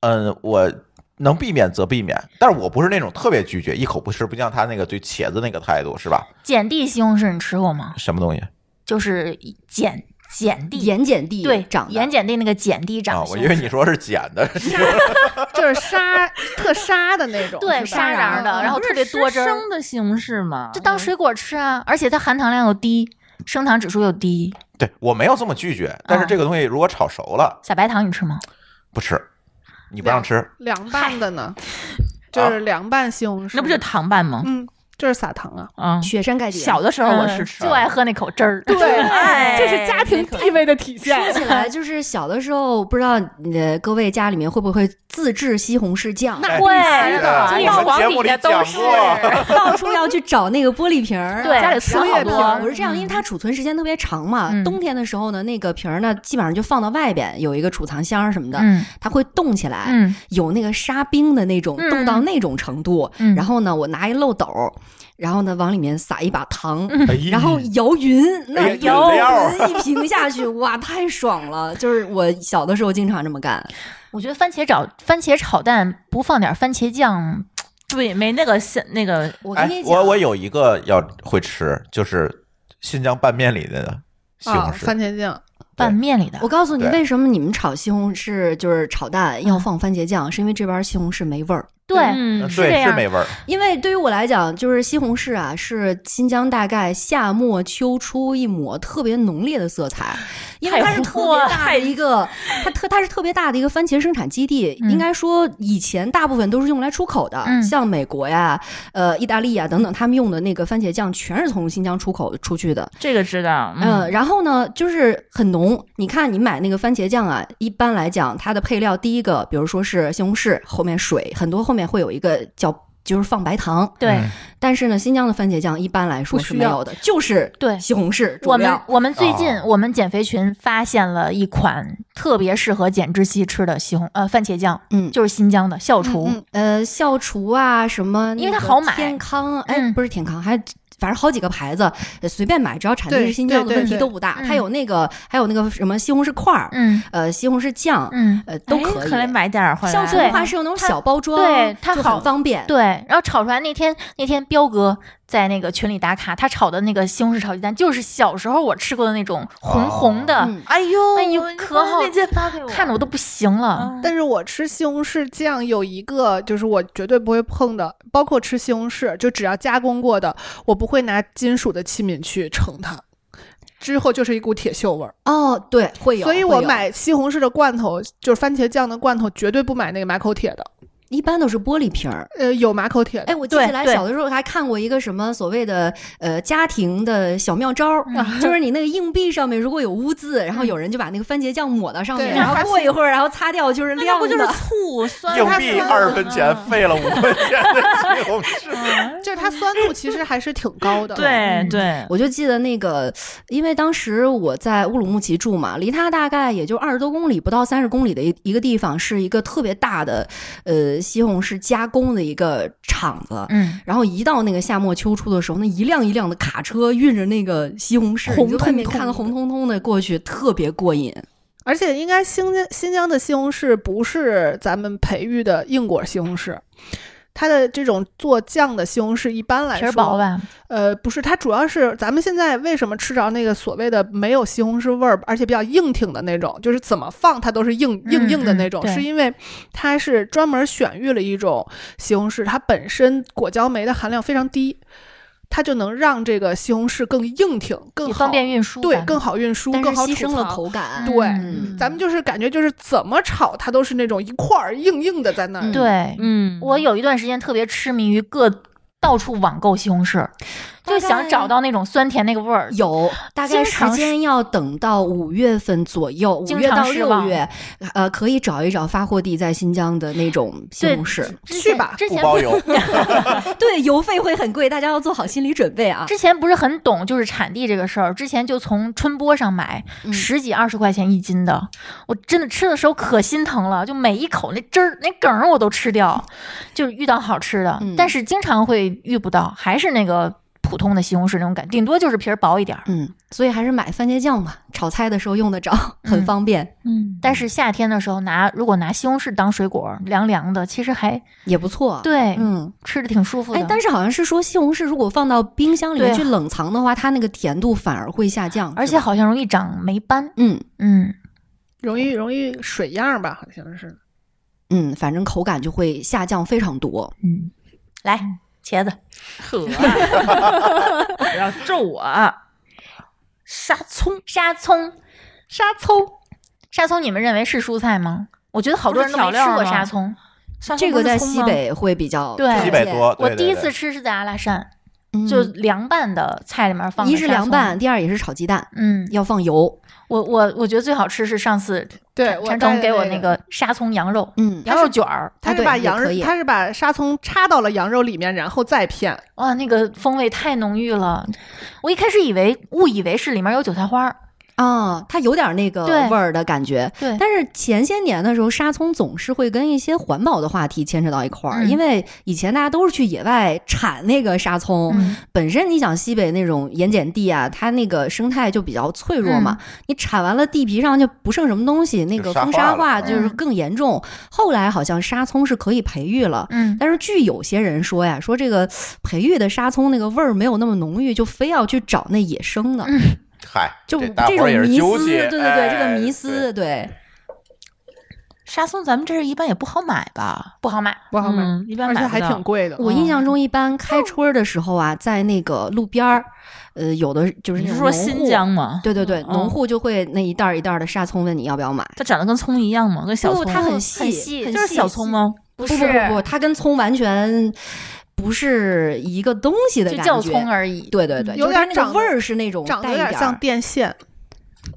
S1: 嗯，我能避免则避免，但是我不是那种特别拒绝，一口不吃，不像他那个对茄子那个态度是吧？
S3: 碱地西红柿你吃过吗？
S1: 什么东西
S3: 就是碱碱地，
S4: 盐碱地
S3: 对，
S4: 长
S3: 盐
S4: 的。
S3: 碱地那个碱地长
S1: 啊？
S3: 的西
S1: 我
S3: 红柿。
S1: 以为你说是碱 的，
S2: 哦就是沙特痧的那种，
S3: 对
S2: 是吧
S3: 沙瓤的，
S2: 嗯
S3: 然后
S5: 不是
S3: 特别多汁
S5: 吃
S3: 儿，
S5: 生的西红柿吗？
S3: 就当水果吃啊，而且它含糖量又低，升糖指数又低。
S1: 对我没有这么拒绝，但是这个东西如果炒熟了
S3: 撒白糖你吃吗？
S1: 不吃，你
S3: 嗯
S1: 不让吃，
S2: 凉拌的呢，就是凉拌西红柿，
S5: 那不就糖拌吗？
S2: 嗯，就是撒糖啊。
S5: 啊，
S4: 雪山盖顶，
S5: 小的时候我是
S3: 嗯
S5: 吃
S3: 就爱喝那口汁儿。
S5: 哎
S2: 这是家庭地位的体
S4: 说
S2: 现。
S4: 起 来就是小的时候，不知道呃各位家里面会不会自制西红柿酱，
S1: 那
S3: 会
S1: 必须的
S3: 哎这
S1: 哎我
S3: 个
S1: 们
S3: 往
S1: 节
S3: 底
S1: 目里
S3: 下都
S1: 讲
S3: 是。
S1: 过
S4: 到处要去找那个玻璃瓶 儿，
S3: 对
S5: 家里存
S2: 然后
S5: 好
S2: 我
S5: 多
S4: 我，是这样，因为它储存时间特别长嘛，
S3: 嗯
S4: 冬天的时候呢，那个瓶儿呢，基本上就放到外边，有一个储藏箱儿什么的，
S3: 嗯
S4: 它会冻起来，
S3: 嗯，
S4: 有那个沙冰的那种，
S3: 嗯
S4: 冻到那种程度。
S3: 嗯
S4: 然后呢，我拿一漏斗儿，然后呢往里面撒一把糖，然后
S1: 哎
S4: 摇匀，
S1: 哎
S4: 那
S1: 呀饮
S4: 摇
S1: 料儿
S4: 匀一瓶 下去，哇，太爽了！就是我小的时候经常这么干，
S1: 哎
S3: 我觉得番茄炒番茄炒蛋不放点番茄酱，
S5: 对，没那个鲜那个
S4: 我跟
S1: 哎
S4: 你，讲，
S1: 我我有一个要会吃，就是新疆拌面里的西红
S2: 啊，
S1: 柿，
S2: 番茄酱，
S3: 拌面里的
S4: 我告诉你，
S1: 对
S4: 为什么你们炒西红柿就是炒蛋要放番茄酱，是因为这边西红柿没味儿。
S3: 对
S1: 嗯
S5: 嗯，
S3: 是这
S1: 对，是
S3: 样
S1: 没味儿。
S4: 因为对于我来讲，就是西红柿啊，是新疆大概夏末秋初一抹特别浓烈的色 彩，因为它是特别大的一个，它特它是特别大的一个番茄生产基地。
S3: 嗯
S4: 应该说，以前大部分都是用来出口的，
S3: 嗯
S4: 像美国呀、呃意大利呀等等，他们用的那个番茄酱全是从新疆出口出去的。
S5: 这个知道，
S4: 嗯、
S3: 呃
S5: 嗯，
S4: 然后呢，就是很浓。你看，你买那个番茄酱啊，一般来讲，它的配料第一个，比如说是西红柿，后面水，很多后面会有一个叫就是放白糖。
S3: 对
S1: 嗯
S4: 但是呢，新疆的番茄酱一般来说
S2: 不
S4: 是
S2: 需
S4: 没
S2: 要
S4: 有的，就是
S3: 对
S4: 西红柿主
S3: 我们
S4: 料。
S3: 我们最近
S1: 哦
S3: 我们减肥群发现了一款特别适合减脂期吃的西红呃番茄酱，
S4: 嗯，
S3: 就是新疆的校厨，
S2: 嗯
S4: 呃，校厨啊，什么那个，
S3: 因为它好买
S4: 天康，哎，
S3: 嗯
S4: 不是天康，还反正好几个牌子，呃随便买，只要产地
S2: 对
S4: 是新疆的，
S2: 对对
S4: 问题
S2: 对
S4: 都不大。
S3: 嗯
S4: 它有那个，还有那个什么西红柿块儿，
S3: 嗯
S4: 呃，西红柿酱，
S3: 嗯，
S4: 呃，都
S5: 哎
S4: 可以。
S5: 来买点儿回来。
S4: 校厨的话是有那种
S3: 它
S4: 小包装，
S3: 对它
S4: 就
S3: 好
S4: 很方便。
S3: 对，然后炒出来那天那天彪哥在那个群里打卡，他炒的那个西红柿炒鸡蛋，就是小时候我吃过的那种红红的，
S4: 嗯
S5: 哎呦，
S3: 哎呦
S5: 你
S3: 可
S5: 把
S3: 好
S5: 链接发给我，
S3: 看的我都不行了。
S5: 嗯
S2: 但是我吃西红柿酱有一个，就是我绝对不会碰的，包括吃西红柿，就只要加工过的，我不会拿金属的器皿去盛它。之后就是一股铁锈味儿。
S4: 哦，对，会有。
S2: 所以
S4: 会
S2: 我
S4: 有
S2: 买西红柿的罐头，就是番茄酱的罐头，绝对不买那个马口铁的。
S4: 一般都是玻璃瓶儿。
S2: 呃，有马口铁的，
S4: 哎，我记起
S5: 对
S4: 来
S5: 对
S4: 小的时候还看过一个什么所谓的呃家庭的小妙招儿， 就是你那个硬币上面如果有污渍，然后
S5: 嗯
S4: 有人就把那个番茄酱抹到上面，
S2: 对
S4: 然后过一会儿然后擦掉就是
S5: 那
S4: 亮
S5: 要不
S4: 的。
S5: 就是醋酸
S1: 硬
S5: 它
S1: 币
S5: 酸
S1: 二
S5: 的
S1: 分钱，废了五分钱的西红柿。
S2: 就是它酸度其实还是挺高 的。
S5: 对对，
S4: 我就记得那个，因为当时我在乌鲁木齐住嘛，离它大概也就二十多公里，不到三十公里的一一个地方，是一个特别大的呃西红柿加工的一个厂子。
S3: 嗯，
S4: 然后一到那个夏末秋初的时候，那一辆一辆的卡车运着那个西红柿，
S2: 红
S4: 你就外面
S2: 彤彤
S4: 看
S2: 的
S4: 的红彤彤的过去，特别过瘾。
S2: 而且应该新疆新疆的西红柿不是咱们培育的硬果西红柿，它的这种做酱的西红柿一般来
S3: 皮儿
S2: 说，
S3: 薄吧？
S2: 呃，不是，它主要是咱们现在为什么吃着那个所谓的没有西红柿味儿，而且比较硬挺的那种，就是怎么放它都是硬硬
S3: 嗯
S2: 硬的
S3: 嗯
S2: 那种，
S3: 对
S2: 是因为它是专门选育了一种西红柿，它本身果胶酶的含量非常低，它就能让这个西红柿更硬挺，更
S3: 也
S2: 好
S3: 方便运输吧，
S2: 对，更好运输，
S4: 但是
S2: 更好储
S4: 牺牲了
S2: 藏
S4: 口感。
S2: 对
S4: 嗯
S2: 咱们就是感觉就是怎么炒它都是那种一块儿硬硬的在那儿。
S4: 嗯
S3: 对。
S5: 嗯
S3: 我有一段时间特别痴迷于各到处网购西红柿，
S2: 哦
S3: 就想找到那种酸甜那个味儿。
S4: 有，大概
S3: 经
S4: 时
S3: 常
S4: 间要等到五月份左右，五
S3: 经
S4: 月
S3: 常
S4: 到
S3: 失
S4: 六
S3: 望
S4: 月，呃，可以找一找发货地在新疆的那种西
S3: 对
S4: 红柿。
S3: 之
S2: 去
S3: 前
S2: 吧
S3: 之
S1: 不
S3: 前
S1: 包邮，
S4: 对，邮费会很贵，大家要做好心理准备啊。
S3: 之前不是很懂，就是产地这个事儿。之前就从春播上买、
S4: 嗯
S3: 十几二十块钱一斤的，我真的吃的时候可心疼了，就每一口那汁儿、那梗儿我都吃掉。就是遇到好吃的，
S4: 嗯
S3: 但是经常会遇不到，还是那个普通的西红柿那种感，顶多就是皮儿薄一点儿。
S4: 嗯，所以还是买番茄酱吧，炒菜的时候用得着，很
S3: 嗯
S4: 方便，
S5: 嗯，
S3: 但是夏天的时候拿，如果拿西红柿当水果，凉凉的，其实还
S4: 也不错。，
S3: 对，
S4: 嗯，
S3: 吃的挺舒服的。
S4: 哎，但是好像是说西红柿如果放到冰箱里面
S3: 对啊
S4: 去冷藏的话，它那个甜度反而会下降，
S3: 而
S4: 是
S3: 且
S4: 吧，
S3: 好像容易长霉斑。
S4: 嗯
S3: 嗯，
S2: 容易容易水样儿吧，好像是。
S4: 嗯，反正口感就会下降非常多。
S3: 嗯，来茄子，
S5: 可不要咒 我啊，沙葱
S3: 沙葱，
S2: 沙葱，
S3: 沙葱，你们认为是蔬菜吗？我觉得好多人都没
S5: 不是调
S3: 吃
S5: 料
S3: 过
S5: 吗
S3: 沙葱。
S5: 沙葱
S4: 这
S5: 不
S4: 个
S5: 是
S4: 在
S5: 葱
S4: 西
S5: 吗
S4: 北会比较
S3: 对
S4: 常
S1: 西北
S4: 见
S1: 多。
S3: 我
S1: 对
S3: 第一，
S1: 对
S3: 次
S1: 对
S3: 吃是在阿拉善，
S4: 嗯
S3: 就凉拌的菜里面放的
S4: 一是
S3: 沙
S4: 凉
S3: 葱
S4: 拌，。第二也是炒鸡蛋，
S3: 嗯，
S4: 要放油。
S3: 我我我觉得最好吃是上次
S2: 对，我
S3: 陈
S2: 带
S3: 诚
S2: 的
S3: 给我
S2: 那
S3: 那个沙葱羊肉
S4: 嗯，
S3: 羊肉卷儿，
S2: 他
S4: 啊
S2: 是
S4: 对
S2: 把
S4: 也
S2: 羊
S4: 可
S2: 肉
S4: 以，
S2: 他是把沙葱插到了羊肉里面，然后再片。
S3: 哇，那个风味太浓郁了。我一开始以为误以为是里面有韭菜花儿，
S4: 啊，它有点那个
S3: 对
S4: 味儿的感觉。
S3: 对
S4: 但是前些年的时候，沙葱总是会跟一些环保的话题牵扯到一块儿，
S3: 嗯
S4: 因为以前大家都是去野外产那个沙葱，
S3: 嗯
S4: 本身你想西北那种盐碱地啊，它那个生态就比较脆弱嘛，
S5: 嗯
S4: 你产完了地皮上就不剩什么东西，那个
S1: 就沙
S4: 风沙
S1: 化了
S4: 化就是
S3: 嗯
S4: 更严重。后来好像沙葱是可以培育了，
S3: 嗯，
S4: 但是据有些人说呀，说这个培育的沙葱那个味儿没有那么浓郁，就非要去找那野生的，
S3: 嗯
S1: 嗨，
S4: 就
S1: 这大伙
S4: 种
S1: 儿也是
S4: 迷
S1: 纠
S4: 思，
S1: 结，
S4: 对对对，
S1: 哎
S4: 这个迷
S1: 对
S4: 思，对，
S5: 沙葱咱们这儿一般也不好买吧？
S3: 不好买。
S2: 不好买，
S5: 嗯一般
S2: 而且
S5: 买
S2: 还
S5: 不到
S2: 挺贵
S5: 嗯
S2: 的。
S4: 我印象中一般
S5: 哦
S4: 开春儿的时候啊，在那个路边儿，呃，有的就是
S5: 你
S4: 那
S5: 是
S4: 种
S5: 说
S4: 农户
S5: 新疆？吗？
S4: 对对对，
S5: 嗯
S4: 农户就会那一袋儿一袋儿的沙葱问你要不要买，
S5: 它长得跟葱一样吗？跟小
S4: 不，
S5: 葱，
S4: 它很
S3: 很
S4: 细，
S3: 细
S4: 很
S5: 就是
S4: 细
S5: 小葱？吗？
S3: 不
S4: 不不不不，它跟葱完全不是一个东西的
S3: 就
S4: 感觉，
S3: 叫葱而已。
S4: 对对对，
S2: 有
S4: 就是它
S2: 点
S4: 那
S2: 长
S4: 个
S2: 得
S4: 味儿是那种
S2: 长得
S4: 带
S2: 有
S4: 一
S2: 点
S4: 儿
S2: 像电线，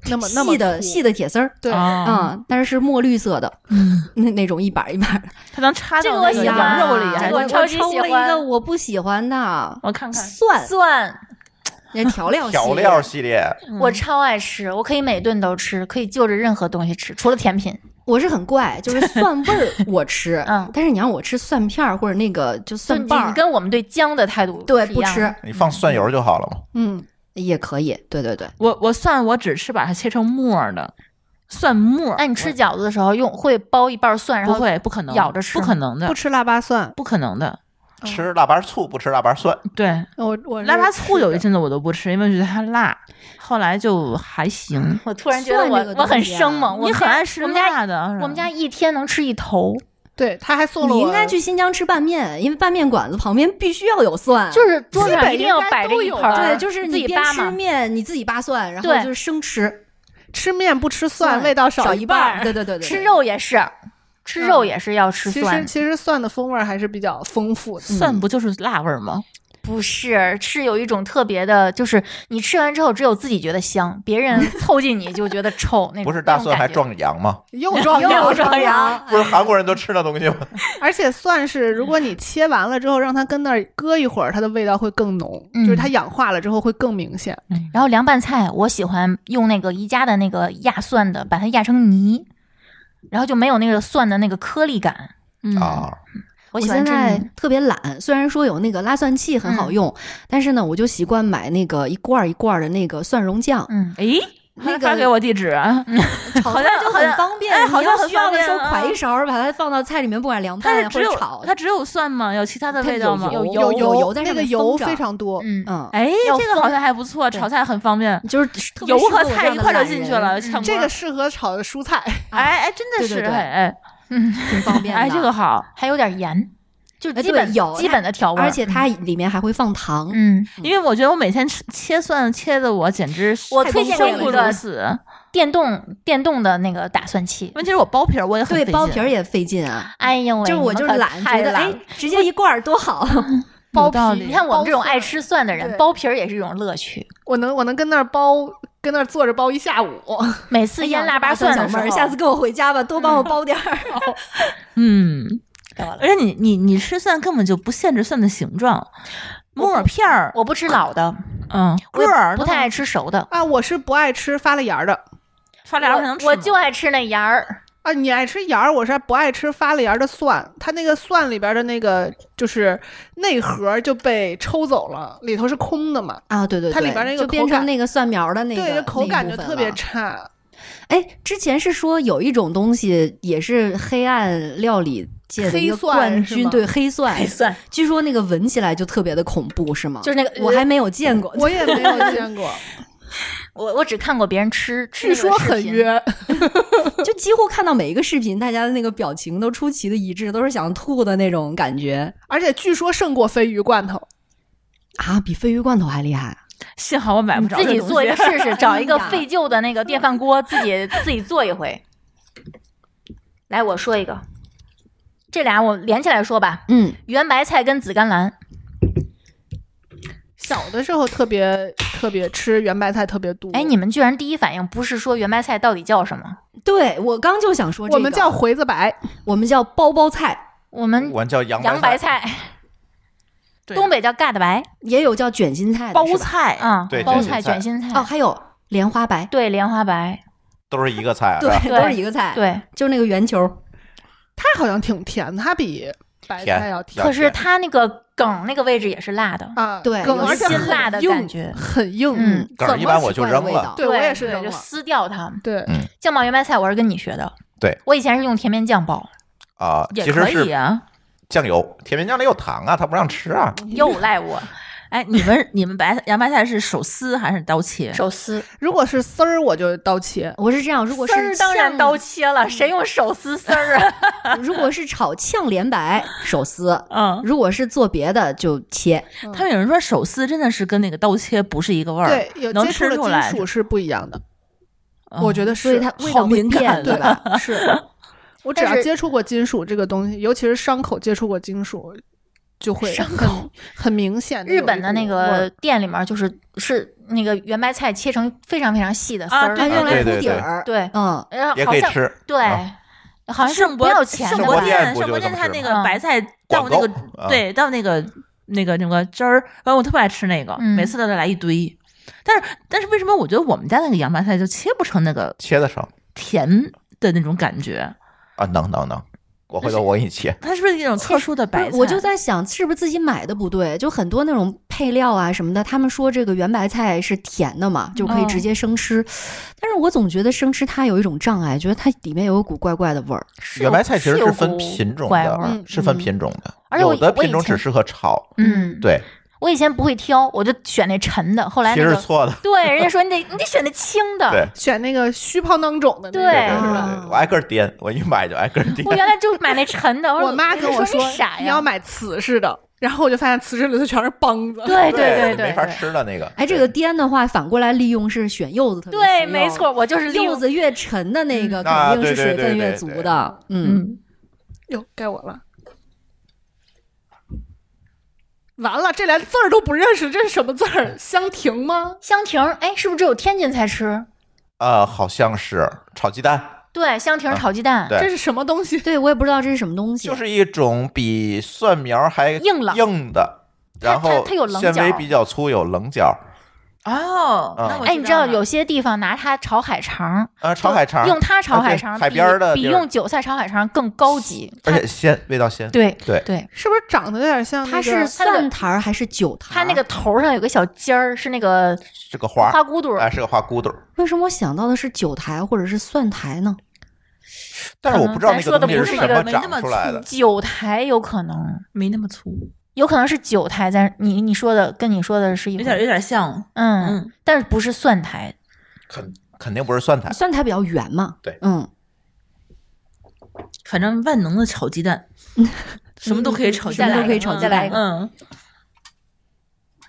S2: 那么那么
S4: 细的
S2: 粗
S4: 细的铁丝儿，
S2: 对，
S5: 啊，
S4: 嗯，但是是墨绿色的，
S5: 嗯，
S4: 那那种一板儿一板儿的。
S5: 它能插
S3: 这
S5: 到
S3: 个我
S5: 那哎个
S3: 喜
S4: 呀
S5: 羊
S3: 欢，啊
S5: 肉里，
S4: 这
S5: 还
S3: 我
S5: 能
S4: 我
S5: 插
S3: 超
S4: 我
S3: 级
S4: 抽
S3: 喜
S4: 了一个
S3: 欢
S4: 我不喜欢的
S5: 我看看，
S4: 蒜，嗯
S3: 蒜。
S4: 那调料系列
S1: 调料系列，
S3: 我超爱吃，我可以每顿都吃，可以就着任何东西吃，除了甜品。
S4: 我是很怪，就是蒜味儿我吃，
S3: 嗯
S4: 但是你让我吃蒜片儿或者那个就
S3: 就
S4: 蒜
S3: 你
S4: 瓣儿，
S3: 跟我们对姜的态度
S4: 对
S3: 是一
S4: 不
S3: 样的
S4: 吃
S1: 你放蒜油就好了嘛。
S2: 嗯，
S4: 也可以，对对对，
S5: 我我蒜我只吃把它切成末儿的，蒜末儿。
S3: 那你吃饺子的时候用会包一半哎蒜，然
S5: 不
S3: 后
S5: 会，不可能
S3: 咬着吃
S5: 不可
S4: 嗯
S5: 能的，
S2: 不吃腊八蒜，
S5: 不可能的。
S2: 嗯
S1: 吃腊八醋不吃腊八蒜，
S5: 对，
S4: 嗯
S2: 我我是
S5: 腊八醋
S2: 吃
S5: 有
S2: 的
S5: 一阵子我都不吃，因为我觉得它辣，后来就还行。
S3: 我突然觉得
S4: 蒜这个
S3: 我
S4: 东
S3: 我很
S4: 西啊
S3: 生猛。我
S5: 你
S3: 们
S5: 很嗯
S3: 家
S5: 爱吃
S3: 我们家
S5: 辣的，啊
S3: 我们家一天能吃一头，
S2: 对，他还送了
S4: 你
S2: 我，
S4: 应该去新疆吃拌面，因为拌面馆子旁边必须要有蒜。
S3: 就是桌
S2: 基
S3: 子上
S2: 本
S3: 一定
S2: 应
S3: 要
S2: 该
S3: 摆
S2: 都
S3: 着一
S2: 有
S3: 盆儿，
S2: 吧
S4: 对，就是
S3: 自
S4: 你
S3: 己
S4: 边
S3: 扒
S4: 吃
S3: 嘛。
S4: 面，你自己扒蒜，然后
S3: 对
S4: 就是生吃，
S2: 吃面不吃蒜，味道少
S4: 少
S2: 一
S4: 半
S2: 半
S4: 儿。
S2: 儿。
S4: 对对对对，
S3: 吃肉也是，吃肉也是要吃
S2: 其
S3: 蒜
S2: 实
S3: 的，
S2: 其实蒜的风味儿还是比较丰富的。
S5: 蒜
S3: 嗯
S5: 不就是辣味儿吗？
S3: 不是是有一种特别的，就是你吃完之后只有自己觉得香，别人凑近你就觉得臭那种。
S1: 不是大
S3: 那种
S1: 蒜还
S3: 感觉
S1: 壮阳吗？
S2: 又 壮
S3: 又
S2: 又
S3: 壮
S2: 壮
S3: 阳
S2: 阳，
S1: 不是韩国人都吃那东西吗？
S2: 而且蒜是，如果你切完了之后让它跟那儿搁一会儿，它的味道会更浓，
S3: 嗯
S2: 就是它氧化了之后会更明显。
S3: 然后凉拌菜，我喜欢用那个宜家的那个压蒜的，把它压成泥，然后就没有那个蒜的那个颗粒感。嗯，
S1: 啊，
S3: 我
S4: 我
S3: 喜欢
S4: 现
S3: 吃
S4: 在
S3: 泥
S4: 特别懒，虽然说有那个拉蒜器很好用，但是呢，我就习惯买那个一罐儿一罐儿的那个蒜蓉酱，
S3: 嗯，
S5: 哎，
S4: 那个
S5: 发给我地址啊！
S4: 好像就很方便。
S5: 哎好像
S4: 你要
S5: 很
S4: 需要
S5: 方
S4: 的
S5: 便
S4: 时候
S5: 啊
S4: 㧟一勺儿，把它放到菜里面，不管凉
S5: 它
S4: 拌
S5: 是
S4: 或
S5: 只
S4: 者
S5: 有
S4: 炒。
S5: 它只有蒜吗？有其他的
S4: 它
S5: 味道
S4: 有
S5: 吗？
S4: 油
S2: 有
S4: 有油在
S2: 那
S4: 上
S2: 个
S4: 面
S2: 油
S4: 封着
S2: 非常多，
S3: 嗯
S4: 嗯，
S5: 哎，
S3: 要
S5: 这个
S3: 分
S5: 好像还不错，炒菜很方便，
S4: 就是特别
S5: 油
S4: 适合
S5: 和
S4: 我这
S5: 菜
S4: 样
S5: 一
S4: 的
S5: 块就
S4: 懒
S5: 进去
S4: 人，
S5: 了。
S3: 嗯
S5: 炝锅
S2: 这个适合炒的蔬菜。
S5: 哎哎，真的
S4: 对
S5: 是
S4: 对对
S5: 哎
S4: 挺方便
S5: 哎
S4: 的。
S5: 哎，这个好，
S3: 还有点盐，就
S4: 哎
S3: 基本
S4: 对有
S3: 基本的调味儿，
S4: 而且它里面还会放糖。
S3: 嗯，
S4: 嗯
S5: 因为我觉得我每天吃切蒜切的我简直是
S3: 我
S5: 太
S3: 推荐
S5: 生
S3: 给你
S5: 不
S3: 一个
S5: 如死。
S3: 电动电动的那个打蒜器
S5: 因，为其实我剥皮儿我也很
S4: 对，
S5: 费
S4: 剥
S5: 劲
S4: 皮儿也费劲啊。
S3: 哎呦喂，
S4: 就是我
S3: 你
S4: 就是
S3: 们可
S4: 懒，
S3: 太
S4: 觉得
S3: 懒哦
S4: 哎，直接一罐儿多好。
S5: 有
S2: 剥
S5: 道
S2: 皮
S5: 理
S3: 你看我们这种爱吃蒜的
S2: 对
S3: 人，剥皮儿也是一种乐趣。
S2: 我能我能跟那儿剥，跟那儿坐着剥一下午。
S3: 每
S4: 哎
S3: 次腌腊八蒜
S4: 小
S3: 的时
S4: 妹儿，
S3: 候，
S4: 下次跟我回家吧，多帮我剥点儿。
S5: 嗯，
S3: 给我了
S5: 而且你你你吃蒜根本就不限制蒜的形状，木耳片儿，
S3: 我不吃老 的，
S5: 嗯，
S3: 我
S5: 个
S3: 也
S5: 儿
S3: 不太爱吃熟的。
S2: 啊，我是不爱吃发了芽儿的
S5: 发芽才能吃
S3: 我我
S5: 嘛
S3: 就爱吃那芽儿，
S2: 啊，你爱吃芽儿，我是不爱吃发了芽儿的蒜。它那个蒜里边的那个就是内核就被抽走了，里头是空的嘛，
S4: 啊，对对对，
S2: 它里边那个
S4: 就变
S2: 口感
S4: 成那个蒜苗的那个，
S2: 对，这口感
S4: 那
S2: 就
S4: 一部分
S2: 特别
S4: 了。
S2: 差。
S4: 哎，之前是说有一种东西也是黑暗料理界的一个
S2: 黑蒜
S4: 冠
S2: 是
S4: 军，
S2: 吗
S4: 对黑蒜，
S3: 蒜，
S4: 据说那个闻起来就特别的恐怖，是吗？
S3: 就是那个
S4: 我还没有见过，
S2: 我也没有见过，
S3: 我我只看过别人吃，吃
S2: 据
S3: 那个
S2: 说
S3: 视
S2: 很
S3: 频。
S2: 约。
S4: 就几乎看到每一个视频，大家的那个表情都出奇的一致，都是想吐的那种感觉
S2: 而且据说胜过鲱鱼罐头。
S4: 啊，比鲱鱼罐头还厉害。啊
S5: 幸好我买不着
S3: 自
S5: 这
S3: 己
S5: 东
S3: 做一个
S5: 西
S3: 试试，找 一个
S4: 哎呀
S3: 废旧的那个电饭锅，自己自己做一回。来，我说一个，这俩我连起来说吧，
S4: 嗯，
S3: 圆白菜跟紫甘蓝。
S2: 小的时候特别特别吃圆白菜特别多。
S3: 哎，你们居然第一反应不是说圆白菜到底叫什么？
S4: 对我刚就想说这个，
S2: 我们叫回子白，
S4: 我们叫包包菜，
S3: 我们
S1: 我叫洋
S3: 嗯洋白
S1: 白，
S3: 菜，
S5: 对
S3: 东北叫嘎的白，
S4: 也有叫卷心菜的，
S5: 包
S4: 是吧
S5: 菜，
S3: 啊
S1: 对，
S3: 包
S1: 卷心
S3: 菜、
S1: 菜
S3: 卷心菜
S4: 哦，，还有莲花白，
S3: 对，莲花白，
S1: 都是一个菜，是
S4: 对
S1: 吧？，
S3: 对
S4: 都是一个菜，，
S3: 对。
S4: 就是那个圆球。
S2: 它好像挺甜，它比白菜要甜
S1: 要
S3: 可是它那个梗那个位置也是辣的，
S2: 啊，
S4: 对
S2: 梗
S4: 有
S2: 而且
S4: 辛
S2: 很
S3: 辣的
S2: 硬
S3: 感觉
S2: 很硬。
S3: 嗯
S1: 梗儿
S4: 怎
S1: 一
S4: 么
S1: 般我
S4: 奇
S1: 就
S4: 怪的
S1: 扔
S4: 味
S1: 了
S4: 道
S2: 对我也是
S3: 对
S2: 扔
S3: 就
S2: 了。
S3: 撕掉它。
S2: 对，
S3: 酱爆圆白菜我是跟你学的，
S1: 对
S3: 我以前是用甜面酱爆，
S1: 啊，
S5: 也
S1: 其实
S5: 可以
S1: 是
S5: 啊。
S1: 酱油，甜面酱里有糖啊，他不让吃啊。
S3: 又赖 我
S5: 哎，你们 你们白洋白菜是手撕还是刀切？
S3: 手撕。
S2: 如果是丝儿，我就刀切。
S4: 我是这样，如果是
S3: 丝儿当然
S4: 呛
S3: 刀切了，谁用手撕丝儿啊？
S4: 如果是炒炝莲白，手撕；
S5: 嗯，
S4: 如果是做别的就切。
S5: 他们有人说手撕真的是跟那个刀切不是一个味儿，
S2: 对，有
S5: 能
S2: 接触
S5: 吃
S2: 的
S5: 出
S2: 金
S5: 来。
S2: 属是不一样的，
S5: 嗯
S2: 我觉得
S4: 所以
S2: 是
S4: 它。味道
S5: 好
S4: 会
S5: 敏
S4: 变，
S5: 感
S4: 对吧？
S2: 是我只
S3: 但
S2: 要
S3: 是
S2: 接触过金属这个东西，尤其是伤口接触过金属，就会
S3: 伤
S2: 很很明显地有 一
S3: 日
S2: 股味儿。
S3: 本的那个店里面就是是那个圆白菜切成非常非常细的丝
S5: 啊
S3: 儿，
S4: 啊，用
S1: 对
S4: 来
S1: 对
S4: 铺底
S1: 对
S4: 儿，
S3: 对，
S4: 嗯，
S3: 然后
S1: 也
S3: 好
S1: 可以
S3: 像
S1: 吃，啊
S3: 对，好像是
S5: 圣
S3: 不
S5: 博
S3: 要钱
S5: 圣
S3: 的
S5: 博
S3: 吧
S1: 圣？店不
S5: 圣
S1: 就
S5: 博
S1: 这
S5: 店
S1: 么
S5: 它
S1: 吃
S5: 那
S3: 吗
S5: 个
S3: 嗯
S5: 白菜
S1: 广
S5: 到那个
S1: 告啊
S5: 对到那个那个那个汁儿，完我特别爱吃那个，
S3: 嗯
S5: 每次都得来一堆。但是但是为什么我觉得我们家那个洋白菜就切不成那个
S1: 切的成
S5: 甜的那种感觉？
S1: 啊，能能能，我回头我给你切。
S5: 它是不是一种特殊的
S4: 不
S5: 白菜？
S4: 是我就在想，是不是自己买的不对？就很多那种配料啊什么的，他们说这个圆白菜是甜的嘛，就可以
S3: 哦
S4: 直接生吃。但是我总觉得生吃它有一种障碍，觉得它里面有一股怪怪的味儿。
S3: 是有
S1: 圆白菜其实
S3: 有
S1: 是分
S3: 股
S1: 品种
S3: 怪味
S1: 的
S3: 儿
S2: 嗯，
S1: 是分品种的
S3: 而，且我
S1: 有的
S3: 我以
S1: 品种只
S3: 前
S1: 适合炒。
S3: 嗯，
S1: 对，
S3: 我以前不会挑，我就选那沉的，后来
S1: 其
S3: 那
S1: 实
S3: 个
S1: 错的，
S3: 对人家说你得你得选那轻的，
S1: 对
S2: 选那个虚胖囊肿的那
S1: 对
S3: 对嗯
S1: 对
S2: 个。
S1: 对
S4: 啊
S1: 对，我挨个儿颠，我一买就挨个儿颠
S3: 我。原来就买那沉的，
S2: 我
S3: 说
S2: 妈跟
S3: 我
S2: 我
S3: 说你傻呀，
S2: 你要买瓷式的，然后我就发现瓷式里头全是 梆子。
S3: 对对对
S1: 没
S3: 对
S1: 法
S3: 对
S1: 吃了那个。
S4: 哎，这个颠的话，反过来利用是选柚子特别
S3: 对，
S4: 实用
S3: 没，错，我就是利
S4: 柚
S3: 用
S4: 子越沉的那个
S1: 嗯啊
S4: 肯定是
S1: 对
S4: 水
S1: 对对
S4: 分越
S1: 对
S4: 足
S1: 对
S4: 的，嗯，
S3: 嗯，
S2: 哟，该我了。完了，这连字儿都不认识，这是什么字儿？香亭吗？
S3: 香亭儿，哎，是不是只有天津才吃？
S1: 啊，好像是炒鸡蛋，
S3: 对，香亭儿
S1: 啊
S3: 炒鸡蛋，
S1: 对
S2: 这是什么东西？
S4: 对我也不知道这是什么东西，
S1: 就是一种比蒜苗还
S3: 硬朗
S1: 硬的，
S3: 它
S1: 然后
S3: 它它有棱
S1: 纤维
S3: 角
S1: 比较粗，有棱角。
S5: 哦，
S1: 嗯
S5: 那我
S3: 哎，你知道
S5: 道
S3: 有
S5: 了
S3: 些地方拿它炒海肠，
S1: 啊，炒
S3: 就
S1: 海肠，
S3: 用它炒
S1: 啊对
S3: 海肠比，
S1: 海边儿的
S3: 比
S1: 地儿
S3: 用韭菜炒海肠更高 级。
S1: 而且鲜，味道鲜。
S3: 对啊
S1: 对
S3: 对，
S2: 是不是长得有点像、那
S4: 啊它
S2: 个？，
S4: 是
S3: 它那个
S4: 蒜苔儿还是韭苔儿？
S3: 它那个头儿上有个小尖儿，是那个
S1: 是个花儿，
S3: 花骨朵儿啊
S1: 哎，，是个花骨朵儿。
S4: 为什么我想到的是韭苔或者是蒜苔呢？
S1: 但是我不知道那
S3: 可
S1: 个
S3: 能咱说的
S1: 东西
S3: 不
S1: 是
S3: 是
S1: 什
S3: 那
S1: 么
S3: 个
S5: 没那
S1: 长
S5: 么
S1: 出来的。
S3: 韭苔有可能，
S5: 没那么粗，
S3: 有可能是韭苔，但是你你说的跟你说的是一
S5: 有
S3: 回
S5: 点有点像，
S3: 嗯，
S5: 嗯，
S3: 但是不是蒜苔，
S1: 肯肯定不是蒜苔，
S4: 蒜苔比较圆嘛，
S1: 啊对
S4: 嗯，
S5: 反正万能的炒鸡蛋，什么都可以炒鸡
S3: 再
S5: 蛋，
S3: 来
S4: 都可以
S3: 一个
S4: 炒
S3: 嗯
S4: 鸡
S3: 再来一
S4: 蛋
S3: 个。
S5: 嗯，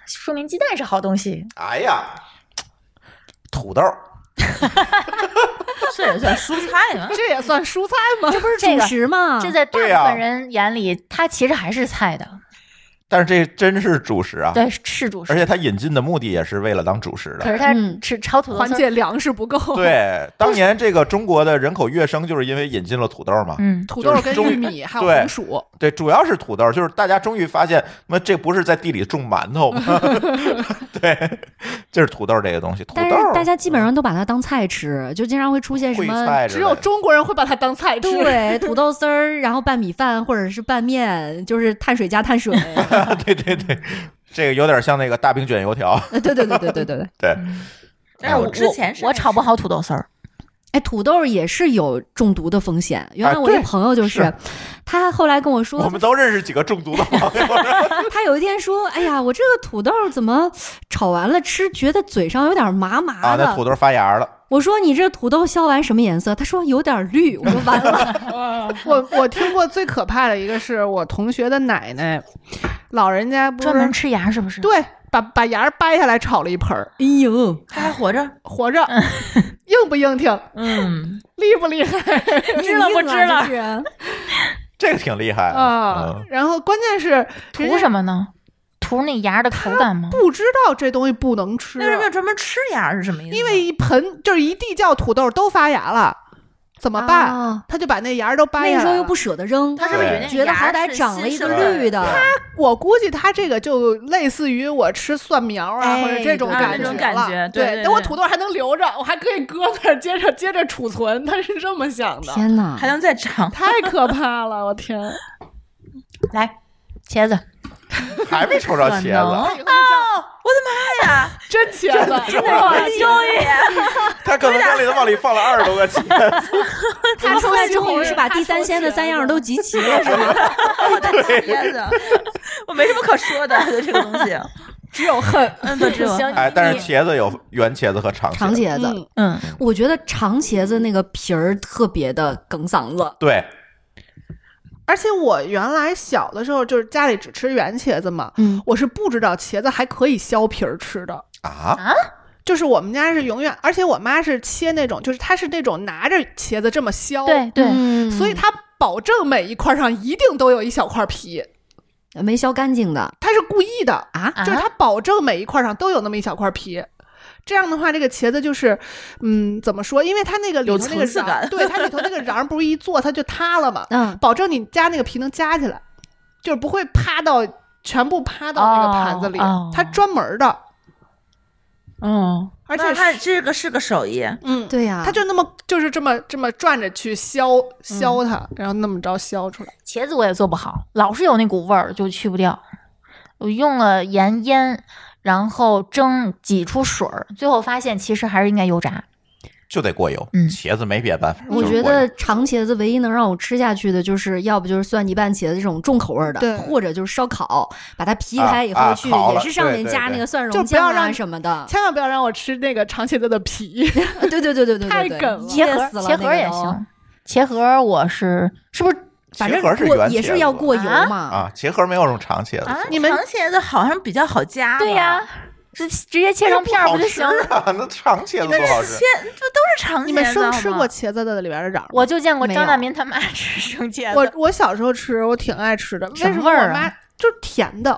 S3: 说明鸡蛋是好东西。
S1: 哎呀，土豆儿，
S5: 这也算蔬菜嘛
S2: 这也算蔬菜吗？
S4: 不是
S3: 这个
S4: 主食
S2: 嗯
S4: 嘛？
S3: 这在大
S1: 对呀
S3: 部分人眼里，它其实还是菜的，
S1: 但是这真是主食啊。
S3: 对，是主
S1: 而
S3: 食。
S1: 且它引进的目的也是为了当主食
S3: 可
S1: 的。
S3: 是它
S4: 嗯
S3: 吃炒土豆
S2: 缓
S3: 丝儿，
S2: 解粮食不够。，
S1: 对， 当年这个中国的人口跃升就是因为引进了土豆嘛。
S3: 嗯，
S2: 土豆跟
S1: 就是中
S2: 玉米还有
S1: 对
S2: 红薯，
S1: 对，主要是土豆，就是大家终于发现，那这不是在地里种馒头吗？ 对， 就是土豆这个东西。土
S4: 但是
S1: 豆嗯
S4: 大家基本上都把它当菜吃，就经常会出现什
S1: 烩
S4: 么
S1: 菜之
S2: 只
S1: 类的
S2: 有中国人会把它当菜吃。
S4: 对，土豆丝儿，然后拌米饭或者是拌面，就是碳水加碳水。
S1: 对对对，这个有点像那个大饼卷油条。
S4: 呃对对对对对对对。
S1: 对，
S5: 但是我
S1: 我
S5: 之前是
S3: 我炒不好土豆丝儿，
S4: 哎，土豆也是有中毒的风险。原来
S1: 啊
S4: 我一
S1: 对
S4: 朋友就是，
S1: 是
S4: 他后来跟我说
S1: 我，们都认识几个中毒的朋友。
S4: 他有一天说：“哎呀，我这个土豆怎么炒完了吃，觉得嘴上有点麻
S1: 啊
S4: 麻，的。
S1: 那土豆发芽了，
S4: 我说：“你这土豆削完什么颜色？”他说：“有点绿。”我说：“完了，
S2: 我我听过最可怕的一个是我同学的奶奶，老人家不是
S3: 专门吃芽是不是？
S2: 对把把芽儿掰下来炒了一盆儿，
S4: 哎呦，
S5: 他还活 着，
S2: 活着，硬不硬挺，
S5: 嗯，
S2: 厉不厉害
S5: 知了不知了
S4: 这是
S1: 这个挺厉害的
S2: 啊
S1: 嗯？
S2: 然后关键是
S3: 图什么呢？图那芽的口感吗？
S2: 不知道这东西不能吃
S5: 那，为什么要专门吃芽是什么意思呢？
S2: 啊因为一盆就是一地窖土豆都发芽了，怎么办？
S4: 啊
S2: 他就把那芽儿都
S4: 那
S2: 掰下
S4: 个
S2: 来
S4: 时
S2: 了。
S4: 候又不舍得扔，
S5: 他是不是
S1: 对
S5: 以为那
S4: 觉得
S5: 芽
S4: 好歹
S5: 是
S4: 长
S5: 新
S4: 了一
S5: 生
S4: 个
S5: 的
S4: 绿的，
S2: 我估计他这个就类似于我吃蒜苗啊，
S4: 哎
S2: 或者这种
S4: 对
S2: 感
S4: 啊那种
S5: 感
S2: 了
S5: 觉对
S2: 对
S5: 对
S2: 但我
S5: 对
S2: 土豆还能留着，我还可以搁那儿接着接着储存，他是这么想的，
S4: 天哪
S5: 还！能再长，
S2: 太可怕了，我天！
S3: 来，茄子，
S1: 还没抽着茄子，
S5: 哦，我的妈呀！
S2: 真茄子，
S5: 我终于
S1: 他可能家里头往里放了二十多个茄子。
S4: 他出来之后是把地三鲜的三样都集齐 了，是吗？
S5: 我的天呐， 我没什么可说的，对这个东西，
S2: 只有恨。
S5: 嗯，对，只有
S3: 行，
S1: 哎，
S3: 你
S1: 但是
S3: 你
S1: 茄子有圆茄子和长
S4: 长
S1: 茄子。
S4: 茄子，
S2: 嗯，
S3: 嗯，
S4: 我觉得长茄子那个皮儿特别的梗嗓子，
S1: 对，
S2: 而且我原来小的时候就是家里只吃圆茄子嘛，
S4: 嗯，
S2: 我是不知道茄子还可以削皮儿吃的。
S1: 啊，
S2: 就是我们家是永远，而且我妈是切那种，就是她是那种拿着茄子这么削，
S3: 对，
S4: 嗯
S3: 对，
S2: 所以她保证每一块上一定都有一小块皮，
S4: 没削干净的
S2: 她是故意的，
S4: 啊。
S2: 就是
S3: 啊
S2: 它保证每一块上都有那么一小块皮。这样的话，这个茄子就是，嗯，怎么说？因为它那个里
S5: 有
S2: 头那个
S5: 层次
S2: 瓤儿，
S5: 感
S2: 对它里头那个瓤儿不是一做它就塌了嘛，
S4: 嗯，
S2: 保证你夹那个皮能夹起来，就是不会趴到全部趴到那个盘子里，
S3: 哦哦
S2: 它专门的，
S5: 嗯，
S2: 而且
S5: 那它啊
S2: 是
S5: 这个是个手艺，
S2: 嗯，
S4: 对呀、
S2: 它就那么就是这么这么转着去削
S5: 嗯
S2: 削它，然后那么着削出来。
S3: 茄子我也做不好，老是有那股味儿，就去不掉。我用了盐腌，然后蒸，挤出水儿，最后发现其实还是应该油炸。
S1: 就得过油，
S3: 嗯
S1: 茄子没别的办法。
S4: 我
S1: 就是
S4: 觉
S1: 过油
S4: 得长茄子唯一能让我吃下去的，就是要不就是蒜泥拌茄子这种重口味儿
S2: 对
S4: 的，或者就是烧烤，把它劈
S1: 啊
S4: 开以
S1: 啊
S4: 后去，
S1: 烤
S4: 也
S1: 了
S4: 是上
S1: 对
S4: 面
S1: 对
S4: 加
S1: 对
S4: 那个蒜
S2: 就
S4: 蓉
S2: 不要
S4: 酱啊
S2: 让
S4: 什么的。
S2: 千万不要让我吃那个长茄子的皮，
S4: 对对对对对对，
S2: 太
S4: 对
S2: 梗了
S4: 噎
S3: 茄
S4: 死了
S3: 盒茄
S4: 那
S3: 盒
S4: 个
S3: 也
S4: 都，
S3: 行，茄盒我是是不是
S4: 反
S1: 茄
S4: 正
S1: 盒是
S4: 过
S1: 圆
S4: 也
S1: 茄
S4: 是
S1: 子
S4: 要
S1: 吧
S4: 过油
S3: 啊
S4: 嘛。
S1: 啊，茄盒没有这种长茄子，
S3: 啊？
S5: 你们长茄子好像比较好夹吧，
S3: 对呀，是直接切成片儿
S1: 好
S3: 就
S1: 吃
S3: 行了？
S1: 啊？那长茄子多好吃
S5: 切，这都是 长茄子。
S2: 你们生
S5: 好
S2: 吃
S5: 吗
S2: 过茄子的里边的瓤儿吗？
S3: 我就见过
S2: 没
S3: 张
S2: 有
S3: 大民他妈吃生茄
S2: 我
S3: 子，
S2: 我小时候吃，我挺爱吃的。为
S3: 什么
S2: 什么
S3: 味儿
S2: 我
S3: 啊
S2: 妈就是甜的？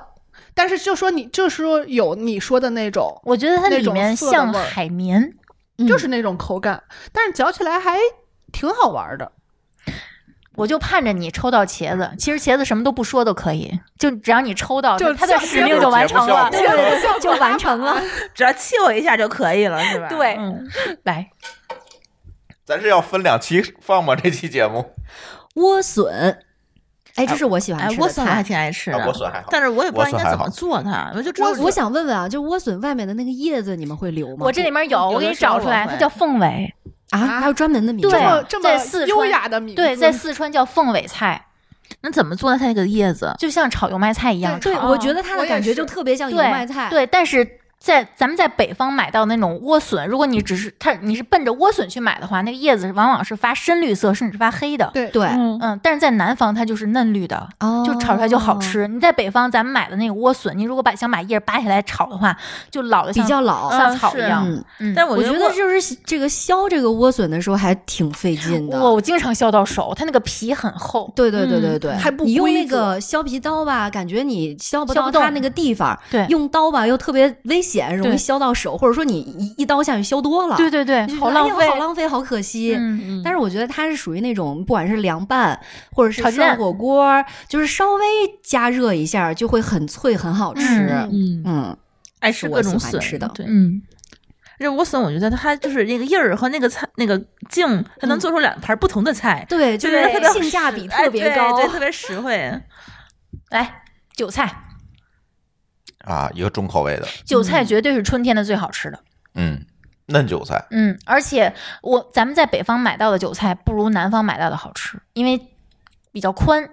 S2: 但是就说你就是说有你说的那种，
S3: 我觉得它
S2: 那
S3: 里
S2: 种
S3: 面
S2: 涩的
S3: 像
S2: 味儿
S3: 海绵，
S2: 就是那种口感，但是嚼起来还挺好玩的。
S3: 我就盼着你抽到茄子。其实茄子什么都不说都可以，就只要你抽到，
S2: 就
S3: 它的
S2: 像
S3: 使命就完成了。
S1: 节
S4: 对对对 对，就完成了。
S5: 只要气我一下就可以了，是吧？
S3: 对，
S5: 嗯
S3: 来，
S1: 咱是要分两期放吗？这期节目
S4: 莴笋，哎，这是我喜
S5: 哎
S4: 欢，吃
S5: 莴
S4: 的
S5: 笋还
S4: 菜。
S5: 挺爱吃
S1: 啊
S5: 的，
S1: 莴笋还好
S5: 但是我也不知道应
S1: 莴
S5: 该
S1: 笋还
S5: 怎
S1: 好
S5: 么做它，我就只有
S4: 我我想问问啊，就莴笋外面的那个叶子，你们会留吗？
S3: 我这里面有，
S5: 有
S3: 我给
S5: 的
S3: 你
S5: 时候
S3: 找出来，
S5: 会
S3: 它叫凤尾，
S4: 啊，还有专门的名字
S3: 对啊
S4: 吗
S2: 这么
S3: 在四川
S2: 优雅的名字，
S3: 对，在四川叫凤尾菜，
S5: 那怎么做呢它那个叶子？
S3: 就像炒油麦菜一样炒。
S4: 对，我觉得它
S2: 我
S4: 的
S2: 也
S4: 感觉
S2: 是
S4: 就特别像油
S3: 对
S4: 麦菜。
S3: 对，但是在咱们在北方买到那种莴笋，如果你只是它，你是奔着莴笋去买的话，那个叶子往往是发深绿色，甚至发黑的。
S2: 对
S4: 对，
S5: 嗯，
S3: 嗯，但是在南方它就是嫩绿的，
S4: 哦
S3: 就炒出来就好，吃。你在北方咱们买的那个莴笋，你如果把想把叶儿拔起来炒的话，就老的
S4: 比较老。
S5: 嗯
S3: 像草一
S5: 是
S3: 样。
S4: 嗯，
S3: 嗯，
S5: 但我
S4: 我觉
S5: 觉
S4: 得
S5: 得
S4: 就是这个削这个莴笋的时候还挺费劲的。
S3: 我我经常削到手，它那个皮很厚。
S4: 对对对对
S5: 嗯
S4: 对，
S2: 还不
S4: 你用
S2: 规
S4: 那
S2: 则
S4: 个削皮刀吧，感觉你削不
S3: 削
S4: 到它
S3: 不动
S4: 那个地方；
S3: 对
S4: 用刀吧又特别危险，容
S3: 对
S4: 易削到手，或者说你一一刀下去削多了，
S3: 对对对
S4: 你就，觉
S3: 好
S4: 得哎
S3: 浪
S4: 呀
S3: 费。
S4: 好浪费，好可惜。
S3: 嗯，
S4: 但是我觉得它是属于那种，不管是凉拌或者是
S3: 炒鸡蛋
S4: 涮火锅，就是稍微加热一下就会很脆，很好吃。
S3: 嗯
S5: 嗯，
S4: 嗯，
S5: 爱
S4: 是
S5: 吃
S4: 我
S5: 各种
S4: 喜欢
S5: 笋
S4: 吃的
S5: 对，
S3: 嗯，
S5: 这莴笋我觉得它就是那个叶儿和那个菜那个茎，它能做出两盘不同的菜，
S4: 对，就是
S5: 对
S4: 它的
S5: 特别
S4: 性价比
S5: 哎
S4: 特别高。
S5: 对，对特别实惠。
S3: 来韭菜，
S1: 啊，一个重口味的，
S3: 韭菜绝对是春天的最好吃的。
S1: 嗯，嫩韭菜，
S3: 嗯，而且我咱们在北方买到的韭菜不如南方买到的好吃，因为比较宽，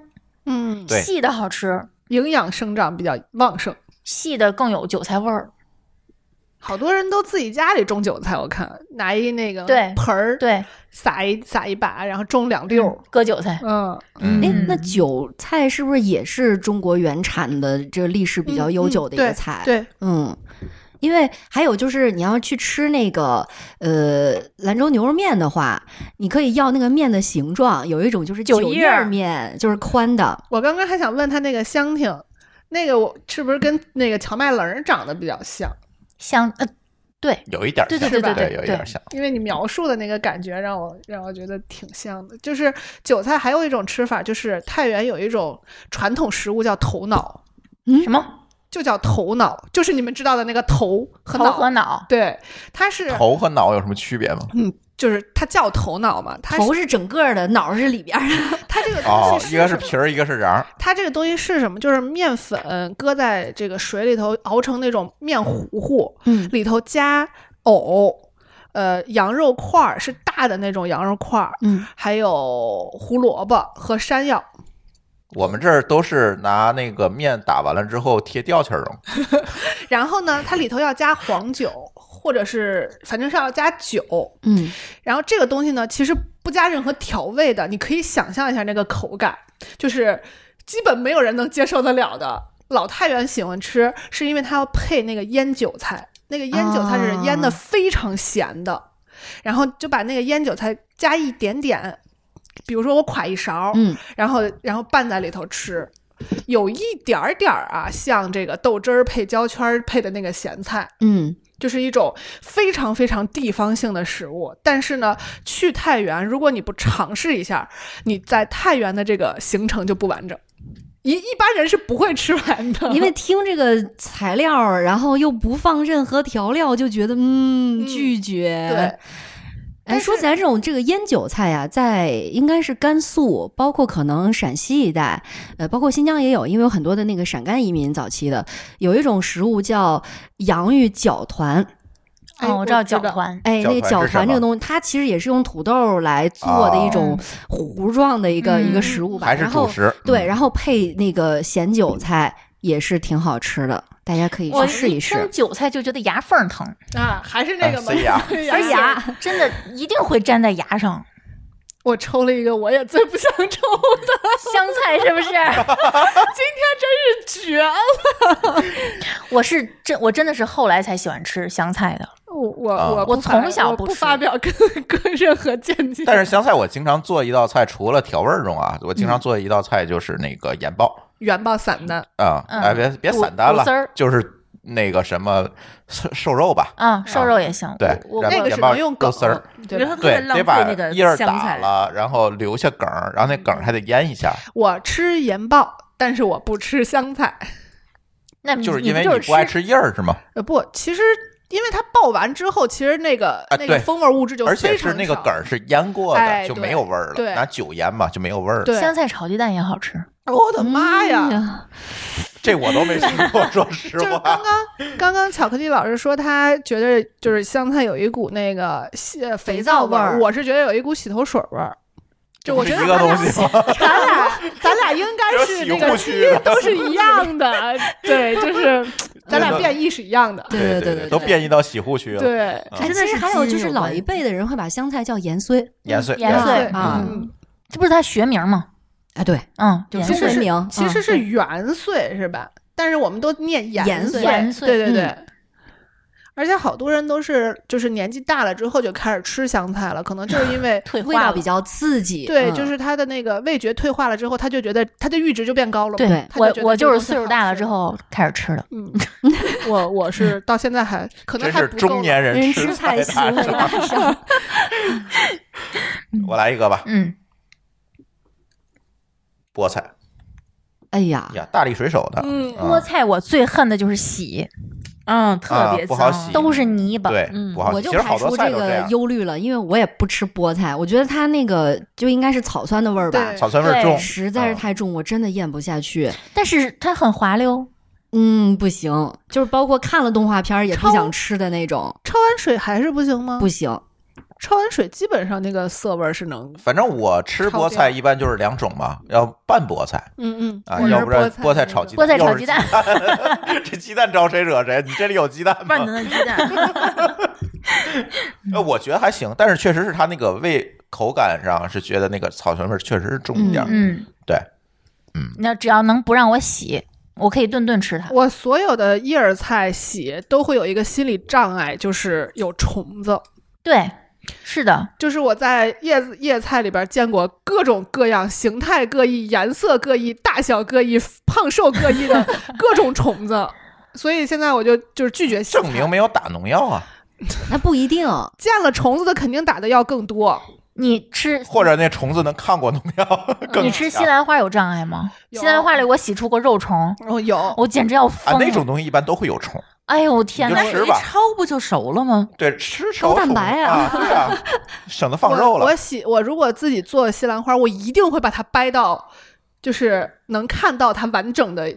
S2: 嗯，
S1: 对
S3: 细的好吃，
S2: 营养生长比较旺盛。
S3: 细的更有韭菜味儿。
S2: 好多人都自己家里种韭菜，我看拿一那个
S3: 对
S2: 盆儿，，
S3: 对，
S2: 撒一撒一把，然后种两溜儿。
S3: 割韭菜。
S2: 嗯，
S1: 嗯
S4: 哎
S3: 嗯，
S4: 那韭菜是不是也是中国原产的，这历史比较悠久的一
S2: 嗯
S4: 个
S2: 嗯
S4: 菜？
S2: 对，
S4: 嗯，因为还有就是你要去吃那个呃兰州牛肉面的话，你可以要那个面的形状，有一种就是
S3: 韭
S4: 韭
S3: 叶
S4: 叶
S3: 儿
S4: 儿面，就是宽的。
S2: 我刚刚还想问他那个香挺，那个我是不是跟那个荞麦棱儿长得比较像？
S3: 像呃，对，
S1: 有一点
S3: 对
S1: 像，
S3: 对
S2: 对对
S1: 对
S3: 对
S1: 有一
S3: 对
S1: 点像，
S2: 因为你描述的那个感觉让我让我觉得挺像的。就是韭菜还有一种吃法，就是太原有一种传统食物叫头脑，
S3: 什么
S2: 就叫头脑，就是你们知道的那个头和
S3: 头
S2: 脑。
S3: 和脑，
S2: 对，它是
S1: 头和脑有什么区别吗？
S2: 嗯，就是它叫头脑嘛，它
S4: 头
S2: 是
S4: 是整个儿的，脑儿是里边儿 的。
S2: 它这个
S1: 哦
S2: 东西，
S1: 一个是
S2: 什么
S1: 皮儿，一个是瓤儿，
S2: 它这个东西是什么？就是面粉搁在这个水里头熬成那种面糊糊，
S4: 嗯，
S2: 里头加藕，呃，羊肉块儿是大的那种羊肉块儿，
S4: 嗯，
S2: 还有胡萝卜和山药。
S1: 我们这儿都是拿那个面打完了之后贴吊气儿用，
S2: 然后呢，它里头要加黄酒，或者是反正是要加酒。
S4: 嗯，
S2: 然后这个东西呢，其实不加任何调味的，你可以想象一下那个口感，就是基本没有人能接受得了的。老太原喜欢吃，是因为它要配那个腌韭菜，那个腌韭菜是腌的
S4: 啊
S2: 非常咸的，然后就把那个腌韭菜加一点点，比如说我㧟一勺，
S4: 嗯，
S2: 然后然后拌在里头吃，有一点儿点儿啊，像这个豆汁儿配焦圈儿配的那个咸菜，
S4: 嗯，
S2: 就是一种非常非常地方性的食物。但是呢，去太原，如果你不尝试一下，你在太原的这个行程就不完整。一一般人是不会吃完的，
S4: 因为听这个材料儿，然后又不放任何调料，就觉得嗯
S2: 嗯
S4: 拒绝。
S2: 对，
S4: 哎，
S2: 但
S4: 说
S2: 是
S4: 起来，这种这个腌韭菜呀、在应该是甘肃，包括可能陕西一带，呃，包括新疆也有，因为有很多的那个陕甘移民早期的，有一种食物叫洋芋搅团，
S2: 哎
S3: 嗯，我知道
S2: 知
S3: 搅团，
S4: 哎，那个
S1: 搅团
S4: 搅
S1: 是什么
S4: 团这个东西，它其实也是用土豆来做的一种糊状的一个、
S3: 嗯
S4: 一个食物吧，
S1: 还是
S4: 然后
S1: 主食。嗯
S4: 对，然
S1: 后
S4: 后配那个咸韭菜也是挺好吃的，大家可以
S3: 我
S4: 去试
S3: 一
S4: 一试
S3: 听。韭菜就觉得牙缝疼，
S2: 啊，还是那个
S1: 啊
S2: 吗？
S1: 塞 牙
S3: 而且真的一定会粘在牙上。
S2: 我抽了一个我也最不想抽的，
S3: 香菜是 不是？
S2: 今天真是绝了！
S3: 我是真我真的是后来才喜欢吃香菜的。
S2: 我我
S1: 啊
S2: 我不
S3: 我从
S2: 发
S3: 小
S2: 我
S3: 不
S2: 不
S3: 吃
S2: 发表跟跟任何见解，
S1: 但是香菜我经常做一道菜，除了调味儿中啊，我经常做一道菜就是那个盐爆
S2: 原爆散的
S1: 啊，
S3: 嗯
S1: 哎别别
S3: 骨
S1: 散单
S3: 骨丝儿
S1: 了，就是那个什么瘦瘦肉吧，
S3: 啊，瘦肉也行。
S1: 对
S3: 我
S1: 然后
S2: 那
S3: 我
S2: 个
S1: 盐
S2: 只
S1: 爆
S2: 能用
S1: 勾
S2: 梗
S1: 丝儿，
S2: 对
S5: 你
S2: 吧
S5: 说特别
S1: 对，
S5: 浪
S1: 得
S5: 费
S1: 把
S5: 那个
S1: 叶儿
S5: 香
S1: 打
S5: 菜
S1: 了，然后留下梗儿，然后那梗儿还得腌一下，
S2: 我吃盐爆，但是我不吃香菜。
S3: 那
S2: 嗯
S3: 你
S1: 就是因为
S3: 你不
S1: 你
S3: 就
S1: 不爱
S3: 是吃
S1: 吃叶儿是吗？
S2: 呃，不，其实因为它爆完之后，其实那个、
S1: 啊
S2: 那
S1: 对
S2: 个风味物质就
S1: 而且
S2: 非
S1: 是
S2: 常
S1: 那个
S2: 少
S1: 梗儿是腌过的，
S2: 哎
S1: 就
S2: 对
S1: 没有味儿了。
S2: 对
S1: 拿酒腌嘛，就没有味儿。
S2: 对，
S3: 香菜炒鸡蛋也好吃。
S2: 我的妈呀！
S4: 嗯
S1: 这我都没吃过， 说实
S2: 就是刚
S1: 话。
S2: 刚嗯刚刚巧克力老师说，他觉得就是香菜有一股那个洗呃肥皂味
S4: 肥皂味
S2: 儿，
S4: 儿
S2: 我是觉得有一股洗头水味儿。就我
S1: 这
S2: 觉
S1: 不
S2: 得
S1: 是一个
S2: 咱
S1: 东
S2: 俩
S1: 西吗？
S2: 咱俩咱俩应 该是那
S1: 有
S2: 个
S1: 洗护 区啊的
S2: 都是一 样的，对，就是咱俩变异是一样的，
S4: 对
S1: 对
S4: 对
S1: 对，
S4: 对，
S1: 都变异到洗护区了。
S2: 对，
S1: 啊
S4: 哎。
S5: 真的
S4: 其实
S5: 是
S4: 还有
S5: 基
S4: 就
S5: 因
S4: 是
S5: 有
S4: 老
S5: 关
S4: 一辈的人会把香菜叫盐荽
S1: 盐水，
S3: 盐
S1: 水
S3: 对
S2: 对，
S4: 啊
S2: 嗯。
S3: 这不是它学名吗？
S4: 啊，对，
S3: 嗯，盐
S4: 中
S2: 其实
S4: 文
S2: 是
S3: 水
S4: 名
S2: 其实
S3: 啊
S4: 嗯
S2: 是元岁是吧？但是我们都念
S4: 延岁
S2: 岁，
S3: 延岁
S2: 对对对。
S3: 嗯
S2: 而且好多人都是就是年纪大了之后就开始吃香菜了，可能就是 因为
S3: 退
S4: 味
S3: 化
S4: 道
S3: 了
S4: 比较刺激。
S2: 对，
S4: 嗯
S2: 就是他的那个味觉退化了之后，他就觉得他的阈值就变高了嘛。
S4: 对
S2: 他
S3: 我
S2: 觉得
S3: 我
S2: 这
S3: 就
S2: 个
S3: 是
S2: 东西
S3: 岁数
S2: 好
S3: 大了
S2: 吃
S3: 之，后嗯开始吃的。
S2: 嗯， 我我是到现在还可能
S1: 真
S2: 还
S1: 是
S2: 不够
S1: 中
S2: 了
S1: 年人
S4: 人
S1: 吃
S4: 吃菜习
S1: 大
S4: 为
S1: 是吧
S4: 大伤。
S1: 我来一个吧，
S3: 嗯，
S1: 菠菜
S4: 哎呀，
S1: 呀，大力水手的，
S2: 嗯
S1: 啊
S3: 菠菜我最恨的就是洗，
S5: 嗯，特
S1: 啊
S5: 别
S1: 不好
S5: 脏
S1: 洗
S3: 都是泥巴。
S1: 对，
S5: 嗯
S1: 不好
S4: 我
S1: 洗。
S4: 就
S1: 其实
S4: 排
S1: 好
S4: 除
S1: 多菜
S4: 这
S1: 都这
S4: 个
S1: 样，
S4: 忧虑了，因为我也不吃菠菜，我觉得它那个就应该是草酸的味儿吧
S2: 对，
S1: 草酸味儿
S3: 对
S1: 重，
S4: 实在是
S1: 啊
S4: 太重，我真的咽不下去。
S3: 但是它很滑溜。
S4: 嗯，不行，就是包括看了动画片儿也不
S2: 超
S4: 想吃的那种，
S2: 焯完水还是不行吗？
S4: 不，行。
S2: 焯完水基本上那个涩味儿是能，
S1: 反正我吃菠菜
S2: 超
S1: 一般就是两种嘛，要拌菠菜
S2: 嗯嗯，
S1: 啊，
S2: 我
S1: 要
S2: 是
S1: 不然菠
S2: 菠
S1: 菜
S2: 菜
S1: 炒鸡
S2: 蛋。
S3: 菠菜炒鸡
S1: 蛋又
S3: 蛋，
S1: 是鸡蛋，这鸡蛋招谁惹谁？你这里有鸡蛋吗
S5: 万？能的鸡蛋，
S1: 呃，我觉得还行，但是确实是它那个味口感上是觉得那个草酸味儿确实是重一点儿。
S3: 嗯，
S1: 对，
S3: 那只要能不让我洗，我可以顿顿吃它。
S2: 我所有的叶儿菜洗都会有一个心理障碍，就是有虫子。
S3: 对，是的，
S2: 就是我在叶子叶菜里边见过各种各样、形态各异、颜色各异、大小各异、胖瘦各异 的各种虫子，所以现在我就就是拒绝洗菜
S1: 证明没有打农药啊，
S4: 那不一定，
S2: 见了虫子的肯定打的药更多。
S3: 你吃
S1: 或者那虫子能抗过农药更
S3: 嗯你吃
S1: 强
S3: 西兰花有障碍吗？
S2: 有
S3: 西兰花里我洗出过肉虫，
S2: 哦，有
S3: 我简直要
S1: 啊
S3: 疯，了。
S1: 那种东西一般都会有虫。
S3: 哎呦我天
S1: 你
S3: 哪
S1: 就！
S5: 那
S1: 吃
S5: 一
S1: 吧
S5: 焯不就熟了吗？
S1: 对，吃熟
S4: 高蛋
S1: 虫
S4: 白
S1: 啊
S4: 啊
S1: 对啊，省得放肉
S2: 我。
S1: 了
S2: 我。洗我如果自己做西兰花，我一定会把它掰到，就是能看到它完整的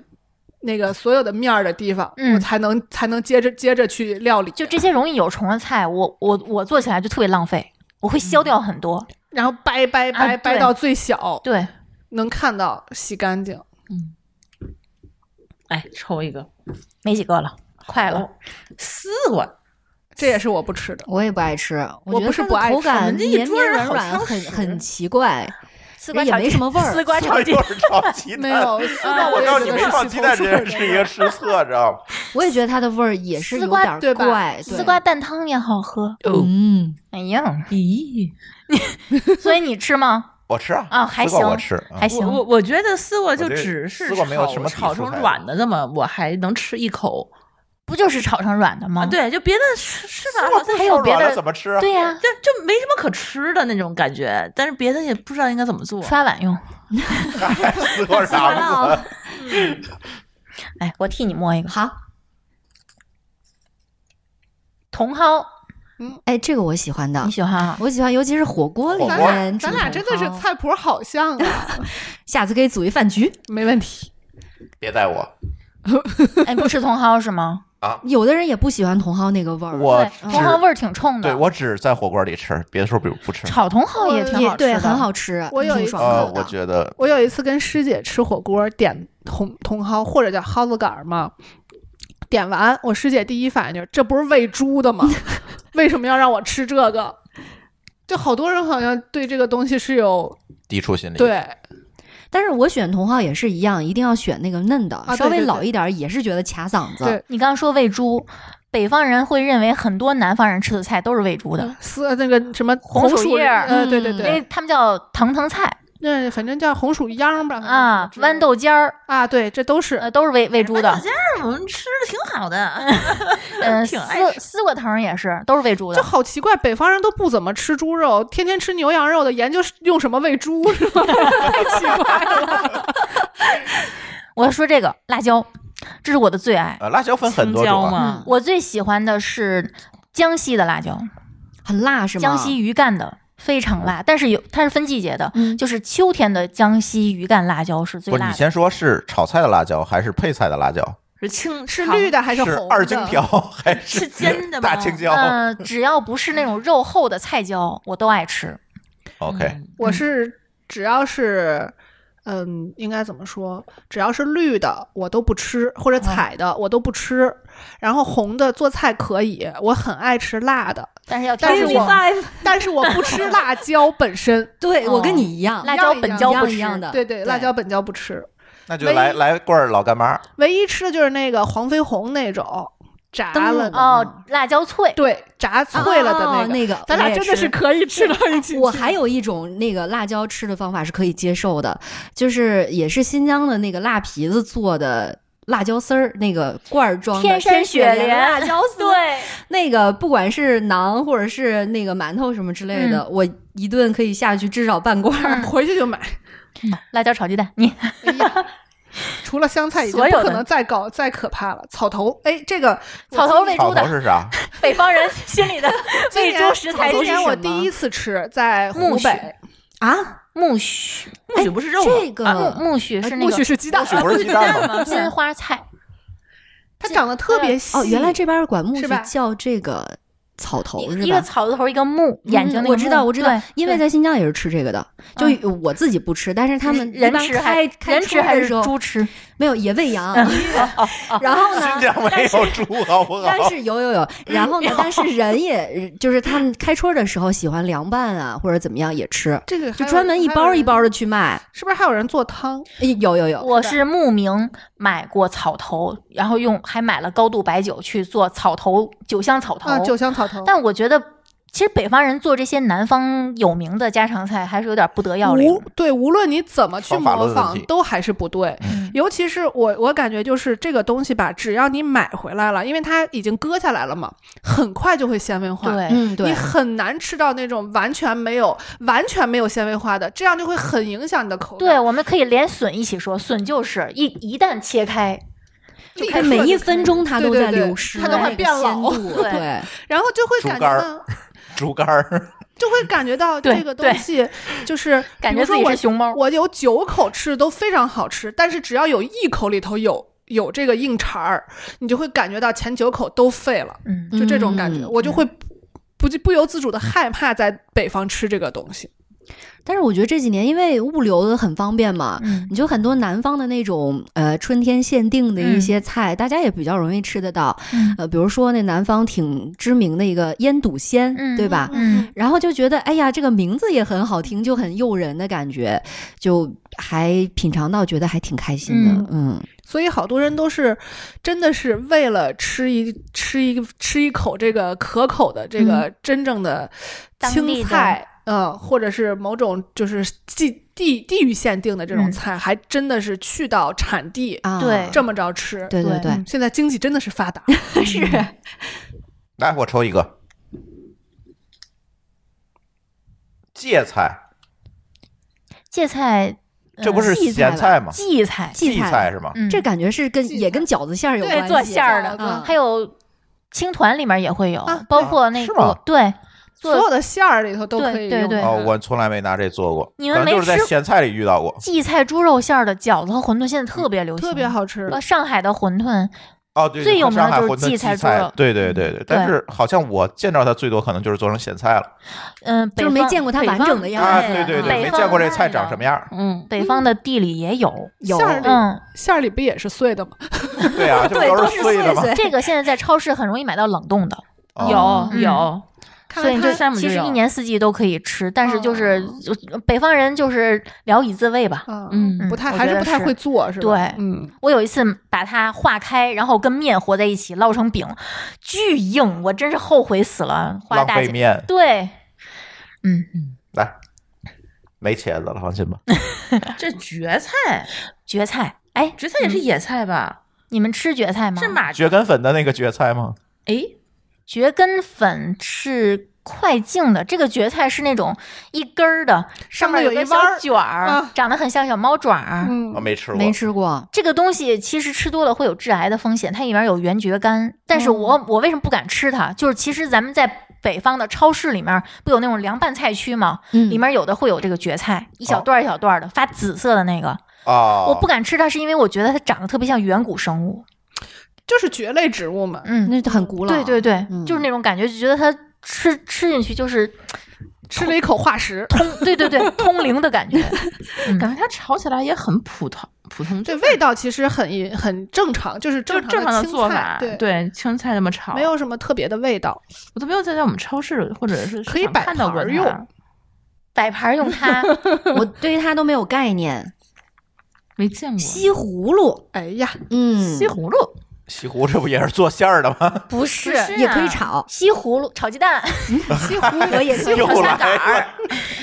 S2: 那个所有的面儿的地方，
S3: 嗯
S2: 我才能才能接着接着去料理。
S3: 就这些容易有虫的菜，我我我做起来就特别浪费，我会削掉很多。
S2: 然后掰掰掰、
S3: 啊
S2: 掰
S3: 对
S2: 到最小，
S3: 对，
S2: 能看到洗干净。
S5: 哎，抽一个
S3: 没几个了，快了。
S5: 丝瓜，
S2: 这也是我不吃的。
S4: 我也不爱吃，
S2: 我
S4: 觉
S2: 不
S4: 得
S2: 是
S4: 它的
S2: 不爱
S4: 口
S2: 吃
S4: 感
S5: 人家一
S4: 绵
S5: 桌
S4: 绵
S5: 人
S4: 软
S5: 好
S4: 软，
S5: 挑
S4: 很
S5: 食
S4: 很奇怪。
S3: 丝瓜
S4: 哎也
S3: 炒
S4: 没
S3: 鸡
S4: 什么味儿
S3: 丝瓜炒
S1: 所以
S3: 鸡
S1: 就
S3: 蛋。
S1: 是炒鸡
S2: 没
S1: 蛋。
S2: 有，丝瓜
S1: 啊我
S2: 也
S1: 知道
S2: 觉
S1: 你
S2: 得
S1: 没
S2: 是
S1: 放
S2: 洗
S1: 鸡
S2: 头
S1: 蛋，
S2: 水
S1: 这
S2: 的
S1: 是一个失策，知道吗？
S4: 我也觉得它的味儿也是
S3: 丝
S4: 有
S3: 瓜
S4: 点儿
S2: 对吧
S4: 怪。对
S3: 丝瓜，蛋汤也好喝。
S4: 嗯，
S3: 哎呀，
S5: 咦，
S3: 所以你吃吗？
S1: 我吃啊，
S3: 啊还
S1: 丝瓜我
S3: 行
S1: 吃， 啊
S3: 还
S5: 我
S3: 行。
S5: 我我觉得丝瓜就
S1: 我觉得
S5: 只是
S1: 丝瓜没有
S5: 炒
S1: 什么底
S5: 炒
S1: 素
S5: 成
S1: 菜
S5: 软的这么，我还能吃一口
S3: 不就是炒成软的吗？
S5: 啊。，对，就别的吃吃
S1: 丝
S5: 法
S1: 瓜
S5: 好
S1: 不
S5: 像
S3: 还
S1: 是
S3: 有别
S1: 软了
S3: 的
S1: 怎么吃啊？
S3: 对呀，
S5: 就就没什么可吃的那种感觉，但是别的也不知道应该怎么做。
S3: 刷碗用。
S1: 丝瓜瓤子，
S3: 哎，我替你摸一个
S4: 好，
S3: 茼蒿，
S4: 哎，这个我喜欢的
S3: 你，喜欢啊？
S4: 我喜欢，尤其是火锅里
S1: 火
S2: 咱
S1: 锅
S4: 面
S2: 俩
S4: 煮
S2: 咱俩
S4: 茼
S2: 真的是
S4: 蒿
S2: 菜谱好像啊，
S4: 下次可以组一饭局。
S2: 没问题。
S1: 别带我。
S3: 哎，不吃茼蒿是吗？
S1: 啊，
S4: 有的人也不喜欢茼蒿那个味儿。
S1: 我
S3: 对，茼蒿味儿挺冲的。
S1: 对我只在火锅里吃，别的时候不不吃。
S3: 炒茼蒿也挺
S4: 也
S3: 好吃的，
S4: 对，很好吃，
S2: 我有
S4: 挺
S2: 一
S4: 爽
S1: 呃，
S4: 口的
S1: 我觉得
S2: 我有一次跟师姐吃火锅，点茼茼蒿或者叫蒿子杆儿嘛，点完我师姐第一反应就是这不是喂猪的吗？ 为什么要让我吃这个？就好多人好像对这个东西是有
S1: 抵触心理。，
S2: 对，
S4: 但是我选茼蒿也是一样，一定要选那个嫩的，
S2: 啊
S4: 稍
S2: 对
S4: 微
S2: 对
S4: 老
S2: 对
S4: 一点儿也是觉得卡嗓子。
S2: 对
S3: 你刚刚说喂猪，北方人会认为很多南方人吃的菜都是喂猪的，
S2: 丝那个什么
S3: 红薯
S2: 薯
S3: 叶儿
S2: 呃，对对
S4: 嗯
S3: 因为
S2: 嗯对，
S3: 他们叫藤藤菜
S2: 那反正叫红薯秧吧
S3: 啊，豌
S2: 豌
S3: 豆尖儿，
S2: 啊，对，这都是
S1: 嗯
S3: 呃，都是喂喂猪
S5: 小
S3: 的。
S5: 尖儿我们吃的挺好的，
S3: 嗯，
S5: 挺
S3: 丝
S5: 爱吃
S3: 丝瓜藤也是，都是喂猪
S2: 就
S3: 的。
S2: 好奇怪，北方人都不怎么吃猪肉，天天吃牛羊肉的，研究用什么喂猪 是吧？太奇怪了。
S3: 我说这个辣椒，这是我的最爱，
S1: 呃，辣椒分 很
S5: 青
S1: 多
S5: 椒
S1: 种啊，
S5: 嘛，
S3: 我最喜欢的是江西的辣椒，
S4: 很辣是吗？
S3: 江西鱼干的。非常辣，但是有它是分季节的，
S4: 嗯。
S3: 就是秋天的江西鱼干辣椒是最
S1: 不是
S3: 辣
S1: 你
S3: 的。
S1: 先说是炒菜的辣椒还是配菜的辣椒？
S5: 是青
S2: 是绿
S5: 的，
S2: 的还
S1: 是
S2: 红的？
S1: 二荆条还
S5: 是尖的吗
S1: 大青椒、
S3: 嗯、只要不是那种肉厚的菜椒，我都爱吃。
S1: o k
S5: 嗯
S2: 我是只要是，嗯，应该怎么说？只要是绿的我都不吃，或者彩的我都不吃。然后红的做菜可以，我很爱吃辣的，
S3: 但是要挑
S2: 但是
S3: 选
S2: 我但是我不吃辣椒本身
S4: 对我跟
S3: 哦
S4: 你一样，
S3: 辣椒本椒
S4: 一样
S3: 不
S4: 一
S3: 吃
S4: 样的
S2: 对对，
S4: 啊对
S2: 辣椒本椒不吃，
S1: 那就来
S2: 唯一
S1: 来罐儿老干妈。
S2: 唯一吃的就是那个黄飞鸿那种炸
S4: 灯笼
S2: 了的，
S3: 哦，辣椒脆，
S2: 对，炸脆了的
S4: 哦
S2: 那个。
S4: 那个，
S2: 咱
S4: 我
S2: 俩
S4: 也
S2: 真的
S4: 吃
S2: 是可以吃到一起去。
S4: 我还有一种那个辣椒吃的方法是可以接受的，就是也是新疆的那个辣皮子做的辣椒丝儿，那个罐儿装的
S3: 天山
S4: 雪
S3: 雪莲
S4: 辣椒丝。，
S3: 对，
S4: 那个不管是馕或者是那个馒头什么之类的，我一顿可以下去至少半罐儿。
S2: 回去就买。
S3: 辣椒炒鸡蛋，你
S2: 哎呀，除了香菜，已经
S3: 所有
S2: 不
S3: 的
S2: 可能再高再可怕了。草头，哎，这个
S3: 草头喂
S1: 草头
S3: 猪的，
S1: 是啥？
S3: 北方人心 里的
S2: 今
S3: 喂
S2: 年
S3: 猪食材
S2: 草头
S3: 是
S2: 年我
S3: 什
S2: 第
S3: 么？
S2: 一次吃，在湖
S3: 苜蓿
S2: 北，
S4: 啊，
S3: 苜蓿，
S5: 木须不是肉
S4: 哎这
S5: 吗？
S4: 个、
S3: 啊苜苜蓿是那
S2: 苜蓿
S3: 个
S2: 是鸡蛋，
S1: 这不是鸡蛋 吗？
S3: 金花菜，
S2: 它长得特别细。
S4: 哦，原来这边管木
S2: 是
S4: 须
S2: 吧
S4: 叫这个草头是吧？
S3: 一个草字头，一个木，眼睛那
S4: 哦嗯
S3: 个
S4: 我知道，
S3: 木
S4: 我知道
S3: 对，
S4: 因为
S3: 对
S4: 在新疆也是吃这个的，就
S3: 嗯
S4: 我自己不吃，但是他们一
S3: 人
S4: 般
S3: 吃还
S4: 开开
S3: 人
S4: 车
S3: 吃还
S4: 的
S3: 是
S4: 时候
S3: 猪嗯哦吃？
S4: 没有也喂羊， 然后
S1: 新
S4: 呢？
S1: 疆没有猪，好不
S4: 但
S1: 好？
S4: 是有有 有，然后呢？但是人也就是他们开春的时候喜欢凉拌啊，或者怎么样也吃，
S2: 这个还
S4: 就
S2: 有
S4: 专门一包一，
S2: 还有
S4: 包
S2: 人
S4: 的去卖。
S2: 是不是还有人做汤？
S4: 哎有有有，
S3: 我是慕名买过草头，然后用还买了高度白酒去做草头酒香草头
S2: 啊，，九香草头，
S3: 但我觉得。其实北方人做这些南方有名的家常菜，还是有点不得要领
S2: 无。对，无论你怎么去
S1: 方法论
S2: 模
S1: 的问
S2: 仿
S1: 题，
S2: 都还是不对。
S3: 嗯
S2: 尤其是我，我感觉就是这个东西吧，只要你买回来了，因为它已经割下来了嘛，很快就会纤维化。
S3: 对，
S4: 嗯
S2: 你
S4: 对，
S2: 很难吃到那种完全没有、完全没有纤维化的，这样就会很影响你的口
S3: 对，
S2: 感。
S3: 我们可以连笋一起说，笋就是一一旦切开，
S2: 对
S4: 它每一分，钟它
S2: 对
S4: 都
S2: 对
S4: 在
S2: 对
S4: 流失
S2: 它
S4: 那
S2: 都
S4: 个
S2: 会
S4: 鲜度，
S2: 变老
S3: 对
S4: 对，
S2: 然后就会
S1: 猪肝
S2: 感觉
S1: 儿
S2: 到，
S1: 猪肝儿，
S2: 就会感觉到
S3: 对
S2: 这个
S3: 对
S2: 东西就是
S3: 感
S2: 比
S3: 觉
S2: 如
S3: 自
S2: 说
S3: 己
S2: 我
S3: 是熊猫。
S2: 我有九口吃的都非常好吃，但是只要有一口里头有有这个硬茬儿，你就会感觉到前九口都废了，
S3: 嗯，
S2: 就这种感觉，
S4: 嗯
S2: 我就会不不由自主的害怕在北方吃这个东西。
S4: 但是我觉得这几年因为物流的很方便嘛，
S3: 嗯
S4: 你就很多南方的那种呃春天限定的一些菜，大家也比较容易吃得到。
S3: 嗯
S4: 呃，比如说那南方挺知名的一个腌笃鲜，
S3: 嗯
S4: 对吧？
S3: 嗯，
S4: 然后就觉得哎呀，这个名字也很好听，就很诱人的感觉，就还品尝到觉得还挺开心的。嗯，
S2: 所以好多人都是真的是为了吃一吃一吃一口这个可口的这个真正的
S3: 嗯当地
S2: 青
S3: 的
S2: 菜，嗯，或者是某种就是地地地域限定的这种
S3: 嗯
S2: 菜，还真的是去到产地、
S4: 啊，
S3: 对
S2: 这么着吃。
S4: 对对嗯
S3: 对
S4: 对，
S2: 现在经济真的是发达，
S4: 是
S1: 来我抽一个芥菜，
S3: 芥菜，
S1: 这不是
S4: 荠菜
S1: 咸
S4: 吧
S1: 菜吗？
S3: 荠嗯菜，
S4: 荠菜
S1: 菜是吗？
S3: 嗯
S4: 这感觉是跟
S2: 荠
S4: 也
S2: 菜
S4: 跟饺子馅儿嗯有关
S3: 对
S4: 系，
S3: 做馅儿的，
S2: 饺子
S3: 嗯还有青团里面也会有，
S2: 啊
S3: 包括那
S1: 是吗
S3: 个对
S2: 所
S3: 做
S2: 有的馅儿里头都可以
S3: 对
S2: 用
S3: 对
S2: 它。
S3: 对
S1: 哦，我从来没拿这做过，
S3: 你们
S1: 可能就是
S3: 没
S1: 在
S3: 吃
S1: 咸菜里遇到过。
S3: 荠菜猪肉馅儿的饺子和馄饨，现在特别流行，
S2: 嗯特别好吃
S3: 呃，上海的馄饨，
S1: 哦，对，
S3: 最有名的
S1: 上海
S3: 就是
S1: 馄饨
S3: 荠菜嗯
S1: 荠
S3: 猪
S1: 菜
S3: 肉，
S1: 对对对对。但是好像我见到它最多可能就是做成咸菜了
S3: 嗯，北
S4: 就是没
S3: 方
S4: 见过它
S3: 北
S4: 完
S3: 方
S4: 整的样
S1: 啊！
S4: 子
S1: 对对对，
S3: 北
S1: 没
S3: 方
S1: 见过这
S3: 那
S1: 菜
S3: 个
S1: 长什么 样儿？
S5: 嗯，
S3: 北方的地里也有，
S4: 有
S2: 馅儿里
S3: 嗯，
S2: 馅儿里不也是碎的吗？
S1: 对啊，这不
S4: 对，
S1: 都
S4: 都
S1: 是
S4: 碎
S1: 碎的吗？
S4: 碎。
S3: 这个现在在超市很容易买到冷冻的，
S1: 哦
S5: 有
S3: 嗯
S5: 有，
S2: 看
S3: 所以
S2: 来
S3: 你
S5: 它
S3: 就
S2: 他
S5: 山姆
S3: 其实
S5: 就有
S3: 一年四季都可以吃，但是就是
S2: 哦
S3: 就北方人就是聊以自慰吧。
S2: 嗯，
S5: 嗯
S2: 不太
S3: 我
S2: 还
S3: 觉
S2: 是
S3: 得
S2: 不太
S3: 是
S2: 会做是吧？
S3: 对
S2: 嗯，
S3: 我有一次把它化开，然后跟面和在一起烙成饼，巨硬，我真是后悔死了，花
S1: 浪
S3: 大
S1: 费
S3: 钱。
S1: 面，
S3: 对，
S1: 来，没茄子了，放 心吧。
S5: 这蕨菜，
S3: 蕨菜，哎，
S5: 蕨菜也是野菜吧？
S3: 你们吃蕨菜吗？
S5: 是马
S1: 蕨根粉的那个蕨菜吗？
S5: 哎，
S3: 蕨根粉是快净的，这个蕨菜是那种一根儿的，上面
S2: 面有
S3: 个
S2: 一弯
S3: 小
S2: 儿
S3: 卷儿，
S2: 啊
S3: 长得很像小猫爪儿。
S1: 我
S2: 嗯，
S1: 哦没吃过，
S4: 没吃过，
S3: 这个东西其实吃多了会有致癌的风险，它里面有原蕨苷，但是我、
S4: 哦
S3: 我为什么不敢吃它？就是其实咱们在北方的超市里面不有那种凉拌菜区吗？
S4: 嗯
S3: 里面有的会有这个蕨菜，一
S4: 哦
S3: 小段儿一小段儿的，发紫色的那个，
S1: 啊。
S3: 我不敢吃它是因为我觉得它长得特别像远古生物。
S2: 就是蕨类植物嘛。
S3: 嗯，
S4: 那就很古老。
S3: 对对对，
S4: 嗯
S3: 就是那种感觉，就觉得它吃吃进去就是
S2: 吃了一口化石，
S3: 通，对对对，通灵的感 觉。
S5: 感觉它炒起来也很普通，普通
S2: 对
S5: 就是
S2: 味道其实很很正常，就是
S5: 就
S2: 正
S5: 是正常
S2: 的
S5: 的
S2: 青
S5: 做
S2: 菜
S5: 法，
S2: 对，
S5: 对青菜那么炒，
S2: 没有什么特别的味道。
S5: 我都没有在在我们超市或者是
S2: 可以
S5: 市场
S2: 摆
S5: 看到过
S2: 盘儿
S5: 它
S2: 用，
S3: 摆盘儿 用它，
S4: 我对它都没有概念。
S5: 没见过
S4: 西葫芦，
S2: 哎呀，
S4: 嗯
S5: 西，葫芦，
S1: 西湖这不也是做馅儿的吗？
S3: 不
S4: 是
S3: 是啊
S4: 也可以。炒。
S3: 西葫芦炒鸡蛋，
S4: 西葫
S3: 啊
S4: 芦也可以
S1: 又
S4: 炒
S1: 来了
S4: 虾杆儿，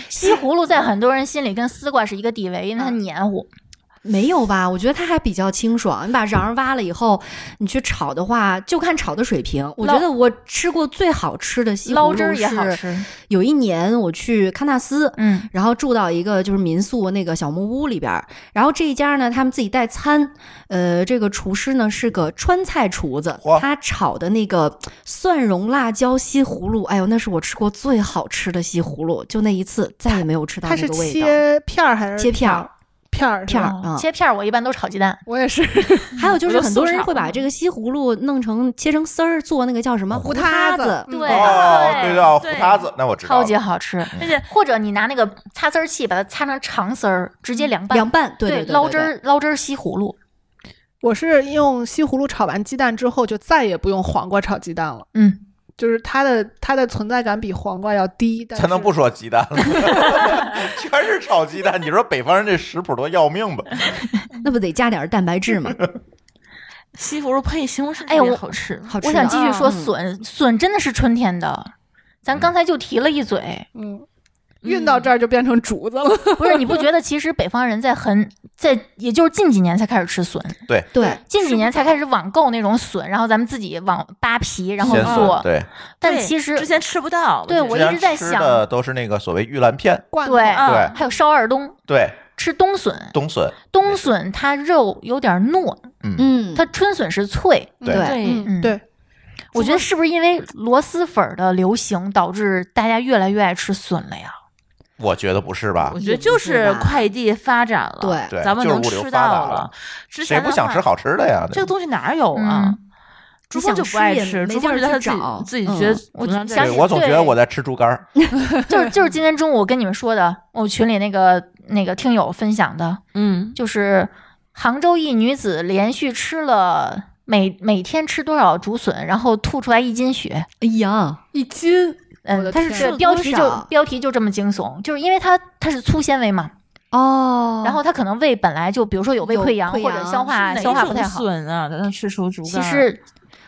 S3: 西葫芦在很多人心里跟丝瓜是一个地位，因为它黏糊。
S4: 没有吧？我觉得它还比较清爽。你把瓤儿挖了以后，你去炒的话，就看炒的水平。我觉得我吃过最好吃的西葫
S3: 捞汁
S4: 芦
S3: 儿也好
S4: 是
S3: 吃，
S4: 有一年我去喀纳斯，
S3: 嗯，
S4: 然后住到一个就是民宿那个小木屋里边儿，然后这一家呢，他们自己带餐，呃，这个厨师呢是个川菜厨子
S1: 嚯，
S4: 他炒的那个蒜蓉辣椒西葫芦，哎呦，那是我吃过最好吃的西葫芦，就那一次再也没有吃到
S2: 它
S4: 那
S2: 是
S4: 个味道。
S2: 切片儿还是
S4: 切片儿
S2: 片儿是吧
S4: 片儿
S3: 哦
S4: 嗯
S3: 切片儿我一般都炒鸡蛋，
S2: 我也是
S4: 还有就是很多人会
S5: 我
S4: 把
S5: 就
S4: 这个西葫芦弄成切成丝儿，做那个叫什么
S2: 胡
S4: 塌
S2: 塌
S4: 子
S2: 子，
S3: 对
S1: 哦，
S3: 对
S1: 对的，胡
S5: 对
S1: 塌子，那我知道
S3: 超
S1: 了。
S3: 级好吃。
S5: 而且
S3: 或者你拿那个擦丝儿器把它擦成长丝儿，直接凉拌。
S4: 凉拌，对对，对
S3: 捞汁。儿捞汁儿西葫芦，
S2: 我是用西葫芦炒完鸡蛋之后，就再也不用黄瓜炒鸡蛋了。
S3: 嗯，
S2: 就是它的它的存在感比黄瓜要低，但
S1: 才能
S2: 是
S1: 不说鸡蛋了， 全是炒鸡蛋。你说北方人这食谱多要命吧？
S4: 对那不得加点儿蛋白质 吗？
S5: 西葫芦配西红柿，
S3: 哎我
S5: 好吃。
S4: 好吃
S3: 我
S4: 的
S3: 想继续说
S4: 嗯
S3: 笋，笋真的是春天的。咱刚才就提了一嘴，
S2: 嗯，运到这儿就变成竹子了。
S3: 不是你不觉得其实北方人在很在，也就是近几年才开始吃笋，
S4: 嗯对，
S3: 近几年才开始网购那种笋，然后咱们自己往扒皮然后
S1: 鲜笋
S3: 做。
S1: 对，
S3: 但
S5: 对
S3: 其实
S5: 之前吃不到，
S3: 对
S5: 觉得
S3: 我
S1: 之前
S3: 一直在
S1: 吃
S3: 想
S1: 的都是那个所谓玉兰片，
S2: 罐头
S3: 对
S5: 嗯
S3: 还有烧二冬，
S1: 对，
S3: 吃冬笋，
S1: 冬笋，
S3: 冬笋它肉有点糯，
S4: 嗯，
S3: 它春笋是脆。
S1: 对
S4: 对
S5: 对
S3: 嗯
S2: 嗯对，
S3: 我觉得是不是因为螺蛳粉儿的流行，导致大家越来越爱吃笋了呀？
S1: 我觉得不是吧
S5: 我？觉得就是快递发展了，
S4: 对
S1: 对
S5: 咱们
S1: 就是
S5: 能
S1: 物流发
S5: 吃
S1: 达
S5: 到
S1: 了
S5: 了。之
S1: 谁
S5: 前
S1: 不
S5: 的
S1: 想
S5: 话
S1: 吃好吃的呀？
S5: 这个东西哪有啊？朱峰就不爱
S4: 你想吃也
S5: 吃，
S4: 没
S5: 朱峰
S4: 地
S5: 觉
S4: 儿
S5: 得他
S4: 去
S5: 自己
S4: 找
S5: 自己
S4: 嗯
S5: 觉得
S3: 我
S5: 不让这
S3: 想
S5: 个
S1: 对
S3: 起
S1: 我总觉得
S3: 对
S1: 我在吃猪肝儿。
S3: 就是就是今天中午我跟你们说的，我群里那个那个听友分享的，
S5: 嗯，
S3: 就是杭州一女子连续吃了每每天吃多少竹笋，然后吐出来一斤血。
S4: 哎呀，
S2: 一斤我
S3: 嗯，
S2: 的
S3: 它是
S2: 天
S3: 对
S4: 吃
S3: 标
S4: 多
S3: 题
S4: 少啊
S3: 就标题就这么惊悚，就是因为它它是粗纤维嘛，
S4: 哦，
S3: 然后它可能胃本来就比如说有胃
S4: 有
S3: 溃疡
S4: 溃
S3: 或者
S4: 疡
S3: 消化
S5: 哪
S3: 消化
S5: 种
S3: 不太好。
S5: 笋啊，咱吃熟竹竿
S3: 其
S5: 儿。
S3: 实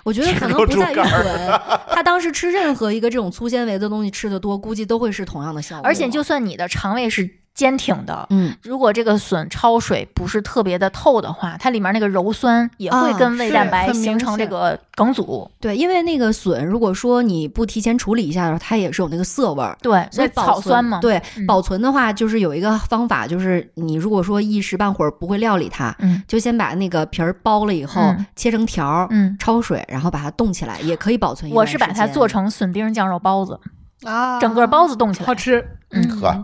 S4: 我觉得可能
S1: 吃
S4: 不在于
S1: 猪肝儿
S4: 笋，他当时吃任何一个这种粗纤维的东西吃的多，估计都会是同样的效果。
S3: 而且就算你的肠胃是坚挺的，
S4: 嗯，
S3: 如果这个笋焯水不是特别的透的话，它里面那个鞣酸也会
S4: 啊
S3: 跟胃
S2: 是
S3: 蛋白
S2: 很明
S3: 形成这
S2: 显
S3: 个梗阻。
S4: 对，因为那个笋，如果说你不提前处理一下的话，它也是有那个涩味儿。
S3: 对，所以
S4: 保
S3: 草
S4: 存
S3: 酸嘛，，
S4: 对
S3: 嗯，
S4: 保存的话就是有一个方法，就是你如果说一时半会儿不会料理它，
S3: 嗯
S4: 就先把那个皮儿剥了以后、
S3: 嗯
S4: 切成条儿，
S3: 嗯，
S4: 焯水，然后把它冻起来，也可以保存一
S3: 我
S4: 段时
S3: 是
S4: 间。
S3: 把它做成笋丁酱肉包子，
S4: 嗯
S2: 啊，
S3: 整个包子冻起来
S2: 好。吃。
S3: 嗯，
S1: 呵，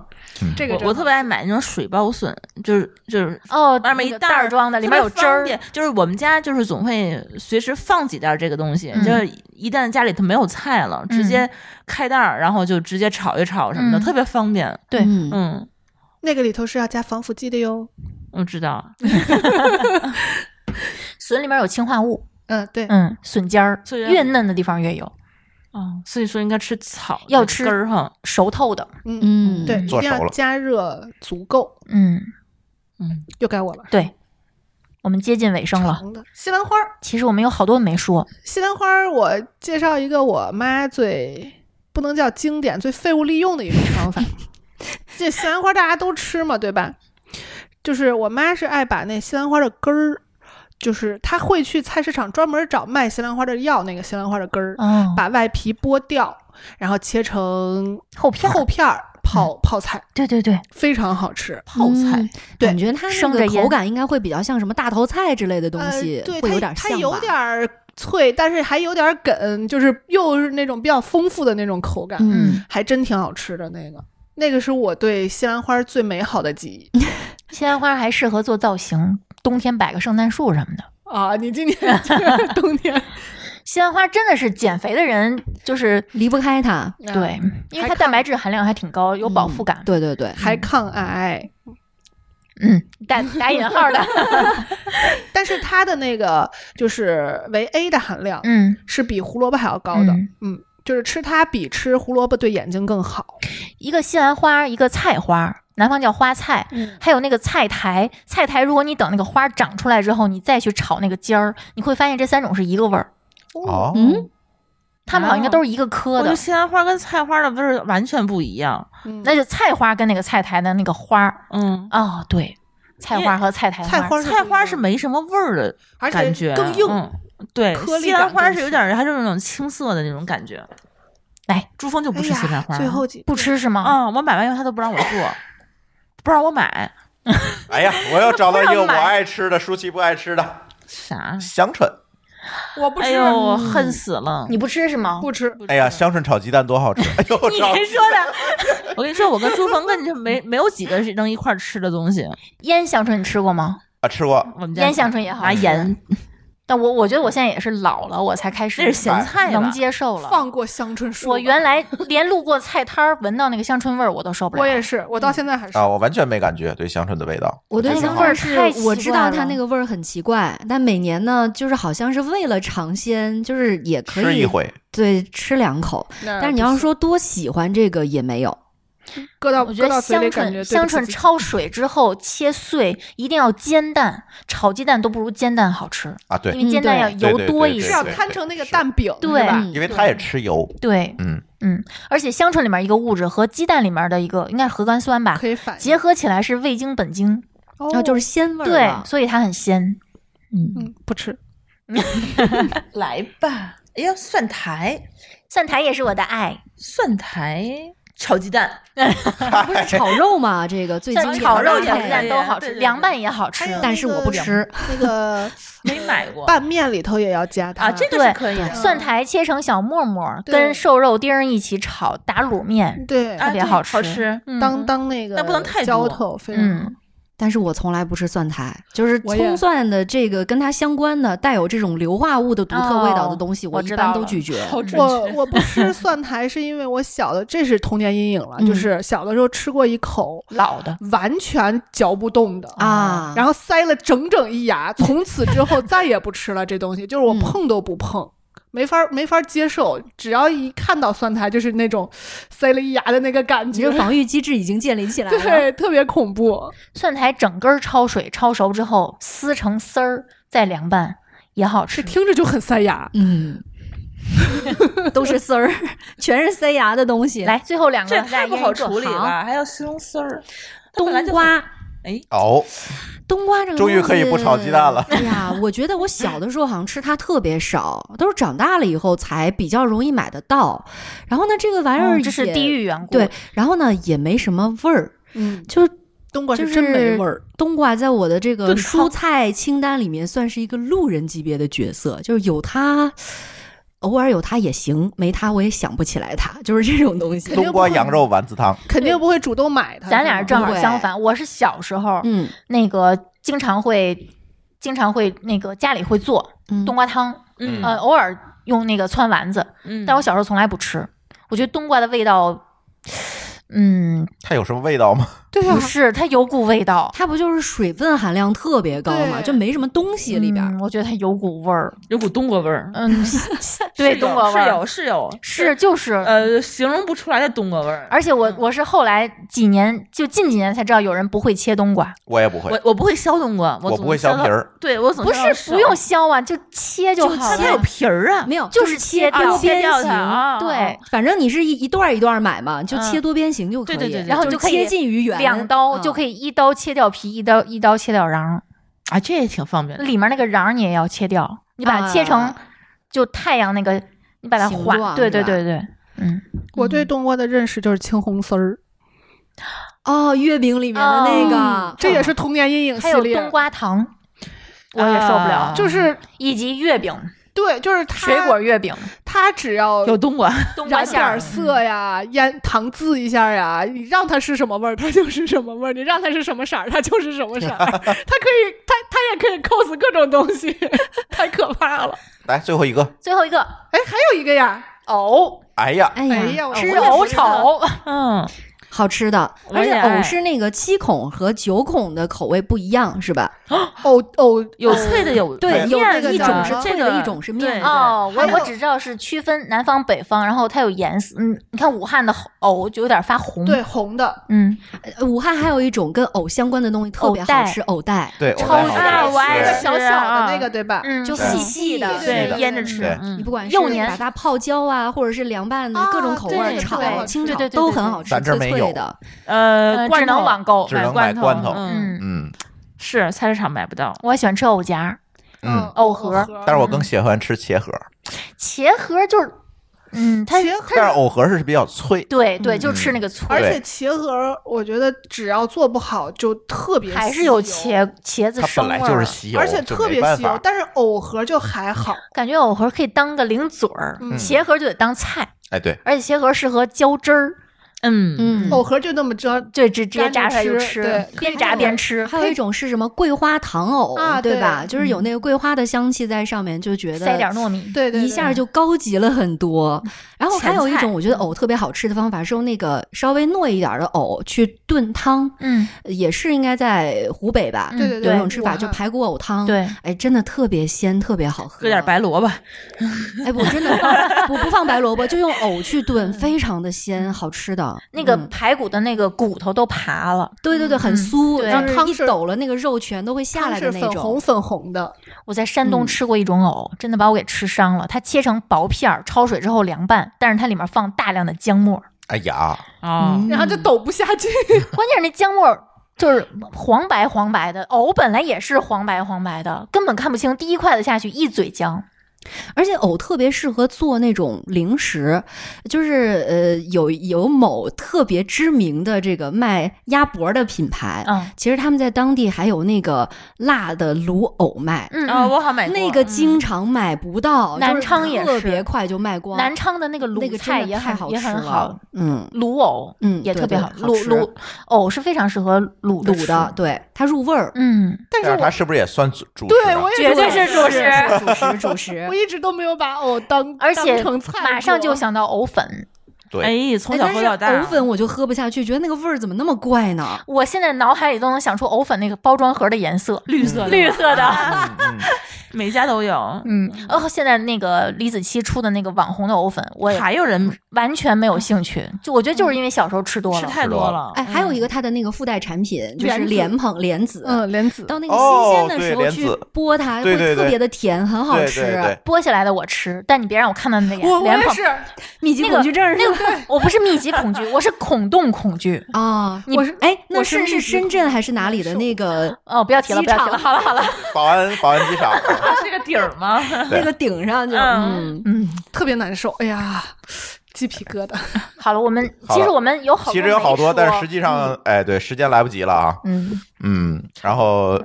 S2: 这个
S5: 我我特别爱买那种水包笋，就是就是
S3: 哦，
S5: 外面
S3: 那
S5: 一
S3: 个
S5: 袋
S3: 袋儿装的，里面有汁儿
S5: 特别，方便就是我们家就是总会随时放几袋这个东西，就是一旦家里头没有菜了，直接开袋儿，然后就直接炒一炒什么的，
S3: 嗯
S5: 特别方便。
S3: 对
S4: 嗯
S5: 嗯，
S2: 那个里头是要加防腐剂的哟。
S5: 我知道。
S3: 笋里面有氰化物，
S2: 嗯，对，
S3: 嗯，笋尖儿
S5: 所以
S3: 越嫩的地方越有，
S5: 哦，所以说应该吃草，
S3: 要吃
S5: 根儿哈。
S3: 熟透的，
S2: 嗯，
S4: 嗯，
S2: 对，一
S1: 做
S2: 定要
S1: 熟了
S2: 加热足够。
S3: 嗯，
S2: 又该我了，
S3: 对，我们接近尾声了。
S2: 长的西兰花儿，
S3: 其实我们有好多没说，
S2: 西兰花儿，我介绍一个我妈最不能叫经典，最废物利用的一种 方法。这西兰花大家都吃嘛，对吧？就是我妈是爱把那西兰花的根儿，就是她会去菜市场专门找卖西兰花的要那个西兰花的根儿，
S4: 哦
S3: 嗯，
S2: 把外皮剥掉，然后切成
S3: 后片儿
S2: 厚片儿
S4: 嗯
S2: 泡泡菜，
S3: 对对对，
S2: 非常好吃。
S5: 泡菜
S4: 嗯
S2: 对
S4: 感觉它那
S3: 生着
S4: 个
S3: 腌
S4: 口感应该会比较像什么大头菜之类的东西
S2: 呃、，对
S4: 会有
S2: 它
S4: 点
S2: 它
S4: 像
S2: 有
S4: 吧？
S2: 点儿脆，但是还有点儿梗，就是又是那种比较丰富的那种口感，
S4: 嗯，
S2: 还真挺好吃的那个。那个是我对西兰花最美好的记忆
S3: 西兰花还适合做造型，冬天摆个圣诞树什么的。
S2: 啊！你今年就是冬天，啊
S3: 西兰花真的是减肥的人，就是
S4: 离不开它，嗯
S3: 对，因为
S2: 还
S3: 它蛋白质含量嗯还嗯挺高，有饱腹感。
S4: 对对对，
S2: 还抗癌，
S3: 嗯， 打打引号的，
S2: 但是它的那个就是维 A 的含量
S3: 嗯，
S2: 是比胡萝卜还要高的，
S3: 嗯
S2: 嗯就是吃它比吃胡萝卜对眼睛更好。
S3: 一个西兰花，一个菜花，南方叫花菜，
S2: 嗯，
S3: 还有那个菜苔。菜苔，如果你等那个花长出来之后，你再去炒那个尖儿，你会发现这三种是一个味儿，
S1: 哦，
S4: 嗯，
S3: 它们好像应该都是一个科
S5: 我觉
S3: 的
S5: 得。西兰花跟菜花的味儿完全不一样。
S2: 嗯
S3: 那就菜花跟那个菜苔的那个花儿
S5: 嗯，
S3: 哦，对，菜花和菜苔花，
S2: 菜花
S5: 菜花是没什么味儿的
S2: 嗯而
S5: 感
S2: 且
S5: 觉，
S2: 更硬，
S5: 嗯对，
S2: 颗
S5: 西
S2: 粒感
S5: 兰花
S2: 更
S5: 是有
S2: 强
S5: 点儿，它就是那种青涩的那种感觉。
S3: 来，
S5: 珠峰就不
S2: 哎
S5: 吃西兰
S2: 呀
S5: 花，，
S2: 最后几
S3: 不吃是吗？
S5: 嗯，我买完以后他都不让我做，不让我买
S1: 哎呀，我又找到一个
S3: 不让
S1: 我
S3: 买
S1: 爱吃的，舒淇不爱吃的
S5: 啥？
S1: 香椿。
S2: 我不
S5: 哎
S2: 吃，嗯
S5: 呦，我恨死了！
S3: 你不吃是吗？
S2: 不吃，
S1: 哎 呀，香椿炒鸡蛋多好吃！ 哎呦，我
S3: 你
S1: 操
S3: 谁说的？
S5: 我跟你说，我跟朱峰根本就没没有几个是能一块儿吃的东西。
S3: 腌香椿你吃过吗？
S1: 啊，吃过
S5: 我们家
S3: 腌香椿也好
S5: 拿
S3: 吃
S5: 盐，
S3: 但我我觉得我现在也是老了，我才开始
S5: 那是咸菜吧
S3: 能接受了。
S2: 放过香椿树吧。
S3: 我原来连路过菜摊儿闻到那个香椿味儿我都受不了。
S2: 我也是，我到现在还是。
S1: 啊，我完全没感觉对香椿的味道。
S4: 我对
S1: 觉
S4: 那
S1: 得
S4: 个
S1: 挺
S4: 味
S1: 好
S4: 儿
S1: 吃
S4: 是
S3: 太，奇
S4: 我知
S3: 怪
S4: 道它
S3: 了
S4: 那个味儿很奇怪，但每年呢，就是好像是为了尝鲜，就是也可以
S1: 吃一回，
S4: 对，吃两口。
S2: 但
S4: 但是你要是说多喜欢这个也没有，
S2: 搁到
S3: 我觉
S2: 搁
S3: 得
S2: 到嘴里
S3: 香
S2: 感觉
S3: 椿
S2: 对
S3: 香
S2: 不起
S3: 椿
S2: 自己
S3: 焯水之后切碎，一定要煎蛋，炒鸡蛋都不如煎蛋好吃，
S1: 啊，对，
S3: 因为煎蛋
S4: 嗯
S3: 要
S1: 对
S3: 油
S1: 对
S3: 多
S1: 对对
S3: 一
S2: 是
S3: 些。
S2: 要摊成那个蛋饼，
S3: 对
S2: 是吧？
S4: 嗯
S1: 因为它也吃油，
S3: 对，
S1: 嗯，
S3: 嗯，而且香椿里面一个物质和鸡蛋里面的一个应该是核苷酸吧，
S2: 可以反
S3: 结合起来是味精本精，
S2: 然
S4: 然后就是鲜味儿啊
S3: 对，
S4: 了。
S3: 所以它很鲜。嗯，
S2: 嗯，不吃
S5: 来吧。哎呀，蒜苔，
S3: 蒜苔也是我的爱，
S5: 蒜苔炒鸡蛋，
S4: 不是炒肉吗？这个最经
S3: 蒜
S4: 典的
S3: 炒肉、
S4: 搭
S3: 炒
S5: 也
S3: 鸡
S4: 配
S5: 是
S3: 蛋都好
S5: 对
S3: 吃，
S5: 对对
S3: 凉拌也好吃。
S2: 还有
S4: 但是我不吃。
S2: 那 个
S5: 没买过
S2: 拌面里头也要加它
S5: 啊，这个
S3: 对
S5: 是可以的。
S3: 蒜苔切成小沫沫，
S2: 对
S3: 跟瘦肉丁儿一起炒打卤面，
S2: 对
S5: 啊
S3: 特别
S5: 对
S3: 好吃
S5: 好吃。
S3: 嗯
S2: 当当那个
S5: 但不能太
S2: 浇
S5: 多
S2: 头，非常好
S3: 嗯，
S4: 但是我从来不吃蒜苔，就是
S2: 我也
S4: 葱蒜的这个跟它相关的带有这种硫化物的独特味道的东西，
S3: 哦
S4: 我
S3: 我
S4: 一
S3: 知
S4: 般
S3: 道
S4: 都
S3: 了
S4: 拒绝。
S5: 好吃
S2: 我我不吃蒜苔，是因为我小的这是童年阴影了，
S4: 嗯
S2: 就是小的时候吃过一口，
S3: 老的
S2: 完全嚼不动的
S4: 啊
S2: 然后塞了整整一牙，从此之后再也不吃了这东西，就是我
S4: 嗯
S2: 碰都不碰。没法没法接受，只要一看到蒜苔，就是那种塞了一牙的那个感
S4: 你
S2: 觉
S4: 这，防御机制已经建立起来了。
S2: 对，特别恐怖。
S3: 蒜苔整根儿焯水，焯熟之后撕成丝儿再凉拌，也好
S2: 这
S3: 吃。
S2: 听着就很塞牙。
S4: 嗯，都是丝儿，全是塞牙的东西。
S3: 来，最后两个
S5: 这也
S3: 再
S5: 太
S3: 一
S5: 不
S3: 人
S5: 好
S3: 一个
S5: 处理
S3: 好
S5: 了，还要撕成丝儿。它
S4: 冬
S5: 本来就很，
S4: 瓜，
S5: 哎，
S1: 哦，
S4: 冬瓜这个
S1: 终于
S4: 东西
S1: 可以不炒鸡蛋了
S4: 哎呀，我觉得我小的时候好像吃它特别少，都是长大了以后才比较容易买得到。然后呢，这个玩意儿、
S3: 嗯这是地。域缘故。
S4: 对，然后呢也没什么味儿，
S2: 嗯，
S4: 就
S2: 冬瓜
S4: 就是
S2: 真没味儿。。
S4: 冬瓜在我的这个
S5: 炖汤
S4: 蔬菜清单里面算是一个路人级别的角色，就是有它。偶尔有它也行，没它我也想不起来它，就是这种东西。
S2: 定
S1: 冬瓜羊肉丸子汤，
S2: 肯定不会主动买它。
S3: 咱俩
S2: 是
S3: 是
S2: 吧
S3: 正好
S4: 对
S3: 相反，我是小时候
S4: 嗯
S3: 那个经常会经常会那个家里会做
S4: 嗯，
S3: 冬瓜汤，
S5: 嗯
S3: 呃，偶尔用那个汆丸子，
S5: 嗯，
S3: 但我小时候从来不吃，我觉得冬瓜的味道。嗯，
S1: 它有什么味道吗？
S2: 对啊
S3: 不，是，它有股味道，
S4: 它不就是水分含量特别高嘛，
S2: 对
S4: 就没什么东西里边儿。
S3: 嗯我觉得它有股味儿。
S5: 有股冬瓜味儿，
S3: 嗯， 对，
S5: 啊是有
S3: 冬瓜味
S5: 是
S3: 儿
S5: 有是嗯有，
S3: 是就是，
S5: 呃，形容不出来的冬瓜味儿。
S3: 而且我我是后来几年，就近几年才知道有人不会切冬瓜，
S1: 我也不会，
S5: 我我不会削冬瓜，
S1: 我
S5: 总
S1: 不会
S5: 削
S1: 削
S5: 到
S1: 皮，儿，
S5: 对我总
S3: 不
S5: 削到
S3: 是
S5: 手
S3: 不用削啊，就切就
S5: 哦就
S3: 好
S5: 它没有
S3: 了。
S5: 皮儿啊，
S4: 没有，
S3: 嗯就是
S4: 切
S3: 切掉
S4: 多边
S5: 掉它
S4: 形。
S5: 啊，
S3: 对，
S4: 反正你是一一段儿一段儿买嘛，就
S5: 嗯
S4: 切多边形就可以，
S5: 对对对对
S3: 然后
S4: 就
S3: 就可以
S4: 接近于圆，嗯
S3: 两
S5: 嗯
S3: 刀就
S4: 以。
S3: 可以一刀切掉皮，一刀一刀切掉瓤，
S5: 啊，这也挺方便的。
S3: 里面那个瓤你也要切掉，你把它切成
S4: 啊
S3: 就太阳那个，你把它
S4: 形
S3: 划，
S4: 状
S3: 对
S4: 是
S3: 对
S4: 吧
S3: 对对，嗯，
S2: 我对冬瓜的认识就是青红丝儿，
S4: 哦，月饼里面的那个
S3: 哦，
S2: 这也是童年阴影系
S3: 还有
S2: 列。
S3: 冬瓜糖，我也受不了
S5: 啊，
S2: 就是
S3: 以及月饼、
S2: 对，就是它
S3: 水果，月饼、
S2: 它只要
S5: 有冬 瓜，
S3: 冬瓜
S2: 染
S3: 馅
S2: 点
S3: 儿
S2: 儿。色呀，腌糖渍一下呀，你让它是什么味儿，它就是什么味儿；你让它是什么色儿，它就是什么色 儿。它可以，它它也可以 cos 各种东西，太可怕了。
S1: 来最后一个，
S3: 最后一个
S2: 哎，还有一个呀，
S3: 藕，
S1: 哎呀，
S4: 哎
S2: 哎
S4: 呀，
S2: 呀，我
S3: 吃
S2: 我也
S3: 藕
S2: 知道
S3: 丑，
S5: 嗯，
S4: 好吃的，
S5: 我
S4: 而且
S5: 也爱
S4: 藕是那个七孔和九孔的口味不一样，是吧？
S2: 藕藕啊
S5: 有脆的有
S4: 哦对有
S5: 面
S4: 那个
S5: 的这
S2: 叫什
S5: 个
S2: 么
S4: 脆的一种是面的
S5: 对呃
S3: 哦，我
S2: 还有
S3: 我只知道是区分南方北方，然后它有颜色。嗯，你看武汉的藕就有点发红，
S2: 对，红的，
S3: 嗯，
S4: 呃武汉还有一种跟藕相关的东西特别
S3: 藕带
S4: 好吃，藕带，
S1: 对，
S3: 超
S1: 我
S3: 市啊
S1: 好
S5: 我爱
S2: 那
S1: 吃
S2: 个
S5: 吃
S2: 小小
S5: 啊
S2: 的那个对吧？
S3: 嗯，
S4: 就
S1: 细
S4: 细的
S1: 对
S5: 对
S1: 的
S5: 腌着吃
S1: 对，
S5: 嗯
S4: 你不管是
S3: 幼年
S4: 把它泡椒啊，或者是凉拌的
S2: 啊
S4: 各种口味儿
S5: 对
S4: 炒
S5: 特别好、
S2: 吃
S4: 清炒
S3: 对对对
S4: 都很好吃，
S1: 咱这儿
S4: 脆
S1: 没
S4: 脆
S1: 有
S4: 的。
S5: 呃
S3: 呃，
S5: 罐
S3: 只能
S5: 头
S3: 网购
S1: 只。能买
S5: 罐
S1: 罐头
S5: 嗯，
S3: 嗯，
S2: 哦
S1: 嗯
S5: 是菜市场买不到。
S3: 我喜欢吃藕夹儿，
S1: 嗯，
S3: 藕盒
S1: 但是我更喜欢吃茄盒，
S3: 茄盒就是，嗯，它
S2: 茄
S1: 但是藕盒是比较脆，
S3: 对对，
S4: 嗯
S3: 就吃那个脆
S2: 而
S3: 儿，
S2: 且茄盒，我觉得只要做不好就特别
S3: 还
S2: 吸
S3: 是有
S2: 油
S3: 茄茄子
S1: 它
S3: 生
S1: 本
S3: 味
S1: 来就是
S3: 儿，
S1: 吸油，
S2: 而且
S1: 就
S2: 特
S1: 没
S2: 别
S1: 办
S2: 吸
S1: 法嗯
S2: 油，但是藕盒就还好。
S3: 感觉藕盒可以当个零嘴儿，
S2: 嗯
S3: 茄盒就得当菜，
S1: 哎，对，
S3: 而且茄盒适合浇汁儿，
S5: 嗯
S4: 嗯
S2: 藕盒就那么着，
S3: 对，直直接炸
S2: 干着
S3: 出来就
S2: 吃
S3: 吃
S2: 对，
S3: 边炸边吃，
S4: 还有一种是什么桂花糖藕，
S2: 啊
S4: 对
S2: 对
S4: 吧？就是有那个桂花的香气在上面，就觉得
S3: 塞点糯米，
S2: 对对，
S4: 一
S2: 对
S4: 下就高级了很多。然后还有一
S3: 前
S4: 种
S3: 菜
S4: 我觉得藕特别好吃的方法是用那个稍微糯一点的藕去炖汤，呃
S3: 嗯，
S4: 也是应该在湖北吧，
S3: 嗯
S2: 对对
S4: 有
S2: 对，
S4: 一种吃法
S2: 武
S4: 就
S2: 汉
S4: 排骨藕汤。。
S2: 嗯
S3: 对，
S4: 哎，真的特别鲜，特别好喝。
S5: 搁点白萝卜，
S4: 哎，我真的放我不放白萝卜，就用藕去炖，非常的鲜，好吃的。
S3: 那个
S4: 嗯
S3: 排骨的那个骨头都爬了。
S4: 对对对，很
S3: 嗯
S4: 酥，
S3: 对
S4: 然后
S2: 汤
S4: 一
S2: 是
S4: 抖了，那个肉全都会下
S2: 它
S4: 来的
S2: 是
S4: 那
S2: 粉红
S4: 种。
S2: 粉红的，
S3: 我在山东
S4: 嗯
S3: 吃过一种藕，真的把我给吃伤了。它切成薄片儿，焯水之后凉拌，但是它里面放大量的姜末儿，
S1: 哎呀，
S5: 啊，
S4: 嗯
S2: 然后就抖不下 去。
S3: 关键是那姜末儿就是黄白黄白的，藕本来也是黄白黄白的，根本看不清。第一筷子下去，一嘴姜，
S4: 而且藕特别适合做那种零食，就是呃，有有某特别知名的这个卖鸭脖的品牌，
S3: 嗯
S4: 其实他们在当地还有那个辣的卤藕卖，嗯
S3: 嗯，
S5: 啊，
S3: 嗯
S5: 我好像买过
S4: 那个经常买不到，
S3: 南
S4: 就是
S3: 昌也
S4: 特
S3: 是
S4: 别快就卖光。
S3: 南昌的那个
S4: 那个
S3: 卤
S4: 真
S3: 菜
S4: 的
S3: 也
S4: 太
S3: 很
S4: 好
S3: 也
S4: 吃
S3: 很好
S4: 了，，嗯
S3: 卤藕
S4: 嗯，
S3: 也
S4: 对
S3: 特别
S4: 对
S3: 好，
S4: 好
S3: 卤
S4: 吃
S3: 卤藕是非常适合卤着
S4: 卤的
S3: 吃，
S4: 对它入味儿。
S3: 嗯，
S2: 但是
S1: 但是啊它
S2: 我
S1: 是不是也算主主食
S2: 对
S1: 啊
S2: 我也
S3: 绝对
S2: 觉得
S3: 是主食
S4: 主食主食
S2: 我。一直都没有把藕当
S3: 而且
S2: 当成菜
S3: 马上就
S2: 过
S3: 想到藕粉。
S1: 对，
S5: 哎，从小
S4: 哎但
S5: 喝
S4: 是
S5: 到大，
S4: 藕粉我就喝不下去，觉得那个味儿怎么那么怪呢？
S3: 我现在脑海里都能想出藕粉那个包装盒的颜色，
S5: 绿色的
S3: 绿色的。
S4: 啊
S1: 嗯嗯
S5: 每家都有，
S3: 嗯，哦，现在那个李子柒出的那个网红的藕粉，我也
S5: 还有人
S3: 完全没
S4: 嗯
S3: 有兴趣。就我觉得就是因为小时候吃多
S5: 吃
S3: 了，
S5: 太多了，嗯
S4: 哎，还有一个它的那个附带产品就是
S2: 莲子
S4: 莲蓬莲嗯子，
S2: 嗯，莲子
S4: 到那个新鲜的时
S1: 哦对
S4: 候
S1: 莲
S4: 去
S1: 子
S4: 剥它，
S1: 对
S4: 会
S1: 对
S4: 特
S1: 对
S4: 别的甜，很好
S1: 对
S4: 吃。啊
S1: 对对，
S3: 剥下来的我吃，但你别让我看到那
S2: 我
S3: 个
S2: 我
S3: 脸
S2: 也
S3: 孔
S2: 是，，
S4: 密集
S3: 那个
S4: 恐惧症是吧？
S3: 我不是密集恐惧，我是孔洞恐惧。
S4: 啊，
S3: 你
S4: 我是哎，那
S3: 我是
S4: 是
S3: 密
S4: 是
S3: 集
S4: 深
S3: 恐
S4: 圳还是哪里的那个
S3: 哦，不要提了，不要提
S4: 机
S3: 了，
S4: 场
S3: 好了好了，
S1: 保安保安机场，
S5: 是个底儿吗？
S1: 对
S4: 那个顶上就
S5: 嗯
S4: 嗯，
S3: 嗯，
S2: 特别难受，哎呀，鸡皮疙瘩。
S3: 好了，我们
S1: 好了
S3: 其实我们有好多
S1: 其实有好多，
S3: 没
S1: 但是
S3: 说
S1: 实际上，
S2: 嗯
S1: 哎，对，时间来不及了啊，
S3: 嗯，
S1: 嗯，然后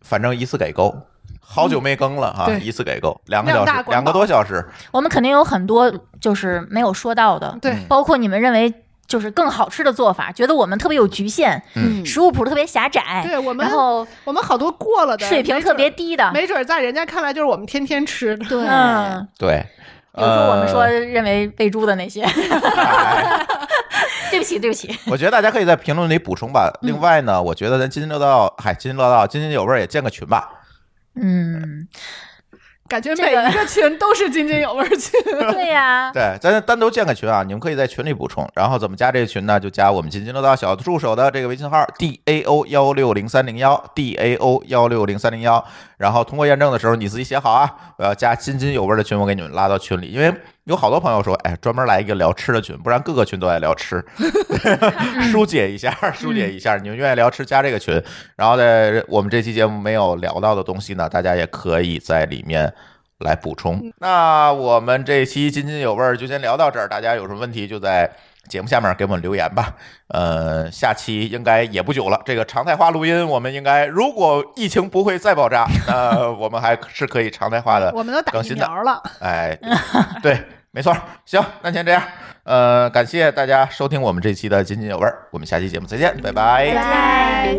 S1: 反正一次给够，好久没更了哈，
S3: 嗯
S2: 对
S1: 一次给够两个小
S2: 量大
S1: 时，
S2: 管饱
S1: 两个多小时，
S3: 我们肯定有很多就是没有说到的，
S2: 对
S1: 嗯
S3: 包括你们认为就是更好吃的做法，觉得我们特别有局限，
S4: 嗯
S3: 食物谱特别狭窄，
S2: 对我们
S3: 哎然后
S2: 我们好多过了的
S3: 水平
S2: 没准
S3: 特别低的，
S2: 没准儿在人家看来就是我们天天吃的。
S4: 对，
S3: 嗯，
S1: 对。
S3: 比如说我们说
S1: 呃哎
S3: 认为喂猪的那些， 对不起对不起，
S1: 我觉得大家可以在评论里补充吧。
S3: 嗯
S1: 另外呢，我觉得咱津津乐道，嗨，津津乐道，津津有味儿也建个群吧。
S3: 嗯，
S2: 感觉
S3: 这
S2: 每
S3: 个
S2: 一个群都是津津有味儿群。
S3: 对呀、
S1: 对，咱单独建个群啊，你们可以在群里补充。然后怎么加这个群呢？就加我们津津乐道小助手的这个微信号 d a o 幺六零三零幺 d a o 幺六零三零幺。然后通过验证的时候，你自己写好啊，我要加津津有味儿的群，我给你们拉到群里。因为有好多朋友说，哎，专门来一个聊吃的群，不然各个群都爱聊吃，疏解一下，疏解一下。你们愿意聊吃，加这个群。然后在我们这期节目没有聊到的东西呢，大家也可以在里面来补充。那我们这期津津有味儿就先聊到这儿，大家有什么问题就在节目下面给我们留言吧。呃，下期应该也不久了，这个常态化录音我们应该如果疫情不会再爆炸，那我们还是可以常态化的
S2: 我们都打
S1: 更
S2: 疫
S1: 新的
S2: 苗了，
S1: 哎，对，没错儿。行，那先这样。呃，感谢大家收听我们这期的津津有味儿，我们下期节目再见，拜拜。
S3: 拜拜。